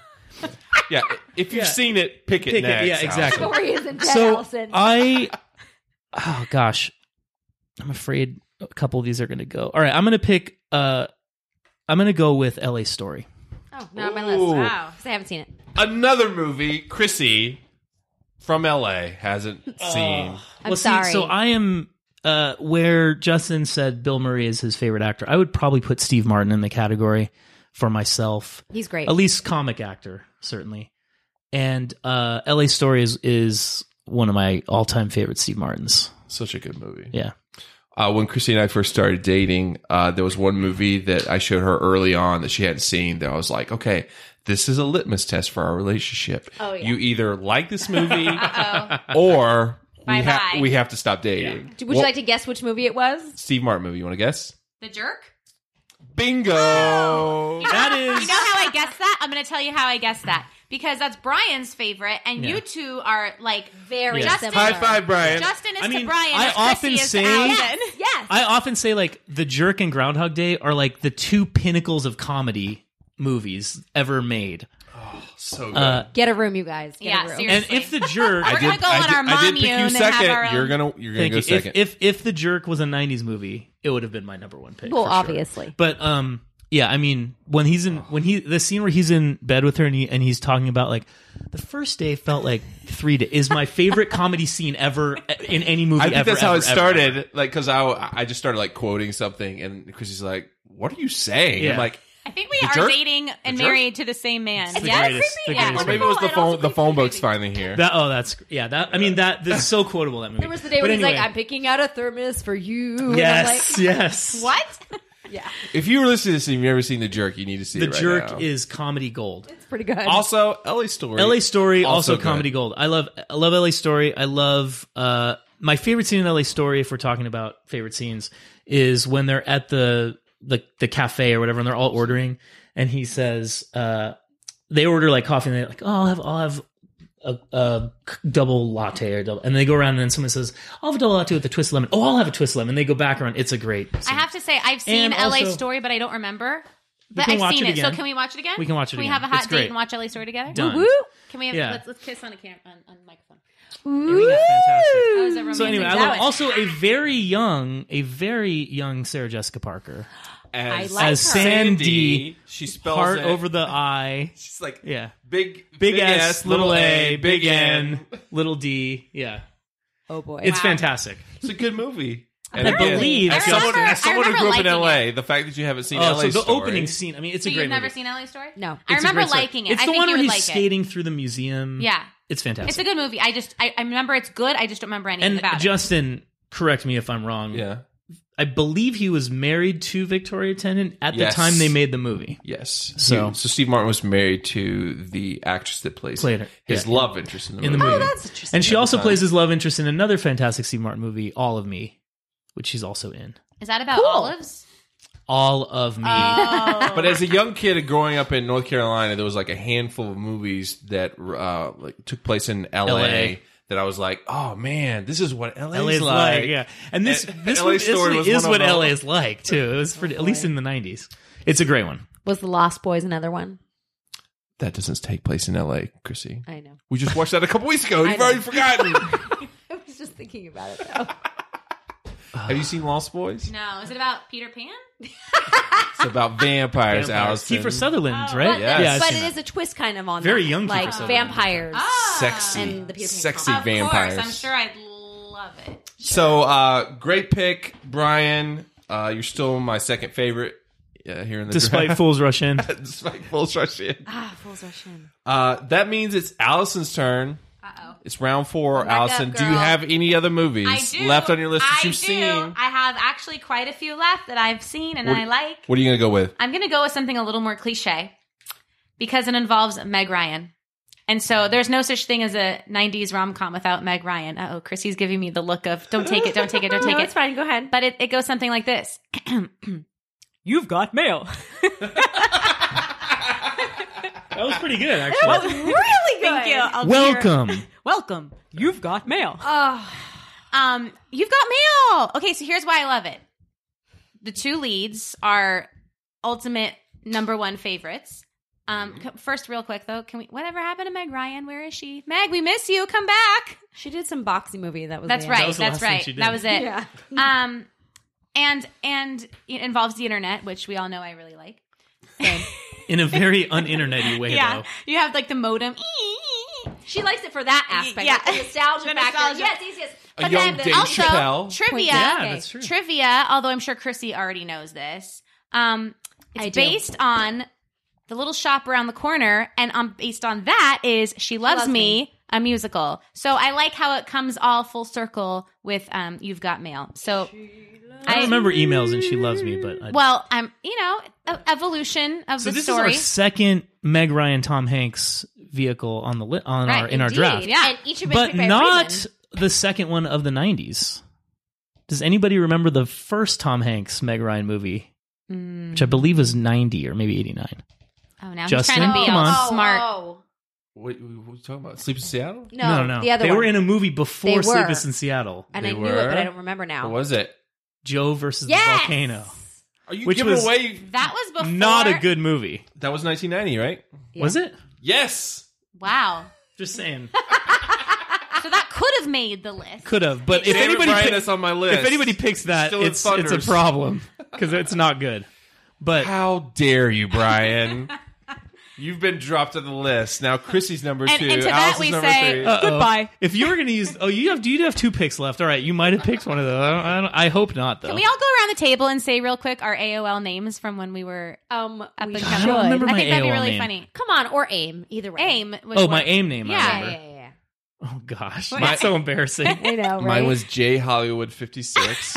Speaker 2: Yeah, if you've
Speaker 4: Yeah.
Speaker 2: seen it, pick it
Speaker 4: Pick it,
Speaker 2: next.
Speaker 4: yeah, exactly.
Speaker 2: Allison.
Speaker 1: Story isn't dead,
Speaker 4: so
Speaker 1: Allison.
Speaker 4: I. Oh gosh, I'm afraid a couple of these are gonna go. All right, I'm gonna pick. Uh, I'm gonna go with L.A. Story.
Speaker 1: Oh, not on my list.
Speaker 2: Ooh.
Speaker 1: Wow. Because I haven't seen it.
Speaker 2: Another movie, Chrissy from LA hasn't seen.
Speaker 1: I'm
Speaker 4: well,
Speaker 1: sorry.
Speaker 4: see, so I am uh, where Justin said Bill Murray is his favorite actor. I would probably put Steve Martin in the category for myself.
Speaker 1: He's great.
Speaker 4: At least comic actor, certainly. And uh, L.A. Story is, is one of my all-time favorite Steve Martins.
Speaker 2: Such a good movie.
Speaker 4: Yeah.
Speaker 2: uh, when Christy and I first started dating, uh, there was one movie that I showed her early on that she hadn't seen that I was like, okay, this is a litmus test for our relationship.
Speaker 1: Oh, yeah.
Speaker 2: You either like this movie or we, ha-
Speaker 3: Bye-bye.
Speaker 2: we have to stop dating.
Speaker 1: Would you like Ah! to guess which movie it was?
Speaker 2: Steve Martin movie? You want to guess?
Speaker 3: The jerk.
Speaker 2: Bingo!
Speaker 1: Ah,
Speaker 4: That
Speaker 3: You
Speaker 4: is...
Speaker 3: know how I guessed that? I'm going to tell you how I guessed that because that's Brian's favorite, and you two are like very
Speaker 4: Yeah.
Speaker 3: Justin.
Speaker 2: High five, Brian.
Speaker 3: Justin is
Speaker 4: I mean,
Speaker 3: to Brian.
Speaker 4: I
Speaker 3: as Chrissy
Speaker 4: often
Speaker 3: is to
Speaker 4: say-
Speaker 3: Allison.
Speaker 1: Yes. yes.
Speaker 4: I often say like the jerk and Groundhog Day are like the two pinnacles of comedy movies ever made.
Speaker 2: So good.
Speaker 4: Uh,
Speaker 1: Get a room, you guys. Get
Speaker 3: Yeah,
Speaker 1: a room.
Speaker 3: seriously.
Speaker 4: and if the jerk,
Speaker 3: I we're gonna go on our
Speaker 2: I
Speaker 3: mom
Speaker 2: did pick
Speaker 3: yun
Speaker 2: you
Speaker 3: and have
Speaker 2: second.
Speaker 3: our own-
Speaker 2: You're gonna you're gonna
Speaker 4: Thank
Speaker 2: go
Speaker 4: you.
Speaker 2: second.
Speaker 4: If, if if the jerk was a '90s movie, it would have been my number one pick.
Speaker 1: Well,
Speaker 4: for sure.
Speaker 1: obviously.
Speaker 4: But um, yeah, I mean, when he's in when he the scene where he's in bed with her and he and he's talking about like the first day felt like three days is my favorite comedy scene ever in any movie.
Speaker 2: I think
Speaker 4: ever,
Speaker 2: that's how
Speaker 4: ever,
Speaker 2: it
Speaker 4: ever,
Speaker 2: started. Like, cause I, I just started like quoting something and Chrissy's like, what are you saying?
Speaker 4: Yeah.
Speaker 2: I'm like,
Speaker 3: I think we
Speaker 2: The
Speaker 3: are
Speaker 2: jerk?
Speaker 3: dating and
Speaker 2: The jerk?
Speaker 3: married to the same man.
Speaker 4: the
Speaker 3: Yes?
Speaker 4: greatest, the
Speaker 3: Yeah.
Speaker 4: greatest.
Speaker 2: maybe it was the
Speaker 1: and also
Speaker 2: phone, the
Speaker 1: creepy,
Speaker 2: phone book's
Speaker 1: creepy.
Speaker 2: finally here.
Speaker 4: That oh, that's yeah. That I mean that that's so quotable that movie.
Speaker 1: There was the day
Speaker 4: But
Speaker 1: when he's like,
Speaker 4: anyway.
Speaker 1: I'm picking out a thermos for you. And I'm
Speaker 4: Yes,
Speaker 1: like,
Speaker 4: yes.
Speaker 3: What?
Speaker 2: If you were listening to this and you've never seen The Jerk, you need to see
Speaker 4: The
Speaker 2: it right
Speaker 4: jerk
Speaker 2: now.
Speaker 4: is comedy gold.
Speaker 1: it's pretty good.
Speaker 2: also LA Story.
Speaker 4: LA Story also,
Speaker 2: Also good.
Speaker 4: comedy gold. I love I love LA Story. I love uh my favorite scene in LA Story if we're talking about favorite scenes is when they're at the the the cafe or whatever and they're all ordering and he says uh they order like coffee and they're like, "Oh, I'll have I'll have a, a c- double latte or double," and they go around and then someone says, "I'll have a double latte with a twist lemon." Oh, I'll have a twist lemon. They go back around. It's a great.
Speaker 3: I have to say, I've seen
Speaker 4: And
Speaker 3: LA
Speaker 4: also-
Speaker 3: Story, but I don't remember. But
Speaker 4: can
Speaker 3: I've
Speaker 4: watch
Speaker 3: seen
Speaker 4: it
Speaker 3: it, so
Speaker 4: again.
Speaker 3: can we watch it again?
Speaker 4: We can watch it
Speaker 3: Can we have
Speaker 4: again.
Speaker 3: a hot
Speaker 4: It's
Speaker 3: date
Speaker 4: great.
Speaker 3: and watch LA Story together?
Speaker 4: Done.
Speaker 1: Woo!
Speaker 3: Can we have?
Speaker 4: Yeah.
Speaker 3: Let's, let's kiss on a camera on, on the microphone.
Speaker 4: Isn't that fantastic?
Speaker 3: That was a romantic
Speaker 4: So anyway, I
Speaker 3: that
Speaker 4: love
Speaker 3: was-
Speaker 4: also a very young, a very young Sarah Jessica Parker
Speaker 2: as,
Speaker 1: I like
Speaker 4: as Sandy,
Speaker 2: She spells
Speaker 4: part
Speaker 2: it.
Speaker 4: over the I,
Speaker 2: She's like,
Speaker 4: yeah,
Speaker 2: big,
Speaker 4: big, S, little A, big N, little D, yeah,
Speaker 1: Oh boy.
Speaker 4: it's fantastic.
Speaker 2: It's a good movie.
Speaker 4: I believe-
Speaker 2: as
Speaker 4: I
Speaker 2: someone,
Speaker 3: remember-
Speaker 2: as someone
Speaker 3: I
Speaker 2: who grew up in
Speaker 3: remember
Speaker 2: LA,
Speaker 3: liking
Speaker 2: the fact that you haven't seen
Speaker 4: Oh,
Speaker 2: LA
Speaker 4: so the
Speaker 2: Story,
Speaker 4: opening scene. I mean, it's a
Speaker 3: So
Speaker 4: great
Speaker 3: you've never
Speaker 4: movie.
Speaker 3: seen LA Story?
Speaker 1: No.
Speaker 3: I
Speaker 4: It's a
Speaker 3: remember
Speaker 4: great story.
Speaker 3: liking it.
Speaker 4: It's
Speaker 3: I
Speaker 4: the
Speaker 3: think
Speaker 4: one
Speaker 3: you
Speaker 4: where
Speaker 3: would
Speaker 4: he's
Speaker 3: like it.
Speaker 4: skating through the museum.
Speaker 3: Yeah.
Speaker 4: it's
Speaker 3: It's
Speaker 4: fantastic.
Speaker 3: a good movie. I just I, I remember it's good. I just don't remember anything
Speaker 4: and
Speaker 3: about it.
Speaker 4: Justin, correct me if I'm wrong.
Speaker 2: yeah,
Speaker 4: I believe he was married to Victoria Tennant at
Speaker 2: Yes.
Speaker 4: the time they made the movie.
Speaker 2: yes.
Speaker 4: So-
Speaker 2: He- so Steve Martin was married to the actress that plays
Speaker 4: Played her.
Speaker 2: his
Speaker 4: Yeah.
Speaker 2: love interest in the
Speaker 4: in the
Speaker 2: movie.
Speaker 4: movie.
Speaker 3: Oh,
Speaker 1: that's interesting.
Speaker 4: And she also
Speaker 2: time.
Speaker 4: plays his love interest in another fantastic Steve Martin movie, All of Me, which she's also in.
Speaker 3: Is that about
Speaker 1: Cool.
Speaker 3: olives?
Speaker 4: All of Me.
Speaker 2: But as a young kid growing up in North Carolina, there was like a handful of movies that uh, like took place in LA,
Speaker 4: LA.
Speaker 2: that I was like, oh man, this is what LA
Speaker 4: LA's
Speaker 2: is
Speaker 4: like,
Speaker 2: like.
Speaker 4: yeah. And this
Speaker 2: And
Speaker 4: this,
Speaker 2: LA
Speaker 4: movie, this
Speaker 2: Story
Speaker 4: movie
Speaker 2: was
Speaker 4: is
Speaker 2: one
Speaker 4: what
Speaker 2: of them.
Speaker 4: LA is like too. It was pretty, at least in the nineties. It's a great one.
Speaker 1: Was The Lost Boys another one?
Speaker 2: That doesn't take place in LA, Chrissy.
Speaker 1: I know.
Speaker 2: We just watched that a couple weeks ago. You've
Speaker 1: know.
Speaker 2: already forgotten.
Speaker 1: I was just thinking about it. Though.
Speaker 2: Have you seen Lost Boys?
Speaker 3: No. Is it about Peter Pan?
Speaker 2: It's about vampires, Allison.
Speaker 4: Kiefer Sutherland,
Speaker 3: Oh,
Speaker 4: right?
Speaker 3: but-
Speaker 2: Yes.
Speaker 4: I've
Speaker 1: but
Speaker 4: seen
Speaker 1: it
Speaker 4: that.
Speaker 1: is a twist kind of on
Speaker 4: Very
Speaker 1: that.
Speaker 4: young
Speaker 1: like
Speaker 4: Kiefer Sutherland.
Speaker 1: vampires.
Speaker 3: Ah.
Speaker 2: Sexy,
Speaker 1: And the Peter Pan
Speaker 2: sexy
Speaker 1: Complex.
Speaker 2: vampires.
Speaker 3: Of course. I'm sure I'd love it.
Speaker 2: So, uh, great pick, Brian. Uh, you're still my second favorite uh, here in the
Speaker 4: Despite
Speaker 2: draft.
Speaker 4: Fools Rush In.
Speaker 2: Despite full rush in.
Speaker 1: Ah, Fools Rush In.
Speaker 2: Uh, that means it's Allison's turn.
Speaker 3: Uh oh.
Speaker 2: It's round four.
Speaker 3: back
Speaker 2: Allison,
Speaker 3: up,
Speaker 2: do you
Speaker 3: girl.
Speaker 2: have any other
Speaker 3: I
Speaker 2: movies
Speaker 3: do.
Speaker 2: left on your list that
Speaker 3: I
Speaker 2: you've
Speaker 3: do.
Speaker 2: seen?
Speaker 3: I have actually quite a few left that I've seen and
Speaker 2: What-
Speaker 3: I like.
Speaker 2: What are you gonna go with?
Speaker 3: I'm going to go with something a little more cliche because it involves Meg Ryan. And so there's no such thing as a 90s rom com without Meg Ryan. Uh oh, Chrissy's giving me the look of don't take it, don't take it, don't take
Speaker 1: No,
Speaker 3: it.
Speaker 1: it's fine. Go ahead.
Speaker 3: But it, it goes something like this
Speaker 6: You've got mail.
Speaker 4: That was pretty good, actually.
Speaker 1: really good.
Speaker 3: Thank you. I'll be your-
Speaker 4: Welcome.
Speaker 6: Welcome. You've got mail.
Speaker 3: Um, you've got mail. Okay, so here's why I love it. The two leads are ultimate number one favorites. Um,
Speaker 1: Mm-hmm.
Speaker 3: c- first, real quick though, can we? Whatever happened to Meg Ryan? Where is she? Meg, we miss you. Come back.
Speaker 1: She did some boxing movie. That was
Speaker 3: That's
Speaker 1: the
Speaker 3: right.
Speaker 4: was the
Speaker 3: that's
Speaker 4: last thing
Speaker 3: right.
Speaker 4: she did.
Speaker 3: That was it.
Speaker 1: end. Yeah.
Speaker 3: Um, and and it involves the internet, which we all know I really like.
Speaker 4: in a very uninternety way,
Speaker 3: yeah,
Speaker 4: though.
Speaker 3: you have like the modem.
Speaker 1: She likes it for that aspect.
Speaker 3: Yeah.
Speaker 1: Yeah. the nostalgia
Speaker 3: The
Speaker 1: factor. Yes,
Speaker 3: nostalgia. Oh,
Speaker 1: yes, yes.
Speaker 2: A young Dave
Speaker 3: also
Speaker 2: Chappelle.
Speaker 3: trivia.
Speaker 4: Yeah, that's true.
Speaker 3: Trivia. Although I'm sure Chrissy already knows this. Um, it's
Speaker 1: I do.
Speaker 3: based on the little shop around the corner, and um, based on that is "She Loves,
Speaker 1: Loves
Speaker 3: me,
Speaker 1: Me.
Speaker 3: a musical. So I like how it comes all full circle with um, "You've Got Mail." So
Speaker 4: I don't remember emails and she loves me, but I,
Speaker 3: Well, I'm you know e- evolution of
Speaker 4: so
Speaker 3: the
Speaker 4: this
Speaker 3: story.
Speaker 4: is our second Meg Ryan Tom Hanks vehicle on the li- on our in our
Speaker 1: indeed.
Speaker 4: draft,
Speaker 3: Yeah.
Speaker 1: And each of it
Speaker 4: but
Speaker 1: picked by
Speaker 4: not
Speaker 1: reason.
Speaker 4: the second one of the '90s. Does anybody remember the first Tom Hanks Meg Ryan movie,
Speaker 1: Mm.
Speaker 4: which I believe was '90 or maybe '89?
Speaker 3: oh, now
Speaker 4: Justin,
Speaker 3: he's trying to be
Speaker 4: come
Speaker 3: all
Speaker 4: on.
Speaker 3: smart.
Speaker 1: Oh,
Speaker 2: What, what are you talking about? Sleep in Seattle?
Speaker 1: No,
Speaker 4: no, no.
Speaker 1: The other
Speaker 4: they
Speaker 1: one.
Speaker 4: were in a movie before
Speaker 1: They were.
Speaker 4: Sleepless in Seattle.
Speaker 1: and
Speaker 2: They
Speaker 1: I knew
Speaker 2: were.
Speaker 1: it, but I don't remember now.
Speaker 2: What was it?
Speaker 4: Joe versus
Speaker 1: Yes!
Speaker 4: the volcano.
Speaker 2: Are you
Speaker 4: Which
Speaker 2: giving
Speaker 4: was-
Speaker 2: away?
Speaker 3: That was before.
Speaker 4: Not a good movie,
Speaker 2: That was 1990, right?
Speaker 1: Yeah.
Speaker 4: was it?
Speaker 2: Yes.
Speaker 3: Wow.
Speaker 4: Just saying,
Speaker 3: So that could have made the list.
Speaker 4: could have. But if
Speaker 2: David
Speaker 4: anybody,
Speaker 2: Bryan,
Speaker 4: pick-
Speaker 2: that's on my list.
Speaker 4: if anybody picks that,
Speaker 2: Still in
Speaker 4: it's it's a
Speaker 2: Thunders.
Speaker 4: problem because it's not good. But
Speaker 2: How dare you, Brian? You've been dropped to the list. Now Chrissy's number
Speaker 3: And-
Speaker 2: two.
Speaker 3: and to that
Speaker 2: Alice
Speaker 3: we
Speaker 2: is number
Speaker 3: say- oh,
Speaker 2: three.
Speaker 4: Uh-oh.
Speaker 6: Goodbye.
Speaker 4: If you were going to use, oh, you have, do you have two picks left? All right, you might have picked one of those. I, don't, I, don't, I hope not, though.
Speaker 3: Can we all go around the table and say real quick our AOL names from when we were
Speaker 1: Um,
Speaker 3: up
Speaker 1: we
Speaker 3: and
Speaker 1: should.
Speaker 3: coming?
Speaker 4: don't remember
Speaker 3: I
Speaker 4: my
Speaker 3: think that'd be
Speaker 4: AOL
Speaker 3: really
Speaker 4: name.
Speaker 3: funny.
Speaker 1: Come on, or aim. Either way.
Speaker 3: AIM. Was
Speaker 4: oh, my
Speaker 3: one-
Speaker 4: AIM name.
Speaker 3: Yeah,
Speaker 4: I
Speaker 1: Yeah,
Speaker 4: remember.
Speaker 1: yeah, yeah.
Speaker 4: Oh gosh,
Speaker 3: Wait,
Speaker 4: that's so embarrassing.
Speaker 1: I know, right?
Speaker 2: Mine was J Hollywood 56.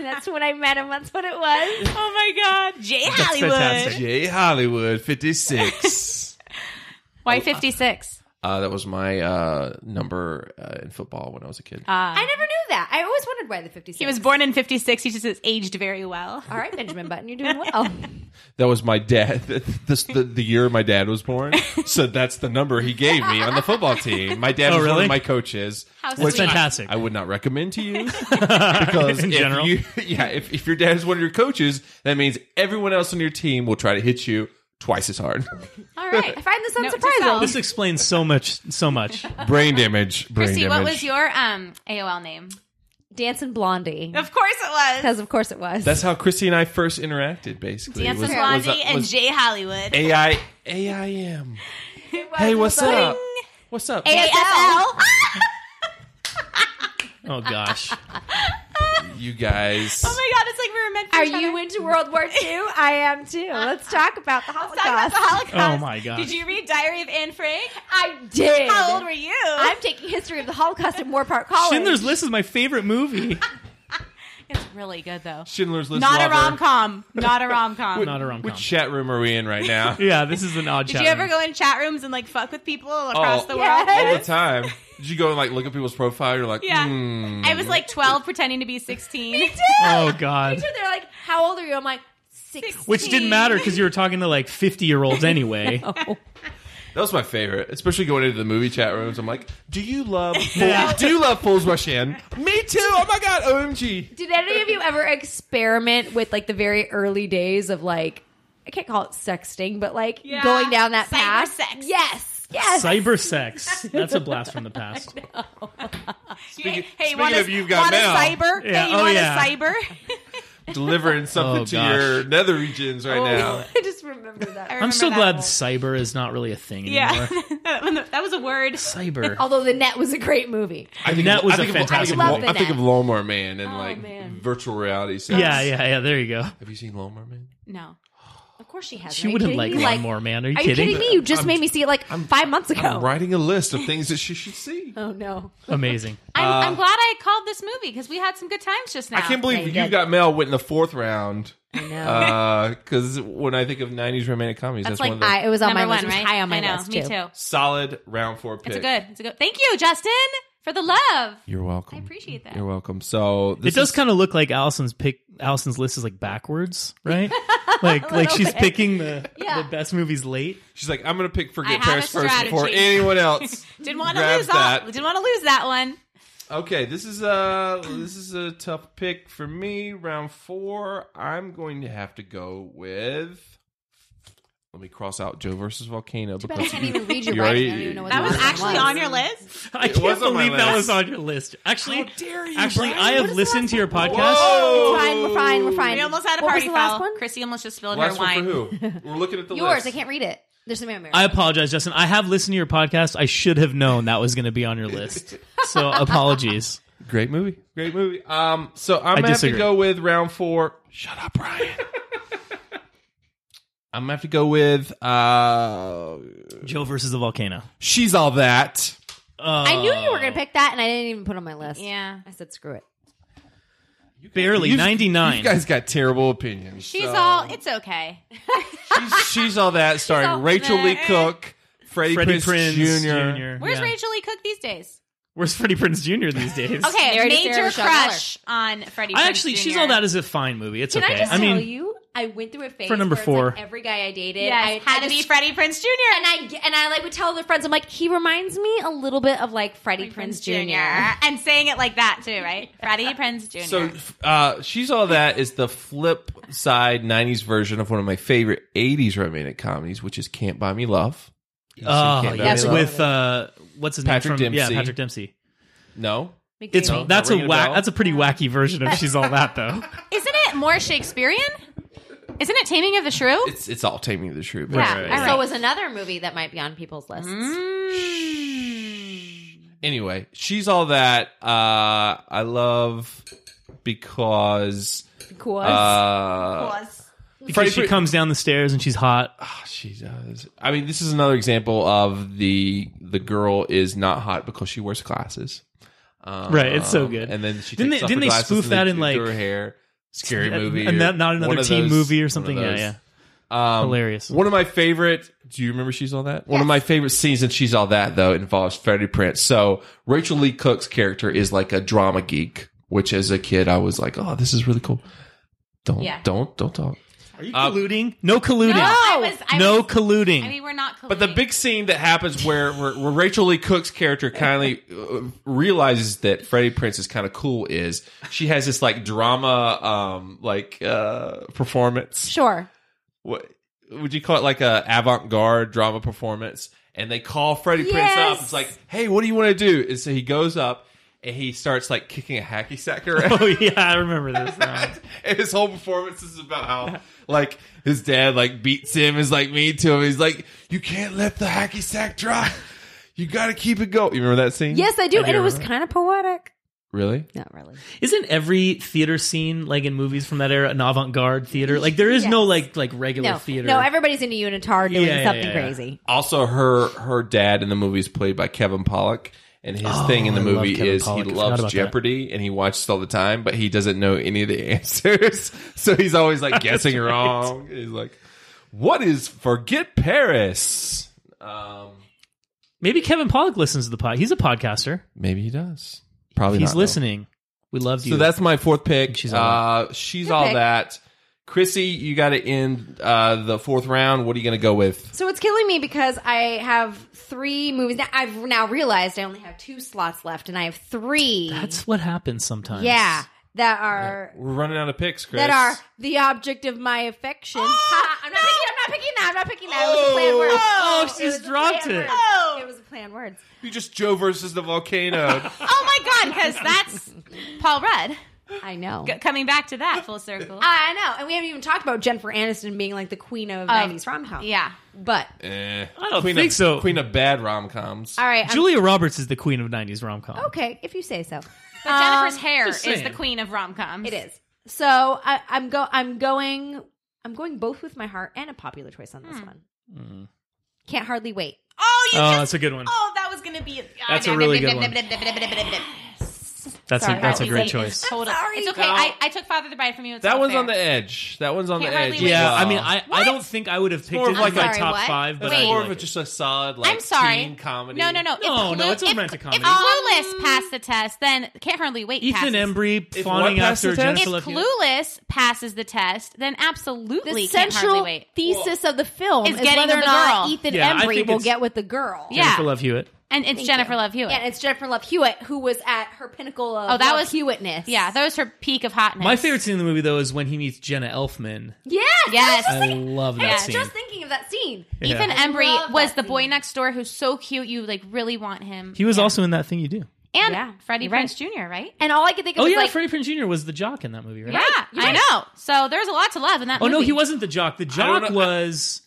Speaker 1: That's when I met him. That's what it was.
Speaker 3: Oh my God, J
Speaker 4: fantastic.
Speaker 3: Hollywood.
Speaker 2: J Hollywood 56.
Speaker 3: Why fifty six?
Speaker 2: uh, that was my uh, number uh, in football when I was a kid.
Speaker 3: Uh.
Speaker 1: I never knew that. I always wondered why the 56.
Speaker 3: He was born in fifty six. He just is aged very well.
Speaker 1: All right, Benjamin Button, you're doing well.
Speaker 2: that was my dad. This the, the year my dad was born, so that's the number he gave me on the football team. My dad
Speaker 4: Oh,
Speaker 2: was one
Speaker 4: really?
Speaker 2: of my coaches.
Speaker 3: How
Speaker 4: That's
Speaker 3: sweet.
Speaker 4: fantastic.
Speaker 2: I would not recommend to you because
Speaker 4: In
Speaker 2: if
Speaker 4: general.
Speaker 2: you- yeah, if, if your dad is one of your coaches, that means everyone else on your team will try to hit you twice as hard.
Speaker 3: All right,
Speaker 1: I find this
Speaker 3: Note to
Speaker 1: unsurprising.
Speaker 3: self.
Speaker 4: this explains so much, so much.
Speaker 2: brain damage. Brain
Speaker 3: Christy,
Speaker 2: damage.
Speaker 3: what was your um AOL name?
Speaker 1: Dancing Blondie.
Speaker 3: Of course it was
Speaker 1: Because, of course, it was.
Speaker 2: That's how Christy and I first interacted. Basically,
Speaker 3: Dance
Speaker 2: was,
Speaker 3: with Blondie
Speaker 2: was, uh,
Speaker 3: and
Speaker 2: was
Speaker 3: J Hollywood.
Speaker 2: AI AIM. Hey, what's up? What's up?
Speaker 3: ASL.
Speaker 4: Oh gosh,
Speaker 2: you guys.
Speaker 3: Oh my god, it's like we were meant for
Speaker 1: Are
Speaker 3: each
Speaker 1: you
Speaker 3: other.
Speaker 1: into World War II? I am too. Let's talk about the Holocaust.
Speaker 3: Talk about the Holocaust.
Speaker 4: Oh my gosh.
Speaker 3: Did you read Diary of Anne Frank?
Speaker 1: I did.
Speaker 3: How old were you?
Speaker 1: I'm taking history of the Holocaust at Moore Park College.
Speaker 4: Schindler's List is my favorite movie.
Speaker 3: It's really good though.
Speaker 2: Schindler's List.
Speaker 3: Not a
Speaker 2: lover.
Speaker 3: rom com. Not a rom com.
Speaker 4: Not a rom com.
Speaker 2: Which chat room are we in right now?
Speaker 4: Yeah, this is an odd.
Speaker 3: Did
Speaker 4: chat
Speaker 3: you ever
Speaker 4: room.
Speaker 3: go in chat rooms and like fuck with people across the world?
Speaker 1: Yes.
Speaker 2: Oh, All the time. Did you go and like look at people's profile? You're like,
Speaker 3: Yeah.
Speaker 2: hmm.
Speaker 3: I was like 12 pretending to be 16.
Speaker 4: Oh god,
Speaker 1: They're like, "How old are you?" I'm like, six.
Speaker 4: which didn't matter because you were talking to like fifty-year-olds anyway.
Speaker 2: That was my favorite, especially going into the movie chat rooms. I'm like, do you love fools, do you love fools rush in? Me too. Oh my god, OMG.
Speaker 1: Did any of you ever experiment with like the very early days of like I can't call it sexting, but like
Speaker 3: Yeah.
Speaker 1: going down that
Speaker 3: Cyber
Speaker 1: path?
Speaker 3: sex.
Speaker 1: Yes, yes.
Speaker 4: Cyber sex. That's a blast from the past.
Speaker 3: hey,
Speaker 2: speaking
Speaker 3: want,
Speaker 2: of
Speaker 3: a,
Speaker 2: you've got
Speaker 3: want a
Speaker 2: mail.
Speaker 3: cyber?
Speaker 4: Yeah,
Speaker 3: Hey, you
Speaker 4: oh,
Speaker 3: want
Speaker 4: yeah.
Speaker 3: a cyber?
Speaker 2: Delivering something
Speaker 4: Oh,
Speaker 2: to
Speaker 4: gosh.
Speaker 2: your nether regions right now.
Speaker 1: I just remember that.
Speaker 3: I
Speaker 4: I'm so
Speaker 3: remember that
Speaker 4: glad
Speaker 3: whole-
Speaker 4: cyber is not really a thing anymore.
Speaker 3: Yeah. that was a word.
Speaker 4: Cyber.
Speaker 1: Although the net was a great movie.
Speaker 2: I think
Speaker 4: That
Speaker 2: of-
Speaker 4: was
Speaker 2: I
Speaker 4: a
Speaker 2: think of- I think
Speaker 4: fantastic
Speaker 2: of- I
Speaker 1: movie.
Speaker 2: think,
Speaker 1: I love the
Speaker 2: of
Speaker 1: net.
Speaker 2: Lawnmower Man and like
Speaker 1: man.
Speaker 2: virtual reality stuff.
Speaker 4: yeah, yeah, yeah. There you go.
Speaker 2: Have you seen Lawnmower Man?
Speaker 3: No.
Speaker 1: Of course she has.
Speaker 4: She
Speaker 1: Are you
Speaker 4: wouldn't
Speaker 1: kidding
Speaker 4: like
Speaker 1: me?
Speaker 4: one more man. Are you
Speaker 1: Are you
Speaker 4: kidding?
Speaker 1: kidding me? You just
Speaker 2: I'm-
Speaker 1: made me see it like five months ago.
Speaker 2: I'm writing a list of things that she should see.
Speaker 1: Oh no!
Speaker 4: Amazing.
Speaker 3: I'm, I'm glad I called this movie because we had some good times just
Speaker 2: Uh,
Speaker 3: now.
Speaker 2: I can't
Speaker 1: Yeah,
Speaker 2: believe
Speaker 1: you
Speaker 2: you
Speaker 1: did.
Speaker 2: got Mel went in the fourth round.
Speaker 1: I know.
Speaker 4: Uh,
Speaker 2: Because when I think of 90s romantic comedies, that's,
Speaker 3: That's like
Speaker 2: one of the
Speaker 1: I, it was on
Speaker 3: Number
Speaker 1: my
Speaker 3: one,
Speaker 1: list. It was
Speaker 3: right?
Speaker 1: High on my
Speaker 3: I know,
Speaker 1: list
Speaker 3: me too.
Speaker 2: solid round four pick.
Speaker 3: It's a good. It's a good. Thank you, Justin, for the love.
Speaker 2: You're welcome.
Speaker 3: I appreciate that.
Speaker 2: You're welcome. So
Speaker 4: It
Speaker 2: this
Speaker 4: does
Speaker 2: is-
Speaker 4: kind of look like Allison's pick. Allison's list is like backwards, right? like, like she's picking the the best movies late.
Speaker 2: She's like, I'm gonna pick
Speaker 3: I
Speaker 2: Forget
Speaker 3: have
Speaker 2: Paris
Speaker 3: a
Speaker 2: first before
Speaker 3: strategy.
Speaker 2: anyone else.
Speaker 3: Didn't want to
Speaker 2: Grab
Speaker 3: lose
Speaker 2: that.
Speaker 3: all. Didn't want to lose that one.
Speaker 2: okay, this is a this is a tough pick for me. Round four. I'm going to have to go with. Let me cross out Joe versus Volcano
Speaker 1: Too bad I
Speaker 2: because
Speaker 1: can't even read your
Speaker 2: You're
Speaker 1: writing. I
Speaker 2: right.
Speaker 1: don't even know what
Speaker 3: That
Speaker 1: the
Speaker 3: was
Speaker 1: last one
Speaker 3: actually
Speaker 1: was.
Speaker 3: on your list.
Speaker 4: I can't
Speaker 2: was on my
Speaker 4: believe that
Speaker 2: list.
Speaker 4: was on your list. Actually,
Speaker 2: dare you,
Speaker 4: actually,
Speaker 2: Brian?
Speaker 4: I
Speaker 1: What
Speaker 4: have
Speaker 1: is the
Speaker 4: listened
Speaker 1: last
Speaker 4: to your
Speaker 1: one?
Speaker 4: podcast.
Speaker 1: We're fine. We're fine. We're fine.
Speaker 3: We almost had a
Speaker 1: What
Speaker 3: party
Speaker 1: was the last
Speaker 3: foul.
Speaker 1: one?
Speaker 3: Chrissy almost just spilled
Speaker 2: last
Speaker 3: her
Speaker 2: one
Speaker 3: wine.
Speaker 2: for who? We're looking at the
Speaker 1: Yours.
Speaker 2: list.
Speaker 1: I can't read it. There's some memory.
Speaker 4: I apologize, Justin. I have listened to your podcast. I should have known that was going to be on your list. So apologies.
Speaker 2: Great movie. Great movie. Um, so I'm
Speaker 4: I
Speaker 2: gonna have
Speaker 4: disagree.
Speaker 2: to go with round four. Shut up, Brian. I'm gonna have to go with uh,
Speaker 4: Joe versus the volcano.
Speaker 2: she's all that.
Speaker 1: I knew you were
Speaker 4: Oh.
Speaker 1: going to pick that, and I didn't even put it on my list.
Speaker 3: Yeah.
Speaker 1: I said screw it.
Speaker 4: Barely
Speaker 2: You-
Speaker 4: ninety
Speaker 2: You
Speaker 4: nine.
Speaker 2: guys got terrible opinions.
Speaker 3: She's
Speaker 2: so-
Speaker 3: all. It's okay.
Speaker 2: she's, she's all that. Starring
Speaker 1: all
Speaker 2: Rachel Lee
Speaker 3: that.
Speaker 2: Cook, Freddie,
Speaker 4: Freddie
Speaker 2: Prinze
Speaker 4: Prinz
Speaker 2: Jr.
Speaker 3: Where's
Speaker 4: Yeah.
Speaker 3: Rachel Lee Cook these days?
Speaker 4: Where's Freddie Prinz Jr. these days?
Speaker 3: Okay,
Speaker 1: Married to Sarah
Speaker 3: major
Speaker 1: Michelle
Speaker 3: crush on Freddie.
Speaker 4: I
Speaker 3: Prinze
Speaker 4: actually,
Speaker 3: Jr.
Speaker 4: she's all that is a fine movie. It's
Speaker 1: Can
Speaker 4: okay.
Speaker 1: I just
Speaker 4: I mean,
Speaker 1: tell you? I went through a phase
Speaker 4: For number
Speaker 1: where it's like
Speaker 4: four.
Speaker 1: every guy I dated,
Speaker 3: Yes,
Speaker 1: I
Speaker 3: had to be Freddie Prince Jr.
Speaker 1: and I and I like would tell their friends, I'm like, he reminds me a little bit of like Freddie Prince Jr.
Speaker 3: and saying it like that too, right? Freddie Prince Jr.
Speaker 2: So, uh, she's all that is the flip side '90s version of one of my favorite '80s romantic comedies, which is "Can't Buy Me Love." You
Speaker 4: oh,
Speaker 2: seen Can't Buy
Speaker 4: yes,
Speaker 2: Me Love?
Speaker 4: with uh, what's his
Speaker 2: Patrick
Speaker 4: name? from-
Speaker 2: Dempsey.
Speaker 4: Yeah, Patrick Dempsey.
Speaker 2: no.
Speaker 4: It's
Speaker 2: No,
Speaker 4: that's
Speaker 2: not
Speaker 4: a
Speaker 2: ringing a
Speaker 4: whack.
Speaker 2: bell.
Speaker 4: That's a pretty wacky version of she's all that though.
Speaker 3: Isn't it more Shakespearean? Isn't it Taming of the Shrew?
Speaker 2: It's it's all Taming of the Shrew. but-
Speaker 1: Yeah,
Speaker 4: Right, right,
Speaker 1: and
Speaker 4: right.
Speaker 1: so it was another movie that might be on people's lists.
Speaker 2: Anyway, she's all that. Uh, I love because
Speaker 1: Cool.
Speaker 2: uh,
Speaker 4: Because she
Speaker 2: Prinze-
Speaker 4: comes down the stairs and she's hot.
Speaker 2: She does. I mean, this is another example of the the girl is not hot because she wears glasses. Um,
Speaker 4: Right, it's so good.
Speaker 2: And then she
Speaker 4: Didn't
Speaker 2: takes
Speaker 4: they-
Speaker 2: off
Speaker 4: didn't
Speaker 2: her
Speaker 4: they
Speaker 2: glasses
Speaker 4: spoof
Speaker 2: and
Speaker 4: that
Speaker 2: they
Speaker 4: in,
Speaker 2: do
Speaker 4: like,
Speaker 2: her hair scary
Speaker 4: Yeah,
Speaker 2: movie,
Speaker 4: and
Speaker 2: or
Speaker 4: not- not
Speaker 2: one
Speaker 4: another
Speaker 2: of
Speaker 4: teen
Speaker 2: those-
Speaker 4: movie or
Speaker 2: one of
Speaker 4: something? Yeah,
Speaker 2: those.
Speaker 4: yeah.
Speaker 2: Um,
Speaker 4: Hilarious.
Speaker 2: One of my favorite. Do you remember she's all that? One of my favorite scenes in she's all that though involves Freddie Prince. So Rachel Lee Cook's character is like a drama geek, which as a kid I was like, oh, this is really cool. Don't
Speaker 3: Yeah.
Speaker 2: don't don't talk.
Speaker 4: Are you
Speaker 2: uh,
Speaker 4: colluding? No colluding.
Speaker 3: No, Oh, I was. I
Speaker 4: No
Speaker 3: was-
Speaker 4: colluding.
Speaker 3: I mean, we're not. Colluding.
Speaker 2: But the big scene that happens where, where, where Rachel Lee Cook's character kindly uh, realizes that Freddie Prince is kind of cool is she has this like drama um like uh performance.
Speaker 1: sure.
Speaker 2: What would you call it like a avant-garde drama performance? And they call Freddie Prince up.
Speaker 1: Yes.
Speaker 2: It's like, "Hey, what do you want to do?" And so he goes up and he starts like kicking a hacky sack around.
Speaker 4: oh yeah, I remember this. now.
Speaker 2: and his whole performance is about how like his dad like beats him is like mean to him he's like you can't let the hacky sack drop you gotta keep it going you remember that scene
Speaker 1: Yes, I do. and it was
Speaker 2: remember.
Speaker 1: kind of poetic.
Speaker 2: really
Speaker 1: Not really.
Speaker 4: Isn't every theater scene like in movies from that era an avant-garde theater? Like there is no
Speaker 1: Yes.
Speaker 4: like like regular
Speaker 1: No,
Speaker 4: theater.
Speaker 1: no. Everybody's in a unitard doing
Speaker 4: Yeah, yeah,
Speaker 1: something
Speaker 4: yeah, yeah.
Speaker 1: crazy.
Speaker 2: also her her dad in the movie is played by kevin Pollak, and his thing in the
Speaker 4: Oh, I love
Speaker 2: movie
Speaker 4: Kevin
Speaker 2: is
Speaker 4: Pollak. I
Speaker 2: he
Speaker 4: forgot about
Speaker 2: loves
Speaker 4: that.
Speaker 2: jeopardy and he watches all the time but he doesn't know any of the answers so he's always like guessing
Speaker 4: right.
Speaker 2: wrong he's like what is forget paris um
Speaker 4: Maybe Kevin Pollak listens to the pod. He's a podcaster.
Speaker 2: maybe he does probably
Speaker 4: He's
Speaker 2: not, though.
Speaker 4: listening. We love you.
Speaker 2: So that's my fourth pick.
Speaker 4: She's
Speaker 2: She's
Speaker 4: all
Speaker 2: all,
Speaker 4: that.
Speaker 2: uh, she's
Speaker 1: Good
Speaker 2: all
Speaker 1: pick.
Speaker 2: that. Chrissy, you got to end uh, the fourth round. What are you going to go with?
Speaker 1: So it's killing me because I have three movies. Now I've now realized I only have two slots left, and I have three.
Speaker 4: that's what happens sometimes.
Speaker 1: yeah, that are
Speaker 2: We're running out of picks, Chris.
Speaker 1: that are the object of my affection. Ha, I'm, not picking, I'm not picking that. I'm not picking that. It was a planned word.
Speaker 4: Oh,
Speaker 1: It
Speaker 4: she's
Speaker 1: was a
Speaker 4: dropped
Speaker 1: planned
Speaker 4: it.
Speaker 1: word. It was a planned word.
Speaker 2: you just Joe versus the volcano.
Speaker 3: oh my god, because that's Paul Rudd.
Speaker 1: I know.
Speaker 3: G- coming back to that full circle.
Speaker 1: I know. And we haven't even talked about Jennifer Aniston being like the queen of 90s rom com.
Speaker 3: Ah. yeah.
Speaker 1: But,
Speaker 2: eh.
Speaker 4: I don't
Speaker 2: queen
Speaker 4: think
Speaker 2: of,
Speaker 4: so.
Speaker 2: Queen of bad rom coms.
Speaker 1: all right. I'm-
Speaker 4: Julia Roberts is the queen of '90s rom com.
Speaker 1: okay, if you say so.
Speaker 3: But Jennifer's hair
Speaker 4: just
Speaker 3: is the
Speaker 4: saying.
Speaker 3: queen of rom coms.
Speaker 1: It is. So I, I'm go. I'm going. I'm going both with my heart and a popular choice on
Speaker 3: Hmm.
Speaker 1: this one.
Speaker 2: Hmm.
Speaker 1: Can't hardly wait.
Speaker 3: Oh, you
Speaker 4: Oh,
Speaker 3: just.
Speaker 4: that's a good one.
Speaker 3: Oh, that was gonna be. oh,
Speaker 4: That's a
Speaker 3: no,
Speaker 4: really
Speaker 3: no,
Speaker 4: good
Speaker 3: no,
Speaker 4: one.
Speaker 3: no, no, no, no, no, no, no.
Speaker 4: That's
Speaker 1: Sorry,
Speaker 4: a, that's a
Speaker 1: that
Speaker 4: great
Speaker 1: was-
Speaker 4: choice.
Speaker 3: Total-
Speaker 1: sorry.
Speaker 3: It's okay. I, I took Father the Bride from you. It's
Speaker 2: that
Speaker 3: all
Speaker 2: one's
Speaker 3: fair.
Speaker 2: on the edge. That one's on
Speaker 3: Can't
Speaker 2: the
Speaker 3: hardly
Speaker 2: edge.
Speaker 3: wait.
Speaker 4: Yeah,
Speaker 2: as
Speaker 4: I
Speaker 2: well.
Speaker 4: mean, I, I don't think I would have picked
Speaker 2: more
Speaker 4: it
Speaker 2: of
Speaker 4: as
Speaker 2: like
Speaker 4: my
Speaker 1: a-
Speaker 4: top
Speaker 1: Sorry, what?
Speaker 4: five, but
Speaker 2: That's
Speaker 4: I
Speaker 2: more
Speaker 4: like
Speaker 2: of a,
Speaker 4: it.
Speaker 2: just a solid like
Speaker 3: I'm sorry.
Speaker 2: teen comedy.
Speaker 3: No, no, no.
Speaker 4: No,
Speaker 3: if
Speaker 4: no,
Speaker 3: Clue-
Speaker 4: it's a
Speaker 3: if-
Speaker 4: romantic comedy.
Speaker 3: If Clueless passed the test, then Can't Hardly Wait.
Speaker 4: Ethan
Speaker 3: passes.
Speaker 4: Embry
Speaker 2: If
Speaker 4: fawning
Speaker 2: what passed
Speaker 4: after
Speaker 2: the test?
Speaker 4: Jennifer
Speaker 3: If
Speaker 4: Love Hewitt.
Speaker 3: Clueless passes the test, then
Speaker 1: The
Speaker 3: absolutely Can't Hardly
Speaker 1: central
Speaker 3: Wait.
Speaker 1: thesis of the film
Speaker 3: Is
Speaker 1: is,
Speaker 3: getting
Speaker 1: whether or
Speaker 3: with the
Speaker 1: not
Speaker 3: girl.
Speaker 1: Ethan
Speaker 4: Yeah, I
Speaker 1: Embry
Speaker 4: think
Speaker 1: will
Speaker 4: it's-
Speaker 1: get with the girl.
Speaker 3: Yeah.
Speaker 4: Jennifer Love Hewitt.
Speaker 3: And it's Jennifer Love Hewitt.
Speaker 1: Yeah, and it's Jennifer Love Hewitt who was at her pinnacle of
Speaker 3: Oh, that
Speaker 1: Love
Speaker 3: was-
Speaker 1: Hewittness.
Speaker 3: Yeah, that was her peak of hotness.
Speaker 4: My favorite scene in the movie though is when he meets Jenna Elfman.
Speaker 1: Yes.
Speaker 3: Yes.
Speaker 1: I was just
Speaker 4: I love that
Speaker 1: I was
Speaker 4: scene.
Speaker 1: just thinking of that scene.
Speaker 3: Ethan
Speaker 4: Yeah.
Speaker 3: Embry
Speaker 1: love
Speaker 3: was
Speaker 1: that
Speaker 3: the boy
Speaker 1: scene.
Speaker 3: next door who's so cute. You like really want him.
Speaker 4: He was also in that thing you do.
Speaker 3: and
Speaker 1: Yeah,
Speaker 3: Freddie
Speaker 1: you're right.
Speaker 3: Prinze Jr. Right?
Speaker 1: And all I could think of
Speaker 4: Oh
Speaker 1: was
Speaker 4: yeah,
Speaker 1: like,
Speaker 4: Freddie Prinze Jr. was the jock in that movie, right?
Speaker 3: Yeah, I know. So there's a lot to love in that.
Speaker 4: Oh no,
Speaker 3: movie.
Speaker 4: he wasn't the jock. The
Speaker 2: don't
Speaker 4: jock
Speaker 2: know.
Speaker 4: was.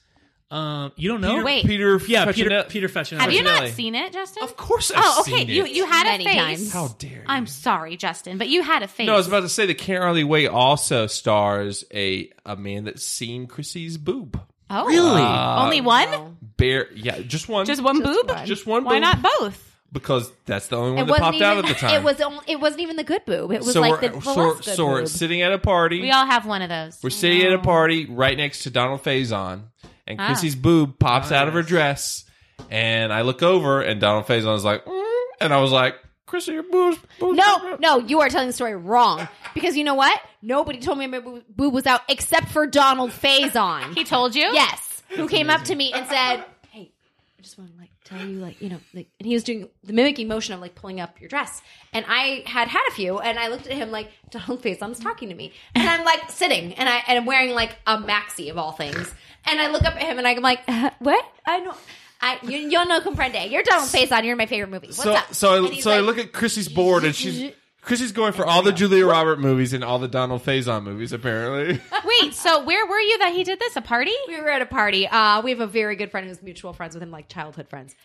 Speaker 4: Um, you don't know.
Speaker 3: Peter- Wait.
Speaker 2: Peter,
Speaker 4: Yeah, Peter.
Speaker 2: Facinelli.
Speaker 4: Peter Fashionelli.
Speaker 3: Have you not
Speaker 2: Originally.
Speaker 3: seen it, Justin?
Speaker 2: Of course, I've
Speaker 3: Oh, okay.
Speaker 2: seen
Speaker 3: You
Speaker 2: it.
Speaker 3: you had
Speaker 1: Many
Speaker 3: a face.
Speaker 1: times.
Speaker 2: How dare you?
Speaker 3: I'm sorry, Justin, but you had a face.
Speaker 2: no, I was about to say that Karen Arley Way also stars a a man that's seen Chrissy's boob.
Speaker 3: oh, really? Only one?
Speaker 2: Bare, yeah, just one,
Speaker 3: Just one boob?
Speaker 2: just one.
Speaker 3: Why
Speaker 2: boob,
Speaker 3: not both?
Speaker 2: Because that's the only
Speaker 1: it
Speaker 2: one that
Speaker 1: wasn't
Speaker 2: popped
Speaker 1: even,
Speaker 2: out at the time.
Speaker 1: It was only, it wasn't even the good boob. It was
Speaker 2: so
Speaker 1: like
Speaker 2: we're, uh,
Speaker 1: the
Speaker 2: so,
Speaker 1: Velasco
Speaker 2: so we're
Speaker 1: boob.
Speaker 2: sitting at a party.
Speaker 3: We all have one of those.
Speaker 2: We're sitting at a party right next to Donald Faison, and
Speaker 3: Ah.
Speaker 2: Chrissy's boob pops out of her dress, and I look over, and Donald Faison is like, "Mm," and I was like, "Chrissy, your boob's, boob's
Speaker 1: no, no, you are telling the story wrong because you know what? Nobody told me my boob boob was out except for Donald Faison.
Speaker 3: He told you?
Speaker 1: Yes, who came up to me and said, "Hey, I just want to like tell you, like you know, like." And he was doing the mimicking motion of like pulling up your dress, and I had had a few, and I looked at him like Donald Faison's talking to me, and I'm like sitting, and I and I'm wearing like a maxi of all things, and I look up at him, and I'm like, uh, "What? I know." I, you, you'll know Comprende. You're Donald Faison. You're in my favorite movie. What's
Speaker 2: so
Speaker 1: up?
Speaker 2: so
Speaker 1: And
Speaker 2: I,
Speaker 1: he's
Speaker 2: so I
Speaker 1: like,
Speaker 2: look at Chrissy's board, and she's Chrissy's going for all the Julia Roberts movies and all the Donald Faison movies, apparently.
Speaker 3: Wait, so where were you that he did this? A party?
Speaker 1: we were at a party. Uh, we have a very good friend who's mutual friends with him, like childhood friends.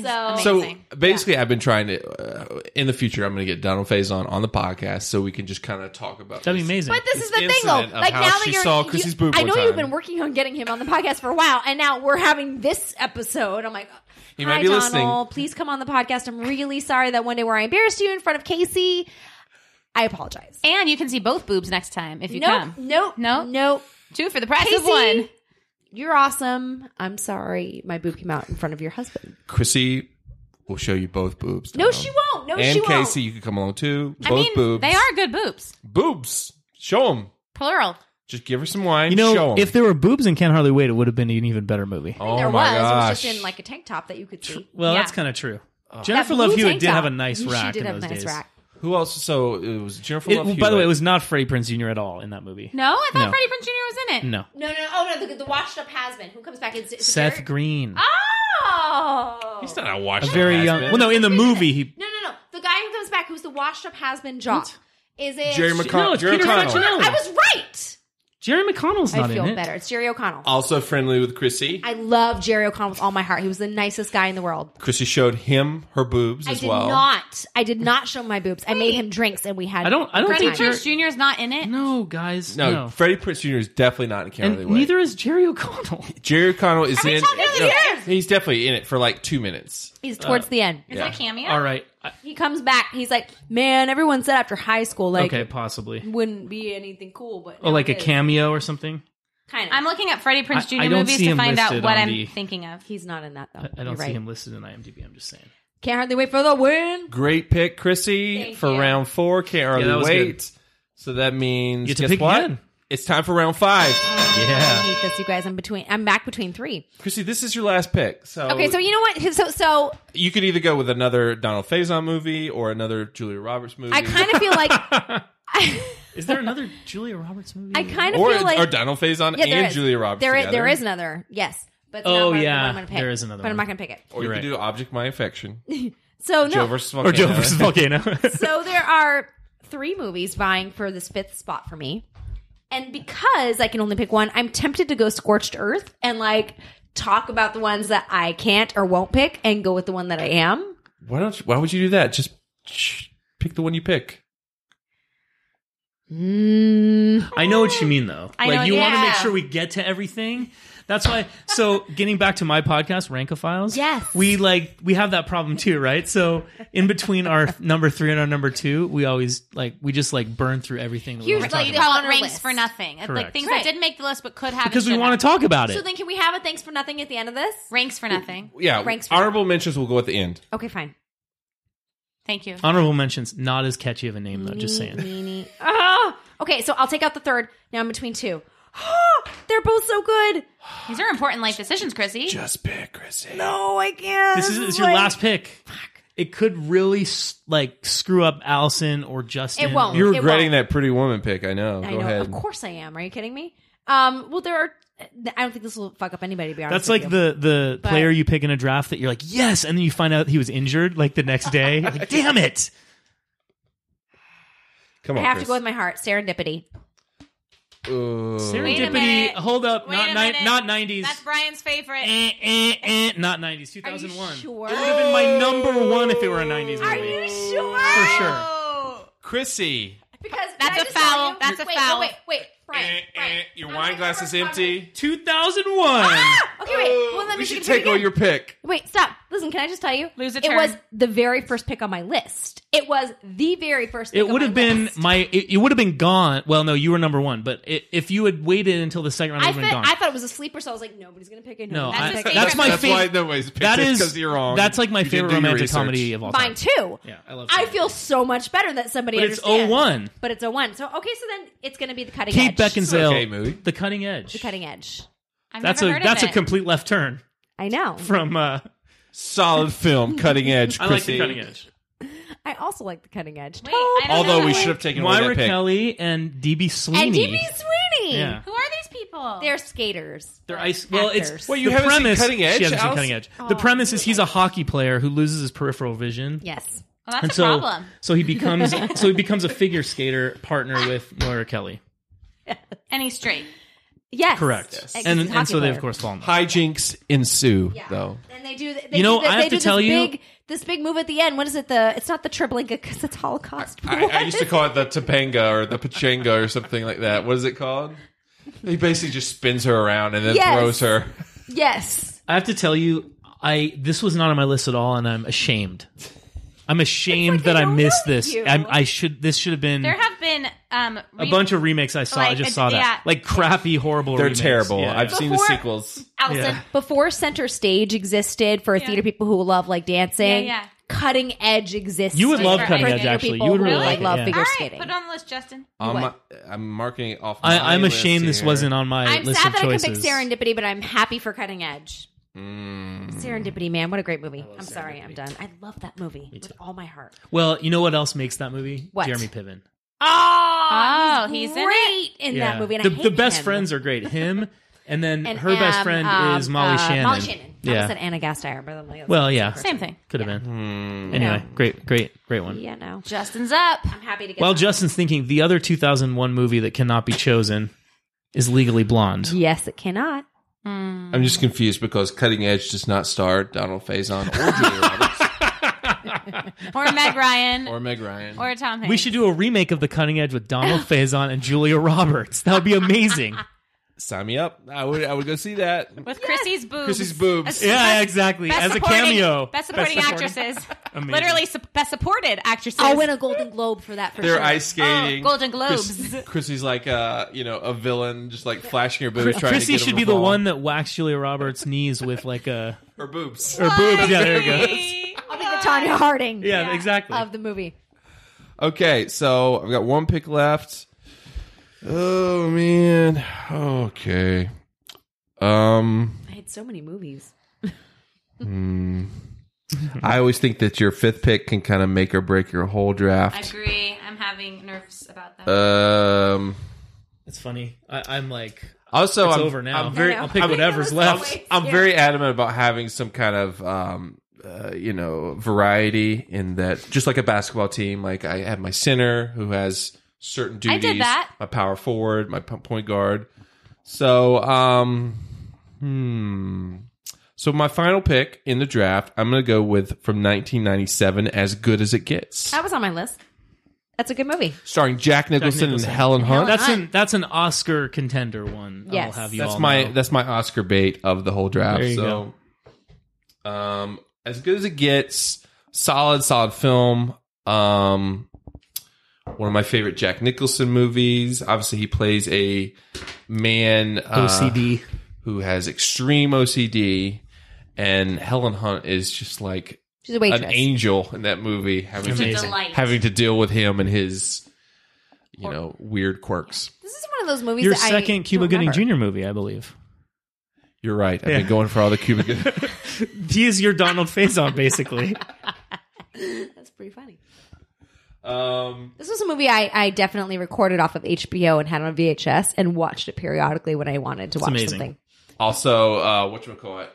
Speaker 1: So,
Speaker 2: so
Speaker 3: Amazing.
Speaker 2: basically, I've been trying to. Uh, in the future, I'm going to get Donald Faison on the podcast so we can just kind of talk about.
Speaker 4: That'd be
Speaker 2: this.
Speaker 4: amazing.
Speaker 1: but this is the
Speaker 2: It's
Speaker 1: thing, though.
Speaker 2: incident
Speaker 1: Like
Speaker 2: of how
Speaker 1: now that
Speaker 2: she
Speaker 1: you're,
Speaker 2: saw
Speaker 1: you-
Speaker 2: Chrissy's boob
Speaker 1: I
Speaker 2: one
Speaker 1: know you've
Speaker 2: time.
Speaker 1: been working on getting him on the podcast for a while, and now we're having this episode. I'm like,
Speaker 2: He
Speaker 1: hi,
Speaker 2: might be
Speaker 1: Donald,
Speaker 2: listening."
Speaker 1: please come on the podcast. I'm really sorry that one day where I embarrassed you in front of Casey. I apologize.
Speaker 3: And you can see both boobs next time if you
Speaker 1: Nope,
Speaker 3: come.
Speaker 1: nope,
Speaker 3: No?
Speaker 1: nope.
Speaker 3: Two for the price of
Speaker 1: Casey.
Speaker 3: one.
Speaker 1: You're awesome. I'm sorry, my boob came out in front of your husband.
Speaker 2: Chrissy will show you both boobs.
Speaker 1: No,
Speaker 2: Donald.
Speaker 1: she won't. No,
Speaker 2: and
Speaker 1: she won't.
Speaker 2: Casey, you can come along too. Both
Speaker 3: I mean,
Speaker 2: boobs.
Speaker 3: they are good boobs.
Speaker 2: boobs. Show them.
Speaker 3: Plural.
Speaker 2: Just give her some wine.
Speaker 4: you
Speaker 2: show
Speaker 4: know,
Speaker 2: 'em.
Speaker 4: if there were boobs in Can Hardly Wait, it would have been an even better movie.
Speaker 2: oh
Speaker 1: there was.
Speaker 2: my gosh,
Speaker 1: It was just in like a tank top that you could see.
Speaker 4: Well,
Speaker 3: Yeah.
Speaker 4: that's kind of true. Jennifer
Speaker 1: That
Speaker 4: Love
Speaker 1: blue
Speaker 4: Hewitt
Speaker 1: tank
Speaker 4: did
Speaker 1: top.
Speaker 4: have a nice
Speaker 1: She
Speaker 4: rack
Speaker 1: did
Speaker 4: in
Speaker 1: have a
Speaker 4: those
Speaker 1: nice
Speaker 4: days.
Speaker 1: rack.
Speaker 2: who else? So it was Jennifer
Speaker 4: It-
Speaker 2: Love.
Speaker 4: by the way,
Speaker 2: Hewitt.
Speaker 4: it was not Freddie Prince Jr. at all in that movie.
Speaker 3: No, I thought
Speaker 4: No.
Speaker 3: Freddie Prinze Jr. was in it.
Speaker 4: no.
Speaker 1: No, no, no. Oh, no. The, the washed up has been. Who comes back? Is, is
Speaker 4: Seth
Speaker 1: Jared?
Speaker 4: Green,
Speaker 1: Oh.
Speaker 2: He's not a watch.
Speaker 4: a very young. Well, no, in the movie he.
Speaker 1: No, no, no. The guy who comes back, who's the washed up has been jock. Is it
Speaker 2: Jerry
Speaker 4: No,
Speaker 2: McConnell.
Speaker 4: it's Peter Facinelli.
Speaker 1: I was right.
Speaker 4: Jerry McConnell's not
Speaker 1: I feel
Speaker 4: in it. Oh.
Speaker 1: better. It's Jerry O'Connell.
Speaker 2: Also friendly with Chrissy.
Speaker 1: I love Jerry O'Connell with all my heart. He was the nicest guy in the world.
Speaker 2: Chrissy showed him her boobs
Speaker 1: I
Speaker 2: as
Speaker 1: did
Speaker 2: well.
Speaker 1: not. I did not show my boobs. I made him drinks, and we had.
Speaker 4: I don't. I don't
Speaker 3: Freddie
Speaker 4: think Jerry.
Speaker 3: Prinze Jr. is not in it.
Speaker 4: No, guys.
Speaker 2: No,
Speaker 4: No.
Speaker 2: Freddie Prince Jr. is definitely not in Canada.
Speaker 4: and neither is Jerry O'Connell.
Speaker 2: Jerry O'Connell is in.
Speaker 3: talking about yours?
Speaker 2: he's definitely in it for like two minutes.
Speaker 1: He's
Speaker 4: uh,
Speaker 1: towards the end.
Speaker 3: Is it a cameo?
Speaker 4: All right. I-
Speaker 1: He comes back. He's like, man, everyone said after high school, like,
Speaker 4: okay, possibly.
Speaker 1: wouldn't be anything cool, but
Speaker 4: Oh, like a
Speaker 1: camp.
Speaker 4: cameo or something.
Speaker 1: Kind of.
Speaker 3: I'm looking at Freddie Prinze Jr.
Speaker 4: I- I don't
Speaker 3: movies
Speaker 4: see
Speaker 3: to
Speaker 4: him
Speaker 3: find out
Speaker 4: listed
Speaker 3: what
Speaker 4: on
Speaker 3: I'm
Speaker 4: the-
Speaker 3: thinking of.
Speaker 1: He's not in that though.
Speaker 4: I
Speaker 1: You're
Speaker 4: don't see
Speaker 1: right.
Speaker 4: him listed in IMDb. I'm just saying.
Speaker 1: Can't hardly wait for the win.
Speaker 2: Great pick, Chrissy,
Speaker 1: Thank
Speaker 2: for
Speaker 1: you.
Speaker 2: round four. Can't hardly
Speaker 4: that was
Speaker 2: wait.
Speaker 4: good.
Speaker 2: So that means
Speaker 4: You get to
Speaker 2: guess
Speaker 4: pick
Speaker 2: what?
Speaker 4: again.
Speaker 2: It's time for round five.
Speaker 1: I
Speaker 4: Yeah.
Speaker 1: hate this, you guys. I'm between. I'm back between three.
Speaker 2: Chrissy, this is your last pick. So
Speaker 4: Oh.
Speaker 1: Okay, so you know what? So so
Speaker 2: you could either go with another Donald Faison movie or another Julia Roberts movie.
Speaker 1: I kind of feel like
Speaker 4: Is there another Julia Roberts movie?
Speaker 1: I kind of
Speaker 2: or,
Speaker 1: feel like
Speaker 2: or Donald Faison
Speaker 1: Yeah, there
Speaker 2: and
Speaker 1: is.
Speaker 2: Julia Roberts.
Speaker 1: There is,
Speaker 2: together.
Speaker 1: there is another. Yes. But it's
Speaker 4: Oh,
Speaker 1: not one-
Speaker 4: yeah,
Speaker 1: one I'm gonna pick,
Speaker 4: there is another
Speaker 1: But I'm not
Speaker 4: one.
Speaker 1: going to pick it.
Speaker 2: Or you
Speaker 4: You're
Speaker 2: could
Speaker 4: right.
Speaker 2: do Object My Affection.
Speaker 1: So
Speaker 2: Joe
Speaker 1: no.
Speaker 2: versus
Speaker 4: or
Speaker 2: Volcano.
Speaker 4: Joe versus Volcano.
Speaker 1: so there are three movies vying for this fifth spot for me. And because I can only pick one, I'm tempted to go scorched earth and like talk about the ones that I can't or won't pick and go with the one that I am.
Speaker 2: Why don't? You, why would you do that? Just sh- pick the one you pick.
Speaker 4: I know what you mean, though.
Speaker 3: I
Speaker 4: like
Speaker 3: know-
Speaker 4: you want to
Speaker 3: yeah.
Speaker 4: make sure we get to everything. That's why. So getting back to my podcast, Rankophiles.
Speaker 1: Yes.
Speaker 4: we like we have that problem too, right? So in between our number three and our number two, we always like we just like burn through everything. That we
Speaker 1: Huge,
Speaker 4: wanna talk
Speaker 3: like you
Speaker 1: the
Speaker 4: about.
Speaker 3: call it
Speaker 1: honor
Speaker 3: ranks
Speaker 1: list.
Speaker 3: for nothing. It's Like
Speaker 4: Correct.
Speaker 3: things
Speaker 1: Right.
Speaker 3: that did make the list but could have
Speaker 4: because we want to talk about it.
Speaker 1: So then, can we have a thanks for nothing at the end of this?
Speaker 3: ranks for nothing.
Speaker 2: Yeah,
Speaker 1: Ranks for-
Speaker 2: honorable mentions will go at the end.
Speaker 1: Okay, fine.
Speaker 3: Thank you.
Speaker 4: Honorable mentions, not as catchy of a name though. Just saying.
Speaker 1: Meanie. Ah! Okay, so I'll take out the third. Now I'm between two. They're both so good.
Speaker 3: These are important life decisions, Chrissy.
Speaker 2: Just pick, Chrissy.
Speaker 1: Oh, I can't.
Speaker 4: This is it's your last pick. It could really s- like screw up Allison or Justin.
Speaker 1: won't.
Speaker 4: or-
Speaker 2: You're
Speaker 1: It
Speaker 2: regretting
Speaker 1: won't.
Speaker 2: that Pretty Woman pick. I know.
Speaker 1: I
Speaker 2: go
Speaker 1: know.
Speaker 2: ahead.
Speaker 1: Of course I am. Are you kidding me? Um, well, there are I don't think this will fuck up anybody. To be honest,
Speaker 4: That's
Speaker 1: with
Speaker 4: like
Speaker 1: you.
Speaker 4: the the
Speaker 1: But-
Speaker 4: player you pick in a draft that you're like, yes, and then you find out he was injured like the next day. You're like, damn it!
Speaker 2: Come
Speaker 1: I
Speaker 2: on,
Speaker 1: have
Speaker 2: Chris.
Speaker 1: to go with my heart. Serendipity.
Speaker 2: Ooh.
Speaker 3: Wait a
Speaker 4: Serendipity.
Speaker 3: minute.
Speaker 4: Hold up,
Speaker 3: Wait
Speaker 4: not
Speaker 3: a
Speaker 4: ni-
Speaker 3: minute.
Speaker 4: not nineties.
Speaker 3: That's Brian's favorite.
Speaker 4: Eh, eh, eh, not nineties. Two
Speaker 1: Are you
Speaker 4: thousand one.
Speaker 1: sure?
Speaker 4: It would have been my number one if it were a nineties movie.
Speaker 1: Are you sure?
Speaker 4: For sure.
Speaker 3: Oh.
Speaker 2: Chrissy.
Speaker 1: Because
Speaker 3: That's
Speaker 1: I
Speaker 3: a
Speaker 1: just tell
Speaker 3: foul.
Speaker 1: you-
Speaker 3: That's a
Speaker 1: wait,
Speaker 3: foul.
Speaker 1: Wait, wait, wait. Brian,
Speaker 2: Eh,
Speaker 1: Brian.
Speaker 2: eh, your
Speaker 1: I'm
Speaker 2: wine
Speaker 1: gonna
Speaker 2: glass
Speaker 1: go
Speaker 2: is
Speaker 1: for a
Speaker 2: empty. Ah! Oh,
Speaker 4: Two thousand one.
Speaker 1: Ah! Okay, wait. Well, let
Speaker 2: We
Speaker 1: me
Speaker 2: should
Speaker 1: take
Speaker 2: take all your pick.
Speaker 1: Wait, stop. Listen, can I just tell you?
Speaker 3: Lose a
Speaker 1: It
Speaker 3: turn.
Speaker 1: was the very first pick on my list. It was the very first. Pick
Speaker 4: It
Speaker 1: on
Speaker 4: would
Speaker 1: my
Speaker 4: have been
Speaker 1: list.
Speaker 4: my. It, it would have been gone. Well, no, you were number one, but i if you had waited until the second round,
Speaker 1: I
Speaker 4: it would have been
Speaker 1: thought,
Speaker 4: gone.
Speaker 1: I thought it was a sleeper, so I was like, nobody's gonna pick it.
Speaker 4: no,
Speaker 1: nobody's
Speaker 4: I-
Speaker 1: gonna
Speaker 3: his
Speaker 1: pick it.
Speaker 4: that's my
Speaker 2: That's why
Speaker 4: favorite.
Speaker 2: nobody's picked
Speaker 4: That is
Speaker 2: because you're wrong.
Speaker 4: That's like my
Speaker 2: You didn't
Speaker 4: favorite
Speaker 2: do your
Speaker 4: romantic
Speaker 2: research.
Speaker 4: comedy of all time.
Speaker 1: Mine too.
Speaker 4: Yeah, I love.
Speaker 1: I feel so much better that somebody
Speaker 4: But it's
Speaker 1: understands.
Speaker 4: 01.
Speaker 1: But it's 01. So okay, so then it's gonna be the cutting
Speaker 4: Kate
Speaker 1: edge.
Speaker 4: Beckinsale.
Speaker 2: okay, movie.
Speaker 4: The Cutting Edge.
Speaker 1: The cutting edge.
Speaker 3: I've
Speaker 4: that's
Speaker 3: never
Speaker 4: a
Speaker 3: heard
Speaker 4: that's
Speaker 3: of
Speaker 4: a
Speaker 3: it.
Speaker 4: complete left turn
Speaker 1: I know.
Speaker 4: from. uh
Speaker 2: Solid film, cutting edge.
Speaker 4: I
Speaker 2: Chrissy.
Speaker 4: like the Cutting Edge.
Speaker 1: I also like the cutting edge.
Speaker 3: Wait, I don't
Speaker 2: Although
Speaker 3: know.
Speaker 2: we should have taken away
Speaker 4: Moira
Speaker 2: that pick.
Speaker 4: Kelly and DB Sweeney.
Speaker 1: and DB Sweeney.
Speaker 4: Yeah.
Speaker 3: Who are these people?
Speaker 1: They're skaters.
Speaker 4: They're ice. Well, it's
Speaker 1: actors. Oh,
Speaker 2: Wait, you
Speaker 4: the
Speaker 2: haven't seen
Speaker 4: premise.
Speaker 2: Cutting Edge,
Speaker 4: She hasn't seen
Speaker 2: Alice?
Speaker 4: Cutting Edge. the premise is he's a hockey player who loses his peripheral vision.
Speaker 1: Yes.
Speaker 3: well, that's
Speaker 4: and
Speaker 3: a
Speaker 4: so
Speaker 3: problem.
Speaker 4: so he becomes so he becomes a figure skater partner with Moira Kelly.
Speaker 3: And he's straight.
Speaker 1: Yes.
Speaker 4: Correct.
Speaker 1: Yes. He's
Speaker 4: And
Speaker 1: a
Speaker 4: and so
Speaker 1: hockey
Speaker 4: they of
Speaker 1: player.
Speaker 4: course fall in love.
Speaker 2: Hijinks ensue, though.
Speaker 1: And they do. They
Speaker 4: You know,
Speaker 1: do the,
Speaker 4: I have
Speaker 1: they
Speaker 4: to
Speaker 1: do
Speaker 4: tell
Speaker 1: this
Speaker 4: you-
Speaker 1: big, this big move at the end. What is it? The it's not the Treblinka because it's Holocaust.
Speaker 2: I, I
Speaker 1: What?
Speaker 2: used to call it the Topanga or the Pachanga or something like that. What is it called? He basically just spins her around and then
Speaker 1: Yes.
Speaker 2: throws her.
Speaker 1: yes.
Speaker 4: I have to tell you, I this was not on my list at all, and I'm ashamed. I'm ashamed
Speaker 1: they
Speaker 4: that I
Speaker 1: don't
Speaker 4: missed
Speaker 1: know
Speaker 4: this.
Speaker 1: you.
Speaker 4: I'm, I should. This should have been
Speaker 3: There have been um
Speaker 4: a bunch of remakes. I saw. I
Speaker 3: like,
Speaker 4: just
Speaker 3: uh,
Speaker 4: saw that.
Speaker 3: yeah.
Speaker 4: Like crappy, horrible.
Speaker 2: They're
Speaker 4: remakes.
Speaker 2: terrible.
Speaker 4: Yeah.
Speaker 2: I've seen the
Speaker 1: Before-
Speaker 2: sequels.
Speaker 1: Allison,
Speaker 4: Yeah.
Speaker 1: before center stage existed for theater people who love like dancing,
Speaker 3: Yeah, yeah.
Speaker 1: cutting edge existed.
Speaker 4: You would love
Speaker 1: for
Speaker 3: Cutting
Speaker 1: theater
Speaker 4: Edge, actually.
Speaker 1: people
Speaker 4: You would
Speaker 1: who,
Speaker 4: really
Speaker 1: like
Speaker 4: like it,
Speaker 1: love
Speaker 4: yeah.
Speaker 1: figure
Speaker 3: All right,
Speaker 1: skating.
Speaker 3: put it on the list, Justin.
Speaker 2: On
Speaker 1: what?
Speaker 2: my- I'm marking it off. My
Speaker 4: I, I'm
Speaker 2: list
Speaker 4: ashamed this
Speaker 2: here.
Speaker 4: wasn't on my
Speaker 1: I'm
Speaker 4: list
Speaker 1: sad
Speaker 4: of
Speaker 1: that
Speaker 4: choices.
Speaker 1: I can pick serendipity, but I'm happy for cutting edge.
Speaker 4: Mm.
Speaker 1: Serendipity, man, what a great movie! I'm sorry, I'm done. I love that movie with all my heart.
Speaker 4: Well, you know what else makes that movie?
Speaker 1: What?
Speaker 4: Jeremy Piven.
Speaker 3: Oh, he's, in it.
Speaker 1: great in, that movie. And
Speaker 4: the,
Speaker 1: I hate
Speaker 4: the best
Speaker 1: him.
Speaker 4: friends are great. Him and then
Speaker 1: And,
Speaker 4: her best
Speaker 1: um,
Speaker 4: friend
Speaker 1: um,
Speaker 4: is Molly
Speaker 1: uh,
Speaker 4: Shannon.
Speaker 1: Molly Shannon. I almost
Speaker 4: Yeah.
Speaker 1: said Anna Gasteyer, but I'm like, that's
Speaker 4: Well,
Speaker 1: the same
Speaker 4: yeah.
Speaker 1: person.
Speaker 3: Same thing.
Speaker 4: Could have been.
Speaker 2: Hmm.
Speaker 4: Anyway, great, great, great one.
Speaker 1: Yeah, no.
Speaker 3: Justin's up.
Speaker 1: I'm happy to get.
Speaker 4: While
Speaker 1: that.
Speaker 4: Justin's thinking, the other 2001 movie that cannot be chosen is Legally Blonde.
Speaker 1: yes, it cannot.
Speaker 2: I'm just confused because Cutting Edge does not star Donald Faison or Julia Roberts
Speaker 3: Or Meg Ryan.
Speaker 2: or
Speaker 3: or,
Speaker 2: Meg Ryan.
Speaker 3: Tom Hanks.
Speaker 4: We should do a remake of The Cutting Edge with Donald Faison and Julia Roberts. That would be amazing.
Speaker 2: Sign me up. I would. I would go see that.
Speaker 3: with Chrissy's boobs.
Speaker 2: Chrissy's boobs.
Speaker 4: yeah, exactly.
Speaker 3: Best
Speaker 4: As a
Speaker 3: supporting-
Speaker 4: cameo.
Speaker 3: Best supporting actresses.
Speaker 4: Amazing.
Speaker 3: Literally su- best supported actresses.
Speaker 1: I'll win a Golden Globe for that. For
Speaker 2: They're
Speaker 1: sure.
Speaker 2: ice skating.
Speaker 3: Oh, Golden Globes.
Speaker 2: Chris- Chrissy's like uh, you know, a villain, just like flashing her boobs. trying to
Speaker 4: Chrissy
Speaker 2: get him
Speaker 4: should
Speaker 2: to
Speaker 4: be the
Speaker 2: fall.
Speaker 4: one that whacks Julia Roberts' knees with like a
Speaker 2: Her boobs.
Speaker 4: her boobs. Yeah, there you go.
Speaker 1: I'll be the Tanya Harding.
Speaker 4: Yeah, exactly.
Speaker 1: of the movie.
Speaker 2: Okay, so I've got one pick left. Oh man. Okay. Um,
Speaker 1: I had so many movies.
Speaker 2: I always think that your fifth pick can kind of make or break your whole
Speaker 3: I
Speaker 2: draft.
Speaker 3: agree. I'm having nerves about that.
Speaker 2: Um.
Speaker 4: It's funny. I, I'm like,
Speaker 2: Also,
Speaker 4: It's
Speaker 2: I'm
Speaker 4: over now.
Speaker 2: I'm very.
Speaker 1: No, no.
Speaker 4: I'll pick
Speaker 1: I'm-
Speaker 4: whatever's left.
Speaker 2: I'm very adamant about having some kind of um, uh, you know variety in that, just like a basketball team. Like I have my center who has certain
Speaker 3: I
Speaker 2: duties.
Speaker 3: did that.
Speaker 2: My power forward, my p- point guard. So, um, hmm. So my final pick in the draft, I'm going to go with from 1997, "As Good as It Gets,"
Speaker 1: That was on my list. That's a good movie.
Speaker 2: starring Jack Nicholson,
Speaker 4: Nicholson.
Speaker 2: and Helen Hunt.
Speaker 4: That's an that's an Oscar contender one.
Speaker 1: Yes.
Speaker 4: I'll have you
Speaker 2: that's
Speaker 4: all
Speaker 2: my
Speaker 4: know.
Speaker 2: that's my Oscar bait of the whole draft.
Speaker 4: There you
Speaker 2: so, um, as good as it gets, solid, solid film. Um, one of my favorite Jack Nicholson movies. Obviously, he plays a man uh,
Speaker 4: OCD.
Speaker 2: who has extreme OCD, and Helen Hunt is just like
Speaker 1: She's a waitress.
Speaker 2: an angel in that movie, having
Speaker 4: Amazing.
Speaker 2: to,
Speaker 3: Delight.
Speaker 2: having to deal with him and his, you know, weird quirks.
Speaker 1: This is one of those movies.
Speaker 4: Your
Speaker 1: that I
Speaker 4: second Cuba
Speaker 1: don't
Speaker 4: Gooding
Speaker 1: remember.
Speaker 4: Jr. movie, I believe.
Speaker 2: You're right. I've
Speaker 4: Yeah.
Speaker 2: been going for all the Cuban. Good-
Speaker 4: He is your Donald Faison, basically.
Speaker 1: That's pretty funny.
Speaker 2: Um,
Speaker 1: This was a movie I, I definitely recorded off of HBO and had on VHS and watched it periodically when I wanted to watch
Speaker 4: amazing.
Speaker 1: something.
Speaker 2: also, uh, whatchamacallit?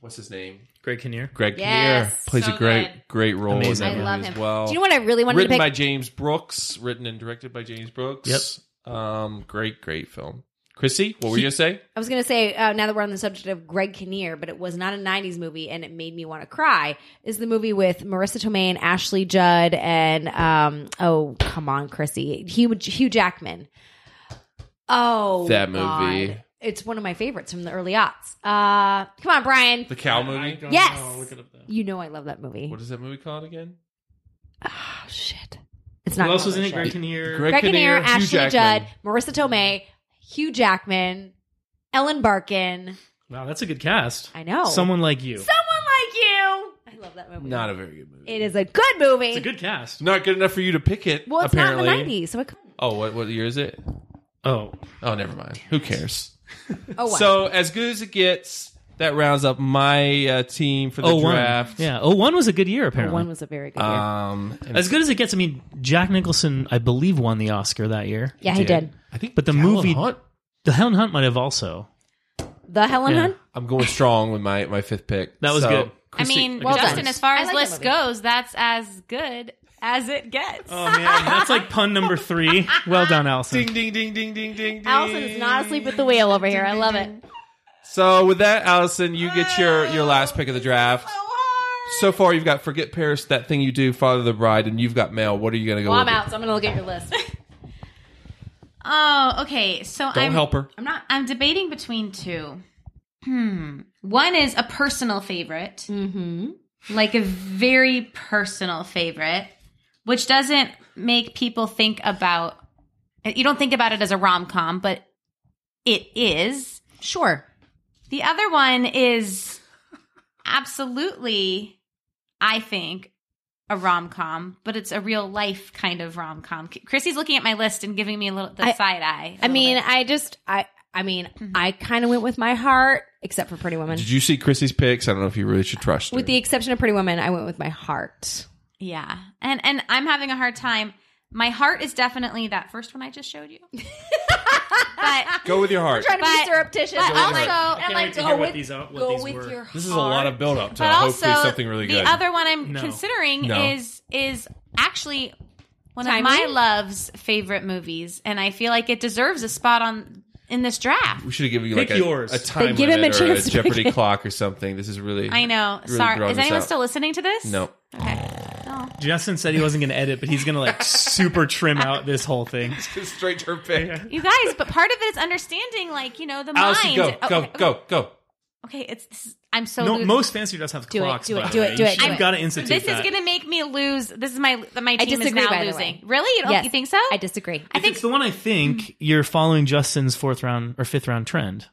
Speaker 2: What's his name?
Speaker 4: Greg Kinnear.
Speaker 2: Greg
Speaker 1: Yes,
Speaker 2: Kinnear plays
Speaker 3: so
Speaker 2: a great,
Speaker 3: good.
Speaker 2: great role
Speaker 4: Amazing.
Speaker 2: in that
Speaker 4: I
Speaker 2: movie
Speaker 3: love
Speaker 2: as
Speaker 3: him.
Speaker 2: well.
Speaker 1: Do you know what I really wanted
Speaker 2: written
Speaker 1: to
Speaker 2: by
Speaker 1: pick?
Speaker 2: James Brooks, written and directed by James Brooks. Yep. Um, great, great film. Chrissy, what were you gonna say?
Speaker 1: I was going to say, uh, now that we're on the subject of Greg Kinnear, but it was not a 90s movie and it made me want to cry, is the movie with Marissa Tomei and Ashley Judd and, um, oh, come on, Chrissy, Hugh, Hugh Jackman. Oh,
Speaker 2: That
Speaker 1: God.
Speaker 2: movie.
Speaker 1: It's one of my favorites from the early aughts. Uh, come on, Brian.
Speaker 2: The cow movie.
Speaker 1: Yes.
Speaker 4: look it up though.
Speaker 1: You know I love that movie.
Speaker 2: What is that movie called again?
Speaker 1: Oh, shit. It's not
Speaker 4: Who else was in
Speaker 1: Color
Speaker 4: it? Greg
Speaker 1: Shit.
Speaker 4: Kinnear.
Speaker 2: Greg
Speaker 1: Greg Kinnear,
Speaker 2: Kinnear, Hugh
Speaker 1: Ashley Judd,
Speaker 2: Jackman.
Speaker 1: Marissa Tomei, Hugh Jackman, Ellen Barkin.
Speaker 4: Wow, that's a good cast.
Speaker 1: I know.
Speaker 4: Someone like you.
Speaker 1: Someone like you. I love that movie.
Speaker 2: Not a very good movie.
Speaker 1: It is a good movie.
Speaker 4: It's a good cast.
Speaker 2: Not good enough for you to pick it.
Speaker 1: well, it's
Speaker 2: apparently.
Speaker 1: not in the 90s, so it couldn't-
Speaker 2: Oh, what what year is it?
Speaker 4: Oh,
Speaker 2: Oh, never mind. Who cares?
Speaker 1: Oh, wow.
Speaker 2: So as good as it gets, that rounds up my uh, team for the
Speaker 4: oh one.
Speaker 2: draft.
Speaker 4: Yeah, oh one was a good year apparently.
Speaker 1: one was a very good year.
Speaker 2: Um, and
Speaker 4: as good as it gets. I mean, Jack Nicholson, I believe, won the Oscar that year.
Speaker 1: yeah, he did.
Speaker 2: I think,
Speaker 4: But the
Speaker 2: Talon
Speaker 4: movie-
Speaker 2: Hunt-
Speaker 4: The Helen Hunt might have also.
Speaker 1: The Helen
Speaker 4: Yeah.
Speaker 1: Hunt?
Speaker 2: I'm going strong with my my fifth pick.
Speaker 4: That was
Speaker 2: So,
Speaker 4: good.
Speaker 3: I
Speaker 4: Chrissy-
Speaker 3: mean,
Speaker 4: Well
Speaker 3: Justin,
Speaker 4: done.
Speaker 3: as far
Speaker 1: I
Speaker 3: as
Speaker 1: like that
Speaker 3: list
Speaker 1: movie.
Speaker 3: goes, that's as good as it gets.
Speaker 4: Oh man, that's like pun number three. Well done, Allison.
Speaker 2: Ding ding ding ding ding ding.
Speaker 1: Allison is not asleep at the wheel over here. I love it.
Speaker 2: So with that, Allison, you get your your last pick of the draft. So far, you've got "Forget Paris," that thing you do, "Father of the Bride," and you've got mail. What are you going to go?
Speaker 1: Well, I'm
Speaker 2: with?
Speaker 1: out, so I'm going to look at your list.
Speaker 3: Oh, okay. So
Speaker 2: Don't
Speaker 3: I'm
Speaker 2: help her.
Speaker 3: I'm not. I'm debating between two. Hmm. One is a personal favorite,
Speaker 1: mm-hmm.
Speaker 3: like a very personal favorite, which doesn't make people think about. You don't think about it as a rom com, but it is.
Speaker 1: Sure.
Speaker 3: The other one is absolutely, I think, a rom com, but it's a real life kind of rom com. Chrissy's looking at my list and giving me a little the
Speaker 1: I-
Speaker 3: side eye. a
Speaker 1: I
Speaker 3: little
Speaker 1: mean,
Speaker 3: bit.
Speaker 1: I just, I, I mean, I kind of went with my heart, except for Pretty Woman.
Speaker 2: Did you see Chrissy's picks? I don't know if you really should trust her.
Speaker 1: With the exception of Pretty Woman, I went with my heart.
Speaker 3: Yeah. And and I'm having a hard time. My heart is definitely that first one I just showed you. but
Speaker 2: go with your heart.
Speaker 1: Trying to be
Speaker 3: But-
Speaker 1: surreptitious,
Speaker 3: but
Speaker 1: and
Speaker 3: also- I
Speaker 1: and
Speaker 4: can't
Speaker 1: like
Speaker 4: wait to
Speaker 1: go
Speaker 4: hear what
Speaker 1: with,
Speaker 4: these are- what
Speaker 1: go
Speaker 4: these
Speaker 1: with
Speaker 4: were.
Speaker 1: your heart.
Speaker 2: This is a lot of build up to
Speaker 3: but
Speaker 2: hopefully
Speaker 3: also
Speaker 2: something really
Speaker 3: the
Speaker 2: good.
Speaker 3: other one I'm
Speaker 4: No.
Speaker 3: considering
Speaker 2: No.
Speaker 3: is is actually one
Speaker 1: Timely?
Speaker 3: of my love's favorite movies and I feel like it deserves a spot on in this draft.
Speaker 2: we should have given you
Speaker 4: Pick
Speaker 2: like a,
Speaker 4: yours.
Speaker 2: a time
Speaker 1: Then give him
Speaker 2: limit
Speaker 1: a
Speaker 2: or
Speaker 1: chance
Speaker 2: a
Speaker 1: to pick
Speaker 2: Jeopardy
Speaker 1: it.
Speaker 2: clock or something. This is really
Speaker 3: I know.
Speaker 2: really
Speaker 3: Sorry.
Speaker 2: throwing
Speaker 3: Is
Speaker 2: us
Speaker 3: anyone
Speaker 2: out.
Speaker 3: still listening to this?
Speaker 2: No.
Speaker 3: Okay.
Speaker 4: Justin said he wasn't going to edit, but he's going to like super trim out this whole thing.
Speaker 2: Straight to her pick.
Speaker 3: You guys, but part of it is understanding like, you know, the
Speaker 2: Allison,
Speaker 3: mind.
Speaker 2: go,
Speaker 3: Oh,
Speaker 2: go,
Speaker 3: okay,
Speaker 2: go, go.
Speaker 3: Okay, it's this is, I'm so
Speaker 4: No,
Speaker 3: lo-
Speaker 4: most fancy dress have
Speaker 1: Do it,
Speaker 4: clocks.
Speaker 1: do it,
Speaker 4: by the
Speaker 1: do it,
Speaker 4: way.
Speaker 1: do
Speaker 4: You
Speaker 1: it,
Speaker 4: should-
Speaker 1: do
Speaker 4: You've
Speaker 1: it.
Speaker 4: got to institute
Speaker 3: This is
Speaker 4: that.
Speaker 3: gonna make me lose. This is my my team
Speaker 1: disagree,
Speaker 3: is
Speaker 1: by
Speaker 3: now
Speaker 1: the
Speaker 3: losing.
Speaker 1: way.
Speaker 3: Really? You don't
Speaker 1: Yes.
Speaker 3: you think so?
Speaker 1: I disagree.
Speaker 3: I think
Speaker 4: it's the one I think you're following Justin's fourth round or fifth round trend.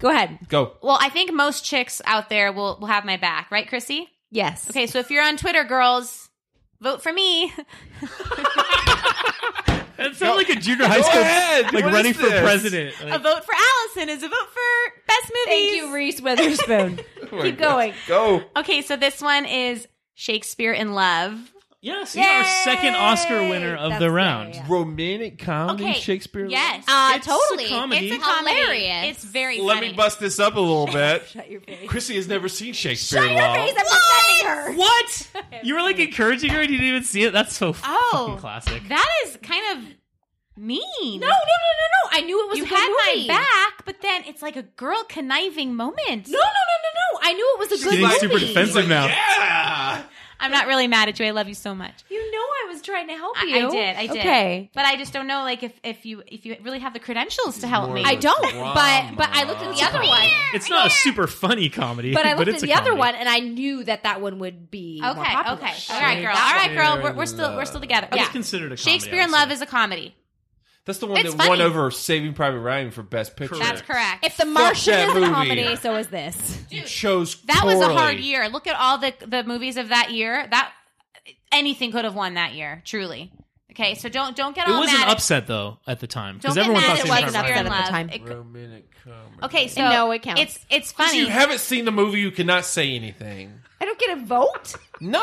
Speaker 1: Go ahead.
Speaker 2: Go.
Speaker 3: well, I think most chicks out there will will have my back, right, Chrissy?
Speaker 1: Yes.
Speaker 3: Okay, so if you're on Twitter, girls, vote for me.
Speaker 4: It sounds like a junior high school,
Speaker 2: ahead. What
Speaker 4: like
Speaker 2: is
Speaker 4: running for
Speaker 2: this?
Speaker 4: president.
Speaker 3: a vote for Allison is a vote for best movies.
Speaker 1: Thank you, Reese Witherspoon. Keep going.
Speaker 2: Oh Go.
Speaker 3: Okay, so this one is Shakespeare in Love.
Speaker 4: yes, you're our second Oscar winner of
Speaker 1: That's-
Speaker 4: the
Speaker 1: yeah,
Speaker 4: round.
Speaker 1: yeah,
Speaker 2: Romantic comedy
Speaker 3: Okay,
Speaker 2: Shakespeare.
Speaker 3: Yes,
Speaker 1: Uh,
Speaker 4: It's a
Speaker 1: totally.
Speaker 4: comedy.
Speaker 3: it's a comedy.
Speaker 1: hilarious.
Speaker 3: It's very.
Speaker 2: Let
Speaker 3: funny.
Speaker 2: me bust this up a little bit.
Speaker 1: Shut your face.
Speaker 2: Chrissy has never seen Shakespeare in
Speaker 1: Shut
Speaker 2: Law.
Speaker 1: your face. I'm defending her.
Speaker 4: What? You were like encouraging her and you didn't even see it? That's so
Speaker 3: Oh,
Speaker 4: fucking classic.
Speaker 3: That is kind of mean.
Speaker 1: No, no, no, no, no. I knew it was
Speaker 3: you
Speaker 1: a good
Speaker 3: had
Speaker 1: movie.
Speaker 3: my back, but then it's like a girl conniving moment.
Speaker 1: No, no, no, no, no. I knew it was a good
Speaker 4: getting
Speaker 1: movie.
Speaker 4: super defensive now.
Speaker 2: Yeah.
Speaker 3: I'm not really mad at you. I love you so much.
Speaker 1: You know I was trying to help
Speaker 3: I,
Speaker 1: you.
Speaker 3: I did. I did.
Speaker 1: Okay.
Speaker 3: but I just don't know, like, if if you if you really have the credentials to help
Speaker 2: More
Speaker 3: me.
Speaker 2: of a
Speaker 1: I don't,
Speaker 2: Drama.
Speaker 1: but but I looked at the other one.
Speaker 4: It's not a super funny comedy,
Speaker 1: But I looked at
Speaker 4: it's
Speaker 1: the
Speaker 4: a
Speaker 1: other
Speaker 4: comedy.
Speaker 1: one, and I knew that that one would be more
Speaker 3: Okay.
Speaker 1: popular.
Speaker 3: Okay. All right, girl. All right, girl. We're, we're still we're still together.
Speaker 4: uh, I
Speaker 3: Yeah.
Speaker 4: was considered a comedy,
Speaker 3: Shakespeare in
Speaker 4: I would
Speaker 3: Love is a comedy.
Speaker 2: That's the one
Speaker 3: It's
Speaker 2: that won
Speaker 3: funny.
Speaker 2: over Saving Private Ryan for Best Picture.
Speaker 3: That's correct.
Speaker 1: If the Martian
Speaker 2: that
Speaker 1: is a
Speaker 2: movie.
Speaker 1: comedy, so is this.
Speaker 2: You chose
Speaker 3: that was a
Speaker 2: poorly.
Speaker 3: hard year. Look at all the the movies of that year. That anything could have won that year. Truly. Okay. So don't don't get
Speaker 4: It
Speaker 3: all
Speaker 4: was
Speaker 3: mad.
Speaker 4: an
Speaker 3: at-
Speaker 4: upset though at the time
Speaker 3: Don't
Speaker 4: because
Speaker 3: get
Speaker 4: everyone
Speaker 3: mad
Speaker 4: thought
Speaker 3: at
Speaker 4: she
Speaker 1: it
Speaker 4: was
Speaker 1: wasn't
Speaker 3: Shakespeare
Speaker 1: upset
Speaker 3: in
Speaker 1: at the
Speaker 3: Love.
Speaker 1: time.
Speaker 3: It-
Speaker 2: Romantic comedy.
Speaker 3: okay, so
Speaker 1: No, it counts.
Speaker 3: It's it's
Speaker 2: If you
Speaker 3: funny.
Speaker 2: haven't seen the movie, you cannot say anything.
Speaker 1: I don't get a vote?
Speaker 2: No,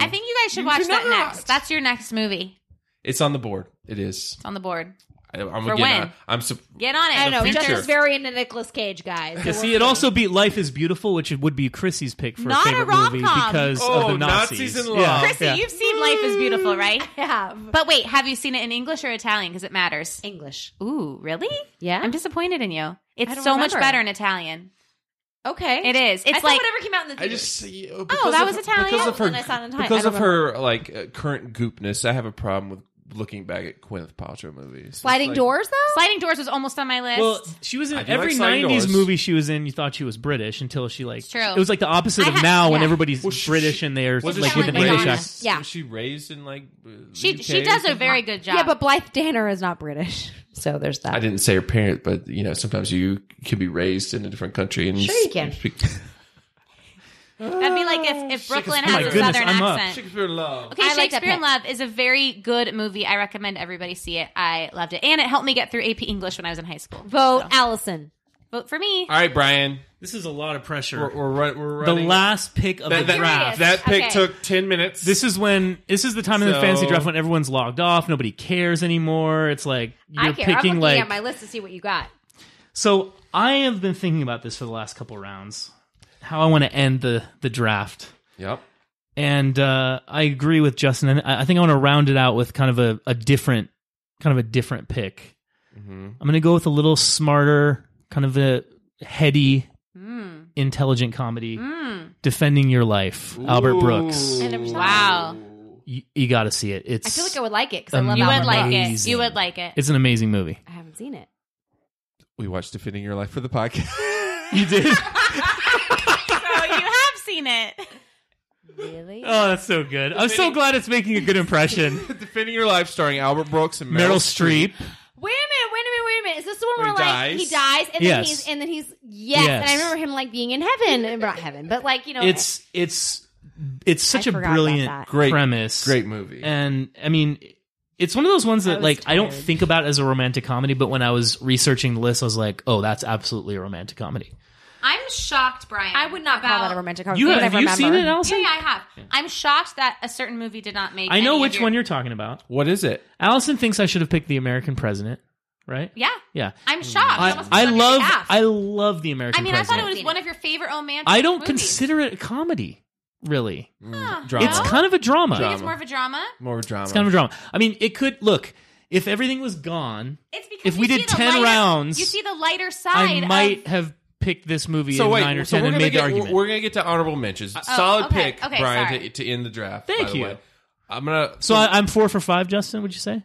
Speaker 3: I think you guys should watch
Speaker 2: do
Speaker 3: that
Speaker 2: not.
Speaker 3: next. That's your next movie.
Speaker 2: it's on the board. It is.
Speaker 3: It's on the board.
Speaker 2: I, I'm
Speaker 3: For
Speaker 2: again,
Speaker 3: when?
Speaker 2: I, I'm sup-
Speaker 3: Get on it.
Speaker 1: I don't know.
Speaker 2: future.
Speaker 1: Just is very into Nicolas Cage, guys. So
Speaker 4: Yeah, see,
Speaker 1: we'll
Speaker 4: it also beat Life is Beautiful, which would be Chrissy's pick for
Speaker 3: Not a
Speaker 4: favorite movie
Speaker 3: rom-com.
Speaker 4: because
Speaker 2: Oh,
Speaker 4: of the Nazis.
Speaker 2: Nazis in
Speaker 4: Yeah,
Speaker 2: love.
Speaker 3: Chrissy,
Speaker 4: yeah.
Speaker 3: you've seen Life is Beautiful, right?
Speaker 1: have
Speaker 3: Mm. But wait, have you seen it in English or Italian? Because it matters.
Speaker 1: English.
Speaker 3: Ooh, really?
Speaker 1: Yeah.
Speaker 3: I'm disappointed in you. It's
Speaker 1: don't
Speaker 3: so much
Speaker 1: remember.
Speaker 3: better in Italian.
Speaker 1: Okay,
Speaker 3: It is.
Speaker 1: I
Speaker 3: It's
Speaker 1: thought
Speaker 3: like
Speaker 1: whatever came out in the
Speaker 2: I
Speaker 1: theater.
Speaker 2: just see- uh,
Speaker 3: oh,
Speaker 2: because
Speaker 3: that
Speaker 2: of-
Speaker 3: was Italian.
Speaker 2: because of
Speaker 1: Oh,
Speaker 2: her
Speaker 1: then I saw it in Thai.
Speaker 2: because
Speaker 1: I
Speaker 2: of
Speaker 1: don't
Speaker 2: her like uh, current goopness. I have a problem with looking back at Gwyneth Paltrow movies. It's
Speaker 1: Sliding
Speaker 2: like-
Speaker 1: doors though.
Speaker 3: Sliding Doors was almost on my list.
Speaker 4: Well, she was in
Speaker 2: I do
Speaker 4: every
Speaker 2: like sliding
Speaker 4: '90s
Speaker 2: doors.
Speaker 4: movie she was in. You thought she was British until she like.
Speaker 3: true.
Speaker 4: It was like the opposite
Speaker 3: I
Speaker 4: of
Speaker 3: ha-
Speaker 4: now when
Speaker 3: yeah.
Speaker 4: everybody's
Speaker 2: Well, she-
Speaker 4: British and they're
Speaker 2: Was
Speaker 4: like
Speaker 3: she
Speaker 4: with an
Speaker 3: like
Speaker 4: English
Speaker 3: Madonna?
Speaker 4: accent.
Speaker 1: Yeah.
Speaker 2: Was she raised in like uh,
Speaker 3: she
Speaker 2: UK?
Speaker 3: she does a very good job.
Speaker 1: Yeah, but Blythe Danner is not British, so there's that.
Speaker 2: I didn't say her parent, but you know, sometimes you can be raised in a different country and
Speaker 1: Sure you can.
Speaker 2: speak-
Speaker 3: that'd be like if, if Brooklyn has
Speaker 4: my
Speaker 3: a
Speaker 4: goodness,
Speaker 3: southern
Speaker 4: I'm up.
Speaker 3: accent.
Speaker 2: Shakespeare love.
Speaker 3: Okay,
Speaker 1: I like that
Speaker 3: Shakespeare in
Speaker 1: pick.
Speaker 3: Love is a very good movie. I recommend everybody see it. I loved it, and it helped me get through AP English when I was in high school.
Speaker 1: Vote Allison.
Speaker 3: Vote for me.
Speaker 2: All right, Brian,
Speaker 4: This is a lot of pressure.
Speaker 2: we're we're, run, we're
Speaker 4: the
Speaker 2: running.
Speaker 4: last pick of
Speaker 2: that,
Speaker 4: the
Speaker 2: that-
Speaker 4: draft.
Speaker 2: that pick
Speaker 3: Okay.
Speaker 2: took ten minutes.
Speaker 4: This is when this is the time in the fantasy
Speaker 2: So-
Speaker 4: draft when everyone's logged off. Nobody cares anymore. It's like you're
Speaker 1: I care. I'm
Speaker 4: picking
Speaker 1: looking
Speaker 4: like
Speaker 1: at my list to see what you got.
Speaker 4: So I have been thinking about this for the last couple rounds, how I want to end the the draft,
Speaker 2: yep.
Speaker 4: and uh, I agree with Justin. And I I think I want to round it out with kind of a, a different, kind of a different pick. I'm going to go with a little smarter, kind of a heady,
Speaker 1: Hmm.
Speaker 4: intelligent comedy, defending your life, Albert Brooks.
Speaker 1: I never saw it.
Speaker 3: Wow,
Speaker 4: You, you got to see it. It's
Speaker 1: I feel like I would like it because I love
Speaker 3: you
Speaker 4: You
Speaker 3: would
Speaker 1: Albert
Speaker 3: like it.
Speaker 4: Amazing.
Speaker 3: You would like it.
Speaker 4: it's an amazing movie.
Speaker 1: I haven't seen it.
Speaker 2: We watched "Defending Your Life" for the podcast.
Speaker 4: You did?
Speaker 3: so Oh, you have seen it.
Speaker 1: Really?
Speaker 4: oh, that's so good. I'm so glad it's making a good impression.
Speaker 2: "Defending Your Life" starring Albert Brooks and Meryl,
Speaker 4: Meryl Streep.
Speaker 1: Wait a minute, wait a minute, wait a minute. Is this the one
Speaker 2: Where
Speaker 1: where,
Speaker 2: he
Speaker 1: like he
Speaker 2: dies?
Speaker 1: dies and then
Speaker 4: Yes.
Speaker 1: he's and then he's yes,
Speaker 4: Yes.
Speaker 1: And I remember him like being in heaven. Well, Not heaven, but like, you know
Speaker 4: it's it's it's such
Speaker 1: I
Speaker 4: a
Speaker 1: forgot about
Speaker 4: brilliant
Speaker 1: that.
Speaker 2: Great-
Speaker 4: premise
Speaker 2: Great movie.
Speaker 4: and i mean it's one of those ones that
Speaker 1: was
Speaker 4: like i don't
Speaker 1: tired.
Speaker 4: think about as a romantic comedy but when i was researching the list i was like oh that's absolutely a romantic comedy
Speaker 3: I'm shocked, Brian.
Speaker 1: I would not call that a romantic comedy.
Speaker 4: you
Speaker 1: from
Speaker 4: have,
Speaker 1: Oh, what I
Speaker 4: you seen it
Speaker 1: remember.
Speaker 4: allison
Speaker 3: Yeah, yeah, I have. I'm shocked that a certain movie did not make.
Speaker 4: i know
Speaker 3: any of
Speaker 4: which
Speaker 3: your-
Speaker 4: one you're talking about
Speaker 2: what is it?
Speaker 4: allison thinks i should have picked the american president right
Speaker 3: Yeah,
Speaker 4: yeah
Speaker 3: I'm shocked. You
Speaker 4: i,
Speaker 3: almost
Speaker 4: I
Speaker 3: picked
Speaker 4: love
Speaker 3: half.
Speaker 4: i love the american
Speaker 3: I mean, I
Speaker 4: president
Speaker 3: thought it was one of your favorite romantic.
Speaker 4: I don't
Speaker 3: movies.
Speaker 4: consider it a comedy really
Speaker 3: Huh.
Speaker 2: Mm, Drama.
Speaker 4: it's kind of a drama
Speaker 3: I think it's more of a drama.
Speaker 2: More drama.
Speaker 4: it's kind of a drama i mean it could look if everything was gone
Speaker 3: It's because
Speaker 4: If
Speaker 3: you
Speaker 4: we
Speaker 3: see
Speaker 4: did
Speaker 3: the
Speaker 4: 10
Speaker 3: lighter-
Speaker 4: rounds,
Speaker 3: you see the lighter side.
Speaker 1: um,
Speaker 4: I might
Speaker 3: of-
Speaker 4: have picked this movie
Speaker 2: so
Speaker 4: in
Speaker 2: wait,
Speaker 4: nine or
Speaker 2: so
Speaker 4: ten
Speaker 2: we're
Speaker 4: and
Speaker 2: gonna
Speaker 4: made the
Speaker 2: get
Speaker 4: argument.
Speaker 2: we're, we're gonna get to honorable mentions. Solid
Speaker 3: Oh, okay,
Speaker 2: pick,
Speaker 3: okay,
Speaker 2: Brian, to,
Speaker 3: sorry.
Speaker 2: to end the draft.
Speaker 4: Thank
Speaker 2: by the
Speaker 4: you.
Speaker 2: way. I'm gonna.
Speaker 4: so I, I'm four for five, Justin. Would you say?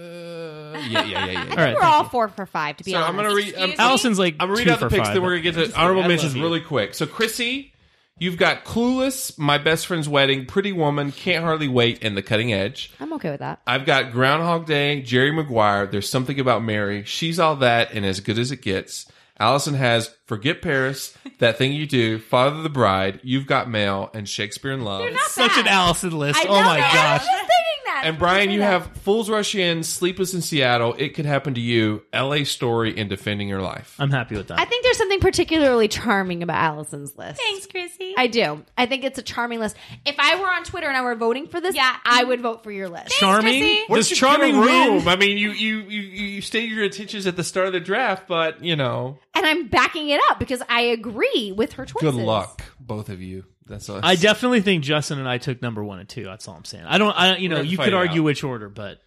Speaker 2: Uh, yeah, yeah, yeah, yeah.
Speaker 4: All right,
Speaker 1: We're all four for five to be
Speaker 2: So
Speaker 1: honest.
Speaker 2: I'm gonna read. um, I'm,
Speaker 3: Excuse me?
Speaker 4: Allison's like
Speaker 2: I'm gonna read
Speaker 4: two
Speaker 2: out the
Speaker 4: for
Speaker 2: picks,
Speaker 4: five.
Speaker 2: then we're gonna get to honorable
Speaker 4: I
Speaker 2: mentions
Speaker 4: love you.
Speaker 2: really quick. So Chrissy, you've got Clueless, My Best Friend's Wedding, Pretty Woman, Can't Hardly Wait, and The Cutting Edge.
Speaker 1: I'm okay with that.
Speaker 2: I've got Groundhog Day, Jerry Maguire, There's Something About Mary, She's All That, and As Good as It Gets. Allison has Forget Paris, That Thing You Do, Father of the Bride, You've Got Mail, and Shakespeare in Love.
Speaker 4: such an Allison list.
Speaker 1: I
Speaker 4: oh
Speaker 1: know
Speaker 4: my
Speaker 1: that. I was
Speaker 4: gosh.
Speaker 1: just thinking that.
Speaker 2: And Brian, you have Fools Rush In, Sleepless in Seattle, It Could Happen to You, LA Story, and Defending Your Life.
Speaker 4: I'm happy with that.
Speaker 1: I think there's something particularly charming about Allison's list.
Speaker 3: Thanks, Chrissy.
Speaker 1: I do. I think it's a charming list. If I were on Twitter and I were voting for this,
Speaker 3: Yeah.
Speaker 1: I would vote for your list.
Speaker 4: charming.
Speaker 3: Chrissy.
Speaker 4: Does
Speaker 2: Once you
Speaker 4: charming
Speaker 2: get a room,
Speaker 4: win?
Speaker 2: I mean, you you you you stated your intentions at the start of the draft, but you know,
Speaker 1: And I'm backing it up because I agree with her choices.
Speaker 2: good luck, both of you. That's all.
Speaker 4: I definitely think Justin and I took number one and two. That's all I'm saying. I don't. I you know
Speaker 2: gonna
Speaker 4: you
Speaker 2: fight
Speaker 4: could
Speaker 2: it
Speaker 4: argue
Speaker 2: out.
Speaker 4: which order, but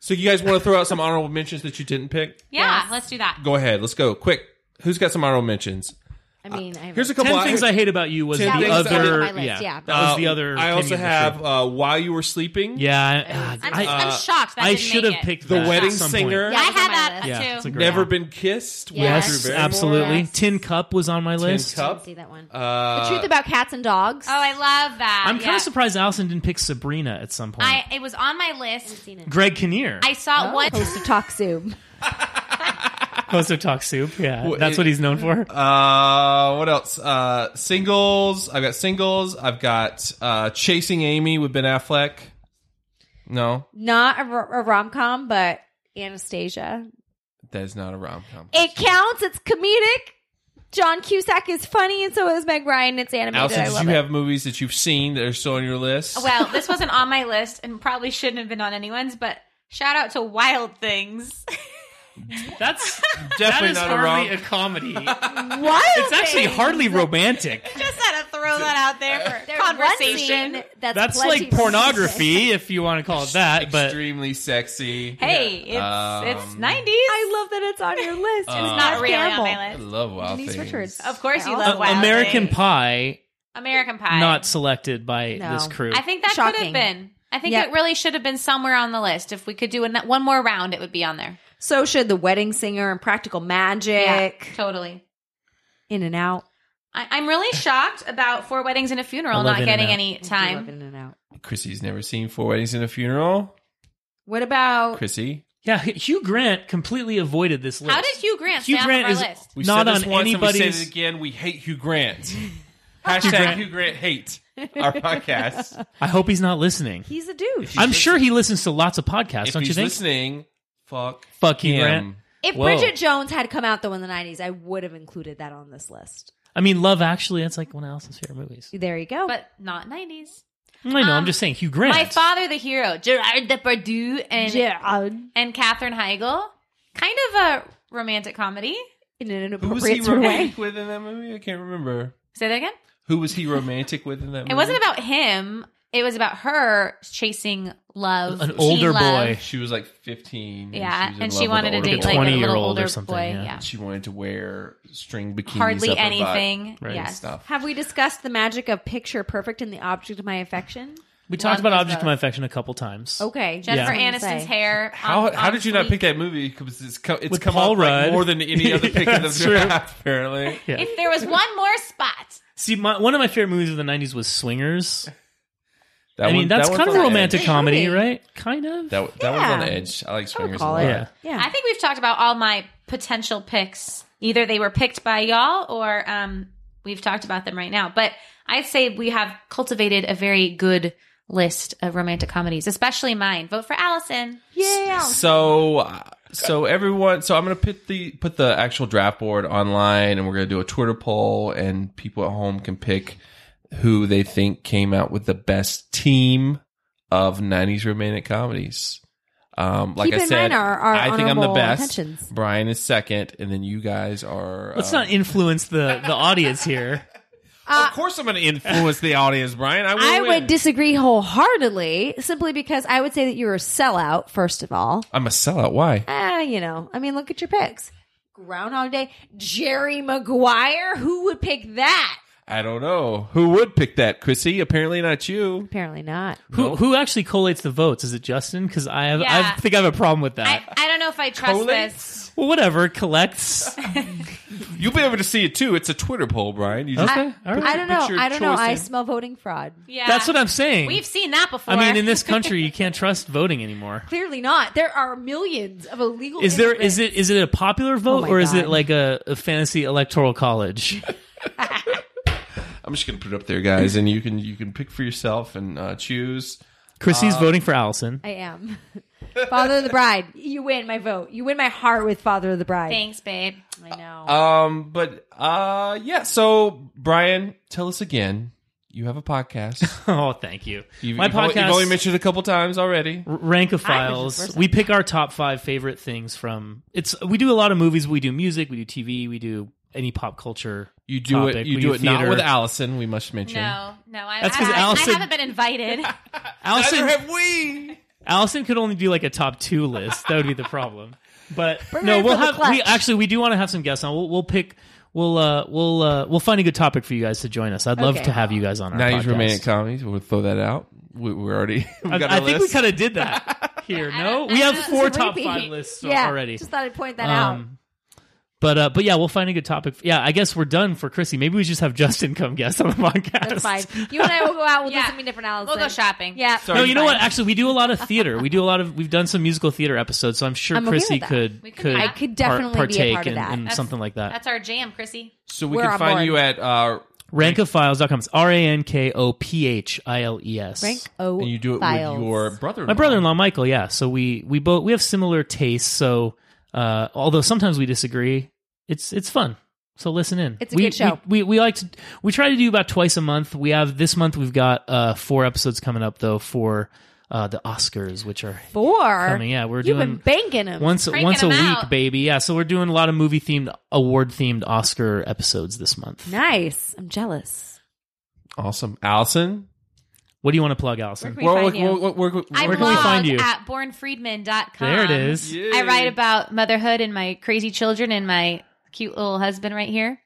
Speaker 2: so you guys want to throw out some honorable mentions that you didn't pick?
Speaker 3: yeah, let's do that.
Speaker 2: Go ahead, let's go quick. Who's got some honorable mentions?
Speaker 1: I mean, I
Speaker 2: Uh, Here's a
Speaker 4: ten
Speaker 2: couple
Speaker 4: things I hate about you was the
Speaker 2: Ten things I-
Speaker 4: other.
Speaker 1: My list,
Speaker 4: yeah,
Speaker 1: yeah.
Speaker 4: that was
Speaker 2: Uh,
Speaker 4: the other.
Speaker 2: I
Speaker 4: King
Speaker 2: also
Speaker 4: of the
Speaker 2: have
Speaker 4: Tree.
Speaker 2: uh, While You Were Sleeping.
Speaker 4: Yeah, I,
Speaker 3: I'm,
Speaker 4: I, uh,
Speaker 3: I'm shocked. That
Speaker 4: I
Speaker 3: didn't
Speaker 4: should
Speaker 3: make
Speaker 4: have
Speaker 3: it.
Speaker 4: picked
Speaker 2: The
Speaker 4: that at
Speaker 2: Wedding
Speaker 4: some point.
Speaker 2: Singer.
Speaker 1: Yeah,
Speaker 3: I
Speaker 1: It's on
Speaker 3: had
Speaker 1: my
Speaker 3: that
Speaker 1: list.
Speaker 4: Yeah, it's
Speaker 3: too.
Speaker 4: a great
Speaker 2: Never
Speaker 4: one.
Speaker 2: Been Kissed. with
Speaker 4: Yes,
Speaker 2: Drew Barrymore.
Speaker 4: absolutely.
Speaker 1: Yes.
Speaker 4: Tin Cup was on my
Speaker 2: Tin
Speaker 4: list.
Speaker 2: Cup.
Speaker 1: see that one.
Speaker 2: Uh,
Speaker 1: the truth about cats and dogs.
Speaker 3: Oh, I love that.
Speaker 4: I'm kind
Speaker 3: Yeah.
Speaker 4: of surprised Allison didn't pick Sabrina at some point.
Speaker 3: I it was on my list.
Speaker 4: Greg Kinnear,
Speaker 3: I saw one.
Speaker 1: Host of Talk Zoom.
Speaker 4: host of Talk Soup. Yeah,
Speaker 2: Well,
Speaker 4: that's
Speaker 2: it-
Speaker 4: what he's known for.
Speaker 2: Uh, what else? Uh, singles. I've got singles. I've got uh, Chasing Amy with Ben Affleck. No,
Speaker 1: Not a, rom com, but Anastasia.
Speaker 2: that is not a rom com.
Speaker 1: It counts. It's comedic. John Cusack is funny, and so is Meg Ryan. It's animated.
Speaker 2: Allison,
Speaker 1: I
Speaker 2: did
Speaker 1: love
Speaker 2: you
Speaker 1: it. Oh,
Speaker 2: have movies that you've seen that are still on your list?
Speaker 3: Well, this wasn't on my list and probably shouldn't have been on anyone's, but shout out to Wild Things.
Speaker 4: That's that
Speaker 2: Definitely
Speaker 4: is
Speaker 2: not a
Speaker 4: hardly
Speaker 2: rom-
Speaker 4: a comedy.
Speaker 1: Wild
Speaker 4: It's actually
Speaker 1: Things.
Speaker 4: hardly romantic.
Speaker 3: Just had to throw that out there for
Speaker 1: There's one
Speaker 3: conversation.
Speaker 1: scene that's,
Speaker 4: That's
Speaker 1: plenty
Speaker 4: like pornography, if you want to call it that. But
Speaker 2: Extremely sexy.
Speaker 3: Hey, it's it's
Speaker 2: Um,
Speaker 3: nineties.
Speaker 1: I love that it's on your list.
Speaker 2: Uh,
Speaker 1: it's
Speaker 3: not really
Speaker 1: Campbell.
Speaker 3: on my
Speaker 2: I
Speaker 3: list.
Speaker 2: love Wild
Speaker 1: Denise
Speaker 2: Things.
Speaker 1: Richards.
Speaker 3: Of course, you
Speaker 1: I
Speaker 3: love
Speaker 1: also-
Speaker 3: Wild
Speaker 4: American
Speaker 3: Things.
Speaker 4: Pie,
Speaker 3: American Pie.
Speaker 4: not selected by
Speaker 1: No.
Speaker 4: this crew.
Speaker 3: I think that could
Speaker 1: Shocking.
Speaker 3: have been. I think
Speaker 10: Yep.
Speaker 3: it really should have been somewhere on the list. If we could do an, one more round, it would be on there.
Speaker 10: So should The Wedding Singer and Practical Magic.
Speaker 3: totally.
Speaker 10: In and out.
Speaker 3: I, I'm really shocked about Four Weddings and a
Speaker 4: I
Speaker 3: Funeral
Speaker 4: love
Speaker 3: not
Speaker 4: In
Speaker 3: getting
Speaker 4: and Out.
Speaker 3: any
Speaker 10: Love
Speaker 3: time.
Speaker 10: In and out.
Speaker 2: Chrissy's never seen Four Weddings and a Funeral.
Speaker 10: What about
Speaker 2: Chrissy,
Speaker 4: yeah, Hugh Grant completely avoided this list.
Speaker 3: How did Hugh Grant
Speaker 4: Hugh
Speaker 3: stay
Speaker 4: Grant
Speaker 3: off of
Speaker 4: is
Speaker 3: our list?
Speaker 2: we
Speaker 4: not
Speaker 2: said this
Speaker 4: on
Speaker 2: once and we said
Speaker 4: anybody's.
Speaker 2: it again. We hate Hugh Grant. Hashtag Hugh Grant,
Speaker 4: Grant.
Speaker 2: hate our podcast.
Speaker 4: I hope he's not listening.
Speaker 10: He's a dude.
Speaker 2: If he's
Speaker 4: I'm
Speaker 2: lis-
Speaker 4: sure he listens to lots of podcasts,
Speaker 2: If
Speaker 4: don't you
Speaker 2: he's
Speaker 4: think?
Speaker 2: listening, fuck,
Speaker 4: Fuck Hugh
Speaker 2: him.
Speaker 4: Grant.
Speaker 10: If
Speaker 4: Whoa.
Speaker 10: Bridget Jones had come out though in the 90s, I would have included that on this list.
Speaker 4: I mean, Love Actually, that's like one of Allison's favorite movies.
Speaker 10: There you go.
Speaker 3: But not 90s.
Speaker 4: I know. I'm
Speaker 3: Um,
Speaker 4: just saying, Hugh Grant.
Speaker 3: My father, the hero, Gerard Depardieu, and and Katherine Heigl, kind of a romantic comedy.
Speaker 10: in an
Speaker 2: Who was he
Speaker 10: inappropriate sort of way.
Speaker 2: romantic with in that movie? I can't remember.
Speaker 3: Say that again.
Speaker 2: Who was he romantic with in that movie?
Speaker 3: It wasn't about him. It was about her chasing love,
Speaker 4: An
Speaker 3: She
Speaker 4: older
Speaker 3: loved-
Speaker 4: boy.
Speaker 2: She was like 15.
Speaker 3: Yeah,
Speaker 2: was in
Speaker 3: and
Speaker 2: love
Speaker 3: she
Speaker 2: with
Speaker 3: wanted
Speaker 2: an older
Speaker 3: to date
Speaker 2: boy.
Speaker 3: like a
Speaker 4: 20
Speaker 3: little
Speaker 4: year old
Speaker 3: older
Speaker 4: or something,
Speaker 3: boy.
Speaker 4: yeah.
Speaker 3: Yeah,
Speaker 2: She wanted to wear string bikinis.
Speaker 3: hardly
Speaker 2: up her butt
Speaker 3: anything.
Speaker 4: Right.
Speaker 2: and
Speaker 3: Yes,
Speaker 2: Stuff.
Speaker 10: Have we discussed the magic of picture perfect and the object of my affection?
Speaker 4: We talked
Speaker 3: Love
Speaker 4: about
Speaker 3: is
Speaker 4: Object
Speaker 3: Love.
Speaker 4: of My Affection a couple times.
Speaker 10: Okay.
Speaker 3: Jennifer
Speaker 10: Yeah.
Speaker 3: Aniston's
Speaker 10: Say.
Speaker 3: hair.
Speaker 2: How,
Speaker 3: on-
Speaker 2: how
Speaker 3: on
Speaker 2: did you not
Speaker 3: Sweet.
Speaker 2: pick that movie? Because it's co- it's
Speaker 4: With
Speaker 2: come
Speaker 4: Paul
Speaker 2: up, like,
Speaker 4: Rudd.
Speaker 2: more than any other pick of the
Speaker 4: That's true.
Speaker 2: draft, apparently.
Speaker 4: Yeah.
Speaker 3: If there was one more spot,
Speaker 4: See, my, one of my favorite movies of the 90s was Swingers.
Speaker 2: That
Speaker 4: I mean,
Speaker 2: one-
Speaker 4: that's
Speaker 2: that one's
Speaker 4: kind of
Speaker 2: on
Speaker 4: a romantic
Speaker 2: edge.
Speaker 4: comedy, right? Kind of.
Speaker 2: That, one- that one's on edge. I like swingers a
Speaker 10: call
Speaker 2: lot.
Speaker 10: it.
Speaker 4: yeah.
Speaker 10: Yeah.
Speaker 3: I think we've talked about all my potential picks. Either they were picked by y'all, or um, we've talked about them right now. But I'd say we have cultivated a very good list of romantic comedies, especially mine. Vote for Allison.
Speaker 10: yeah.
Speaker 2: So, uh, so everyone, so I'm gonna put the put the actual draft board online, and we're gonna do a Twitter poll, and people at home can pick who they think came out with the best team of '90s romantic comedies. Um, like
Speaker 10: Keep
Speaker 2: I
Speaker 10: in
Speaker 2: said,
Speaker 10: mind our- our
Speaker 2: I think I'm the
Speaker 10: honorable
Speaker 2: best.
Speaker 10: mentions.
Speaker 2: Brian is second, and then you guys are.
Speaker 4: Let's
Speaker 2: um,
Speaker 4: not influence the, the audience here.
Speaker 3: Uh,
Speaker 2: of course, I'm gonna influence the audience, Brian. I, will
Speaker 10: I
Speaker 2: win.
Speaker 10: would disagree wholeheartedly, simply because I would say that you're a sellout, first of all.
Speaker 2: I'm a sellout. Why?
Speaker 10: Ah, you know, I mean, look at your picks. Groundhog Day, Jerry Maguire. Who would pick that?
Speaker 2: I don't know. Who would pick that, Chrissy? Apparently not you.
Speaker 10: Apparently not.
Speaker 4: Who who actually collates the votes? Is it Justin? Because I have
Speaker 3: Yeah.
Speaker 4: I think I have a problem with
Speaker 3: I,
Speaker 4: that.
Speaker 3: I don't know if I trust this.
Speaker 4: well, whatever collects.
Speaker 2: You'll be able to see it too. It's a Twitter poll, Brian. You just
Speaker 4: Okay, all right.
Speaker 10: I don't know.
Speaker 2: your
Speaker 10: I don't know.
Speaker 2: choice
Speaker 10: I
Speaker 2: in.
Speaker 10: smell voting fraud.
Speaker 3: Yeah,
Speaker 4: That's what I'm saying.
Speaker 3: We've seen that before.
Speaker 4: I mean, in this country, you can't trust voting anymore.
Speaker 10: Clearly not. There are millions of illegal.
Speaker 4: Is there
Speaker 10: immigrants.
Speaker 4: is it is it a popular vote
Speaker 10: Oh my
Speaker 4: or is it
Speaker 10: God.
Speaker 4: like a, a fantasy electoral college?
Speaker 2: I'm just gonna put it up there, guys, and you can you can pick for yourself and uh, choose.
Speaker 4: Chrissy's
Speaker 2: Uh,
Speaker 4: voting for Allison.
Speaker 10: I am. Father of the Bride. You win my vote. You win my heart with Father of the Bride.
Speaker 3: Thanks, babe.
Speaker 10: I know.
Speaker 2: Um, but uh, yeah. So Brian, tell us again. You have a podcast.
Speaker 4: oh, thank you.
Speaker 2: You've,
Speaker 4: My
Speaker 2: you've only,
Speaker 4: podcast
Speaker 2: you've only mentioned it a couple times already.
Speaker 4: rank of
Speaker 10: I was just
Speaker 4: files.
Speaker 10: first.
Speaker 4: We pick our top five favorite things from. It's we do a lot of movies. We do music. We do TV. We do any pop culture.
Speaker 2: You do it.
Speaker 4: topic,
Speaker 2: You
Speaker 4: we
Speaker 2: do it not
Speaker 4: theater.
Speaker 2: with Allison. We must mention.
Speaker 3: No, no, I,
Speaker 4: That's
Speaker 3: I,
Speaker 4: 'cause
Speaker 3: I- I
Speaker 4: Allison-
Speaker 3: haven't been invited.
Speaker 2: Neither
Speaker 4: Allison.
Speaker 2: have we.
Speaker 4: Allison could only do like a top two list. That would be the problem. But
Speaker 10: Bring her
Speaker 4: no,
Speaker 10: in
Speaker 4: we'll
Speaker 10: for the
Speaker 4: have. We
Speaker 10: clutch.
Speaker 4: actually we do want to have some guests on. We'll, we'll pick. We'll uh we'll uh we'll find a good topic for you guys to join us. I'd love
Speaker 10: Okay.
Speaker 4: to have you guys on our
Speaker 2: Nineties
Speaker 4: podcast.
Speaker 2: romantic comedies. We'll throw that out. We, we're already. We got
Speaker 4: I, I
Speaker 2: our
Speaker 4: think we
Speaker 2: list.
Speaker 4: kind of did that here. No, we have four top five lists
Speaker 10: yeah,
Speaker 4: already.
Speaker 10: Just thought I'd point that out.
Speaker 4: Um, but uh, but yeah, we'll find a good topic. Yeah, I guess we're done for Chrissy. Maybe we just have Justin come guest on the podcast.
Speaker 10: That's fine. You and I will go out. We'll do
Speaker 3: Yeah.
Speaker 10: something different, Allison.
Speaker 3: we'll go shopping.
Speaker 10: Yeah.
Speaker 4: no, you know what? Actually, we do a lot of theater. We do a lot of. We've done some musical theater episodes, so I'm sure
Speaker 10: I'm okay
Speaker 4: Chrissy
Speaker 10: with that.
Speaker 4: could
Speaker 3: We could
Speaker 4: could
Speaker 3: do
Speaker 10: I
Speaker 3: that.
Speaker 10: could
Speaker 4: par-
Speaker 10: definitely
Speaker 4: partake
Speaker 10: be a part
Speaker 4: in,
Speaker 10: of that.
Speaker 4: in something like that.
Speaker 3: That's our jam, Chrissy.
Speaker 2: So we
Speaker 10: We're
Speaker 2: can
Speaker 10: on
Speaker 2: find
Speaker 10: board.
Speaker 2: you at uh,
Speaker 4: Rankophiles.com. It's R A N K O P H I L E S.
Speaker 10: Rank O.
Speaker 2: and you do it
Speaker 10: files.
Speaker 2: with your brother.
Speaker 4: My brother-in-law Michael. Yeah, so we we both we have similar tastes. So uh, although sometimes we disagree, it's it's fun. So listen in.
Speaker 1: It's a
Speaker 4: we,
Speaker 1: good show.
Speaker 4: We, we we like to we try to do about twice a month. We have this month we've got uh four episodes coming up though for uh the Oscars, which are
Speaker 1: Four.
Speaker 4: coming. Yeah, we're
Speaker 1: You've been
Speaker 4: doing
Speaker 1: banking them.
Speaker 4: once
Speaker 3: Cranking
Speaker 4: once a
Speaker 3: 'em
Speaker 4: week,
Speaker 3: out.
Speaker 4: baby. Yeah, so we're doing a lot of movie themed, award themed Oscar episodes this month.
Speaker 1: nice. I'm jealous.
Speaker 2: Awesome. Allison?
Speaker 4: What do you want to plug, Allison?
Speaker 1: Where can we find you?
Speaker 2: where- where- where-
Speaker 3: I
Speaker 4: Where can we
Speaker 3: blog
Speaker 4: find you?
Speaker 3: at bornfriedman.com.
Speaker 4: There it is.
Speaker 3: I write about motherhood and my crazy children and my cute little husband right here.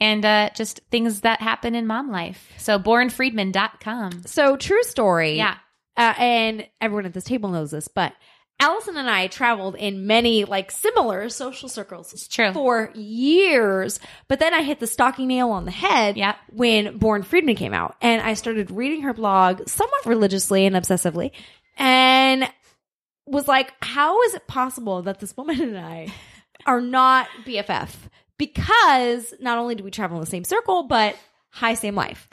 Speaker 3: And uh, just things that happen in mom life. So bornfriedman.com.
Speaker 1: So true story.
Speaker 3: Yeah.
Speaker 1: Uh, and everyone at this table knows this, but Allison and I traveled in many like similar social circles. It's
Speaker 3: true.
Speaker 1: For years. But then I hit the stocking nail on the head
Speaker 3: Yep.
Speaker 1: when Born Friedman came out. And I started reading her blog somewhat religiously and obsessively. And was like, how is it possible that this woman and I are not BFF? Because not only do we travel in the same circle, but high same life.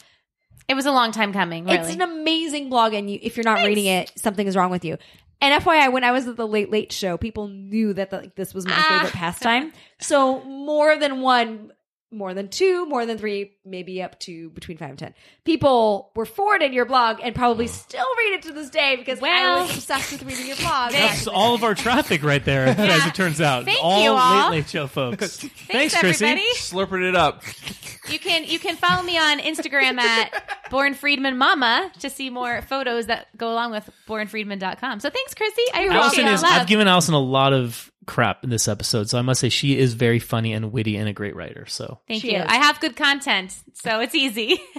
Speaker 3: It was a long time coming, really.
Speaker 1: It's an amazing blog, and you, if you're not reading it, something is wrong with you. And FYI, when I was at the Late Late Show, people knew that like, this was my
Speaker 3: Ah.
Speaker 1: favorite pastime. So more than one, more than two, more than three, maybe up to between five and ten people were forwarded your blog and probably still read it to this day because I
Speaker 3: Well.
Speaker 1: was obsessed with reading your blog.
Speaker 4: That's all of our traffic right there, as it turns out.
Speaker 3: Thank
Speaker 4: all
Speaker 3: you all.
Speaker 4: late late show folks. Thanks,
Speaker 3: Thanks,
Speaker 4: Chrissy.
Speaker 3: everybody.
Speaker 2: Slurping it up.
Speaker 3: You can you can follow me on Instagram at Born Friedman Mama to see more photos that go along with bornfriedman.com. So thanks, Chrissy. I
Speaker 4: Allison
Speaker 3: appreciate
Speaker 4: is.
Speaker 3: the love.
Speaker 4: I've given Allison a lot of crap in this episode, so I must say she is very funny and witty and a great writer. So
Speaker 3: Thank
Speaker 1: She
Speaker 3: you.
Speaker 1: is.
Speaker 3: I have good content, so it's easy.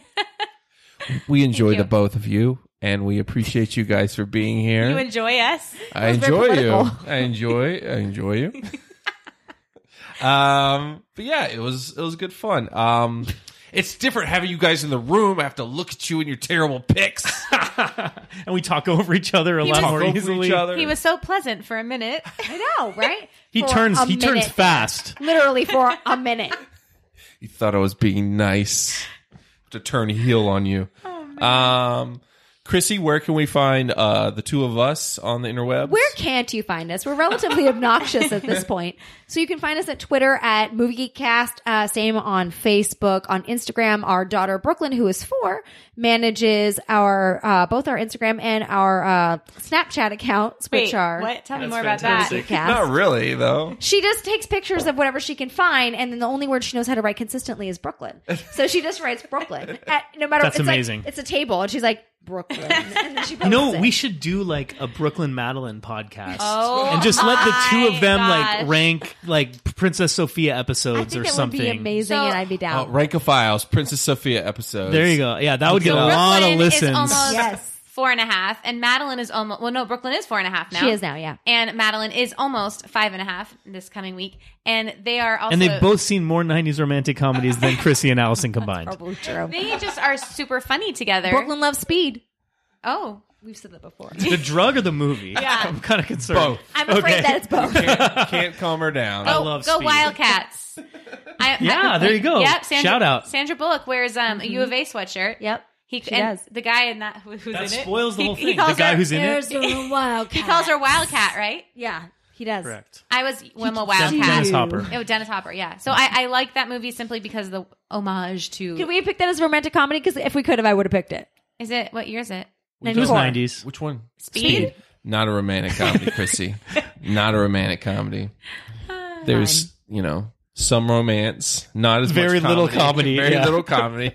Speaker 2: We enjoy
Speaker 3: you.
Speaker 2: the both of you, and we appreciate you guys for being here.
Speaker 3: you enjoy us.
Speaker 2: I enjoy you. I enjoy. I enjoy you. um, but yeah, it was it was good fun. Um, it's different having you guys in the room. I have to look at you and your terrible picks.
Speaker 4: and we talk over each other a
Speaker 3: He
Speaker 4: lot
Speaker 3: was-
Speaker 4: more
Speaker 2: Talk over
Speaker 4: easily.
Speaker 2: each other.
Speaker 3: He was so pleasant for a minute.
Speaker 1: I know, right?
Speaker 4: He
Speaker 1: For
Speaker 4: turns.
Speaker 1: a
Speaker 4: He turns
Speaker 1: minute.
Speaker 4: fast.
Speaker 1: literally for a minute.
Speaker 2: You thought I was being nice to turn heel on you.
Speaker 3: Oh,
Speaker 2: Um, Chrissy, where can we find uh the two of us on the interwebs?
Speaker 1: Where can't you find us? We're relatively obnoxious at this point. So you can find us at Twitter at Movie Geekcast, uh, same on Facebook, on Instagram. Our daughter Brooklyn, who is four, manages our uh, both our Instagram and our uh, Snapchat accounts, which
Speaker 3: Wait,
Speaker 1: are
Speaker 3: what? Tell me
Speaker 4: That's
Speaker 3: more about
Speaker 4: fantastic.
Speaker 1: Geekcast.
Speaker 3: that.
Speaker 2: Not really though.
Speaker 1: She just takes pictures of whatever she can find, and then the only word she knows how to write consistently is Brooklyn. So she just writes Brooklyn. At, no matter
Speaker 4: That's
Speaker 1: it's like-
Speaker 4: amazing.
Speaker 1: it's a table, and she's like Brooklyn. And then she
Speaker 4: You know,
Speaker 1: posts it.
Speaker 4: we should do like a Brooklyn Madeline podcast,
Speaker 3: Oh
Speaker 4: and just let the two
Speaker 3: my
Speaker 4: of them
Speaker 3: gosh.
Speaker 4: like rank like Princess Sophia
Speaker 1: I
Speaker 4: episodes
Speaker 1: think
Speaker 4: or
Speaker 1: that
Speaker 4: something.
Speaker 1: would be amazing,
Speaker 3: So-
Speaker 1: and I'd be down.
Speaker 2: Uh, Rankophiles, Princess Sophia episodes.
Speaker 4: There you go. Yeah, that would get a
Speaker 2: So
Speaker 4: lot of
Speaker 3: Brooklyn is
Speaker 4: listens.
Speaker 3: almost-
Speaker 1: yes,
Speaker 3: Four and a half, and Madeline is almost. Well, no, Brooklyn is four and a half now.
Speaker 1: she is now. Yeah.
Speaker 3: and Madeline is almost five and a half this coming week, and they are also.
Speaker 4: and they've both seen more '90s romantic comedies than Chrissy and Allison combined.
Speaker 1: Probably true.
Speaker 3: They just are super funny together.
Speaker 1: Brooklyn loves speed.
Speaker 3: Oh,
Speaker 1: We've said that before.
Speaker 4: the drug or the movie? Yeah, I'm kind of concerned.
Speaker 2: Both.
Speaker 1: I'm afraid
Speaker 4: Okay.
Speaker 1: that it's both.
Speaker 2: Can't calm her down.
Speaker 3: go,
Speaker 4: love
Speaker 3: go
Speaker 4: Speed.
Speaker 3: Wildcats! I,
Speaker 4: Yeah, there you go.
Speaker 3: Yep, Sandra,
Speaker 4: Shout out.
Speaker 3: Sandra Bullock wears um, a U of A sweatshirt.
Speaker 1: Mm-hmm. Yep,
Speaker 3: he
Speaker 1: she
Speaker 3: and
Speaker 1: does.
Speaker 3: the guy in that who- who's
Speaker 4: That
Speaker 3: in it
Speaker 4: spoils the whole
Speaker 3: he,
Speaker 4: thing.
Speaker 3: He calls
Speaker 4: the guy
Speaker 3: her,
Speaker 4: who's in it.
Speaker 1: a wild
Speaker 3: he calls her Wildcat, right?
Speaker 1: Yeah, he does.
Speaker 4: Correct.
Speaker 3: I was Wilma
Speaker 4: Dennis
Speaker 3: Wildcat.
Speaker 4: Dennis Hopper.
Speaker 3: Oh, Dennis Hopper, yeah. So I, I like that movie simply because of the homage to.
Speaker 1: Could we have picked that as a romantic comedy? Because if we could have, I would have picked it.
Speaker 3: Is it what year is it?
Speaker 4: It was
Speaker 1: 94.
Speaker 4: '90s.
Speaker 2: Which one?
Speaker 3: Speed.
Speaker 2: Not a romantic comedy, Chrissy. Not a romantic comedy.
Speaker 4: Ah,
Speaker 2: There's, you know, some romance, not as
Speaker 4: Very
Speaker 2: much
Speaker 4: little comedy,
Speaker 2: very
Speaker 4: yeah.
Speaker 2: little comedy.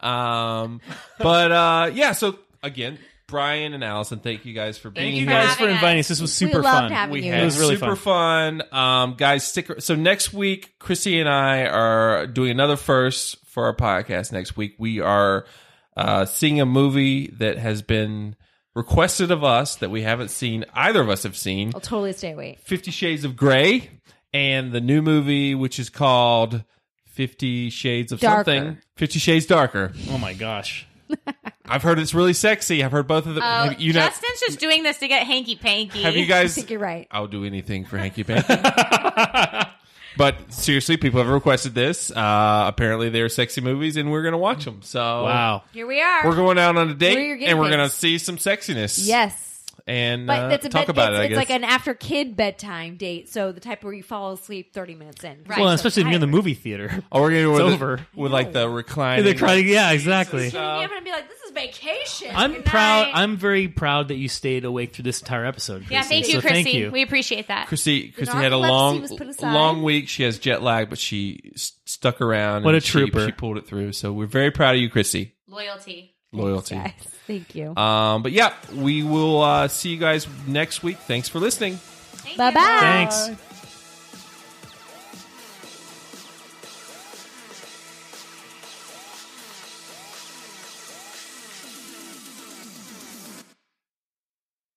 Speaker 2: Um, but uh, yeah. So again, Brian and Allison, thank you guys for being
Speaker 4: Thank you
Speaker 2: here.
Speaker 4: guys for
Speaker 3: having
Speaker 4: inviting
Speaker 3: us.
Speaker 4: us. This was super
Speaker 1: we loved
Speaker 4: fun.
Speaker 1: having
Speaker 2: We
Speaker 1: you.
Speaker 2: had
Speaker 4: It was really
Speaker 2: super fun. Um, guys, stick. So next week, Chrissy and I are doing another first for our podcast. Next week, we are uh, seeing a movie that has been requested of us that we haven't seen. Either of us have seen
Speaker 1: I'll totally stay awake.
Speaker 2: Fifty Shades of Grey and the new movie, which is called Fifty Shades of
Speaker 1: Darker.
Speaker 2: something. Fifty Shades Darker.
Speaker 4: Oh my gosh.
Speaker 2: I've heard it's really sexy. I've heard both of them.
Speaker 3: Oh,
Speaker 2: Have you know,
Speaker 3: Justin's just doing this to get hanky panky.
Speaker 2: have you
Speaker 1: I
Speaker 2: guys
Speaker 1: think you're right.
Speaker 2: I'll do anything for hanky panky. but seriously, people have requested this. Uh, apparently, they're sexy movies, and we're gonna watch them. So
Speaker 4: Wow.
Speaker 1: Here we are.
Speaker 2: we're going out on a date,
Speaker 1: We're your guinea
Speaker 2: and we're gonna
Speaker 1: pigs.
Speaker 2: see some sexiness.
Speaker 1: yes.
Speaker 2: and
Speaker 1: But
Speaker 2: uh,
Speaker 1: it's a
Speaker 2: talk
Speaker 1: bed,
Speaker 2: about
Speaker 1: it's,
Speaker 2: it. I
Speaker 1: it's
Speaker 2: guess.
Speaker 1: like an after kid bedtime date, so the type where you fall asleep thirty minutes in.
Speaker 3: Right.
Speaker 4: Well,
Speaker 1: So
Speaker 4: especially if you're in the
Speaker 1: tired.
Speaker 4: movie theater.
Speaker 2: Oh, we're gonna
Speaker 4: It's
Speaker 2: do with
Speaker 4: over.
Speaker 2: The, with like the reclining.
Speaker 4: The crying- yeah, exactly.
Speaker 1: You're gonna be like, "This is vacation."
Speaker 4: Uh, I'm
Speaker 1: Good
Speaker 4: proud.
Speaker 1: night.
Speaker 4: I'm very proud that you stayed awake through this entire episode. Chrissy.
Speaker 3: Yeah, thank you,
Speaker 4: so
Speaker 3: Chrissy.
Speaker 4: Thank you.
Speaker 3: We appreciate that.
Speaker 2: Christy, Christy
Speaker 1: narcolepsy
Speaker 2: had a long,
Speaker 1: was put aside.
Speaker 2: long week. She has jet lag, but she s- stuck around.
Speaker 4: What
Speaker 2: and
Speaker 4: a
Speaker 2: she-
Speaker 4: trooper.
Speaker 2: She, pulled it through. So we're very proud of you, Christy.
Speaker 3: Loyalty.
Speaker 2: Loyalty.
Speaker 1: Thank you.
Speaker 2: Um, but yeah, we will uh, see you guys next week. Thanks for listening.
Speaker 1: Bye bye.
Speaker 4: Thanks.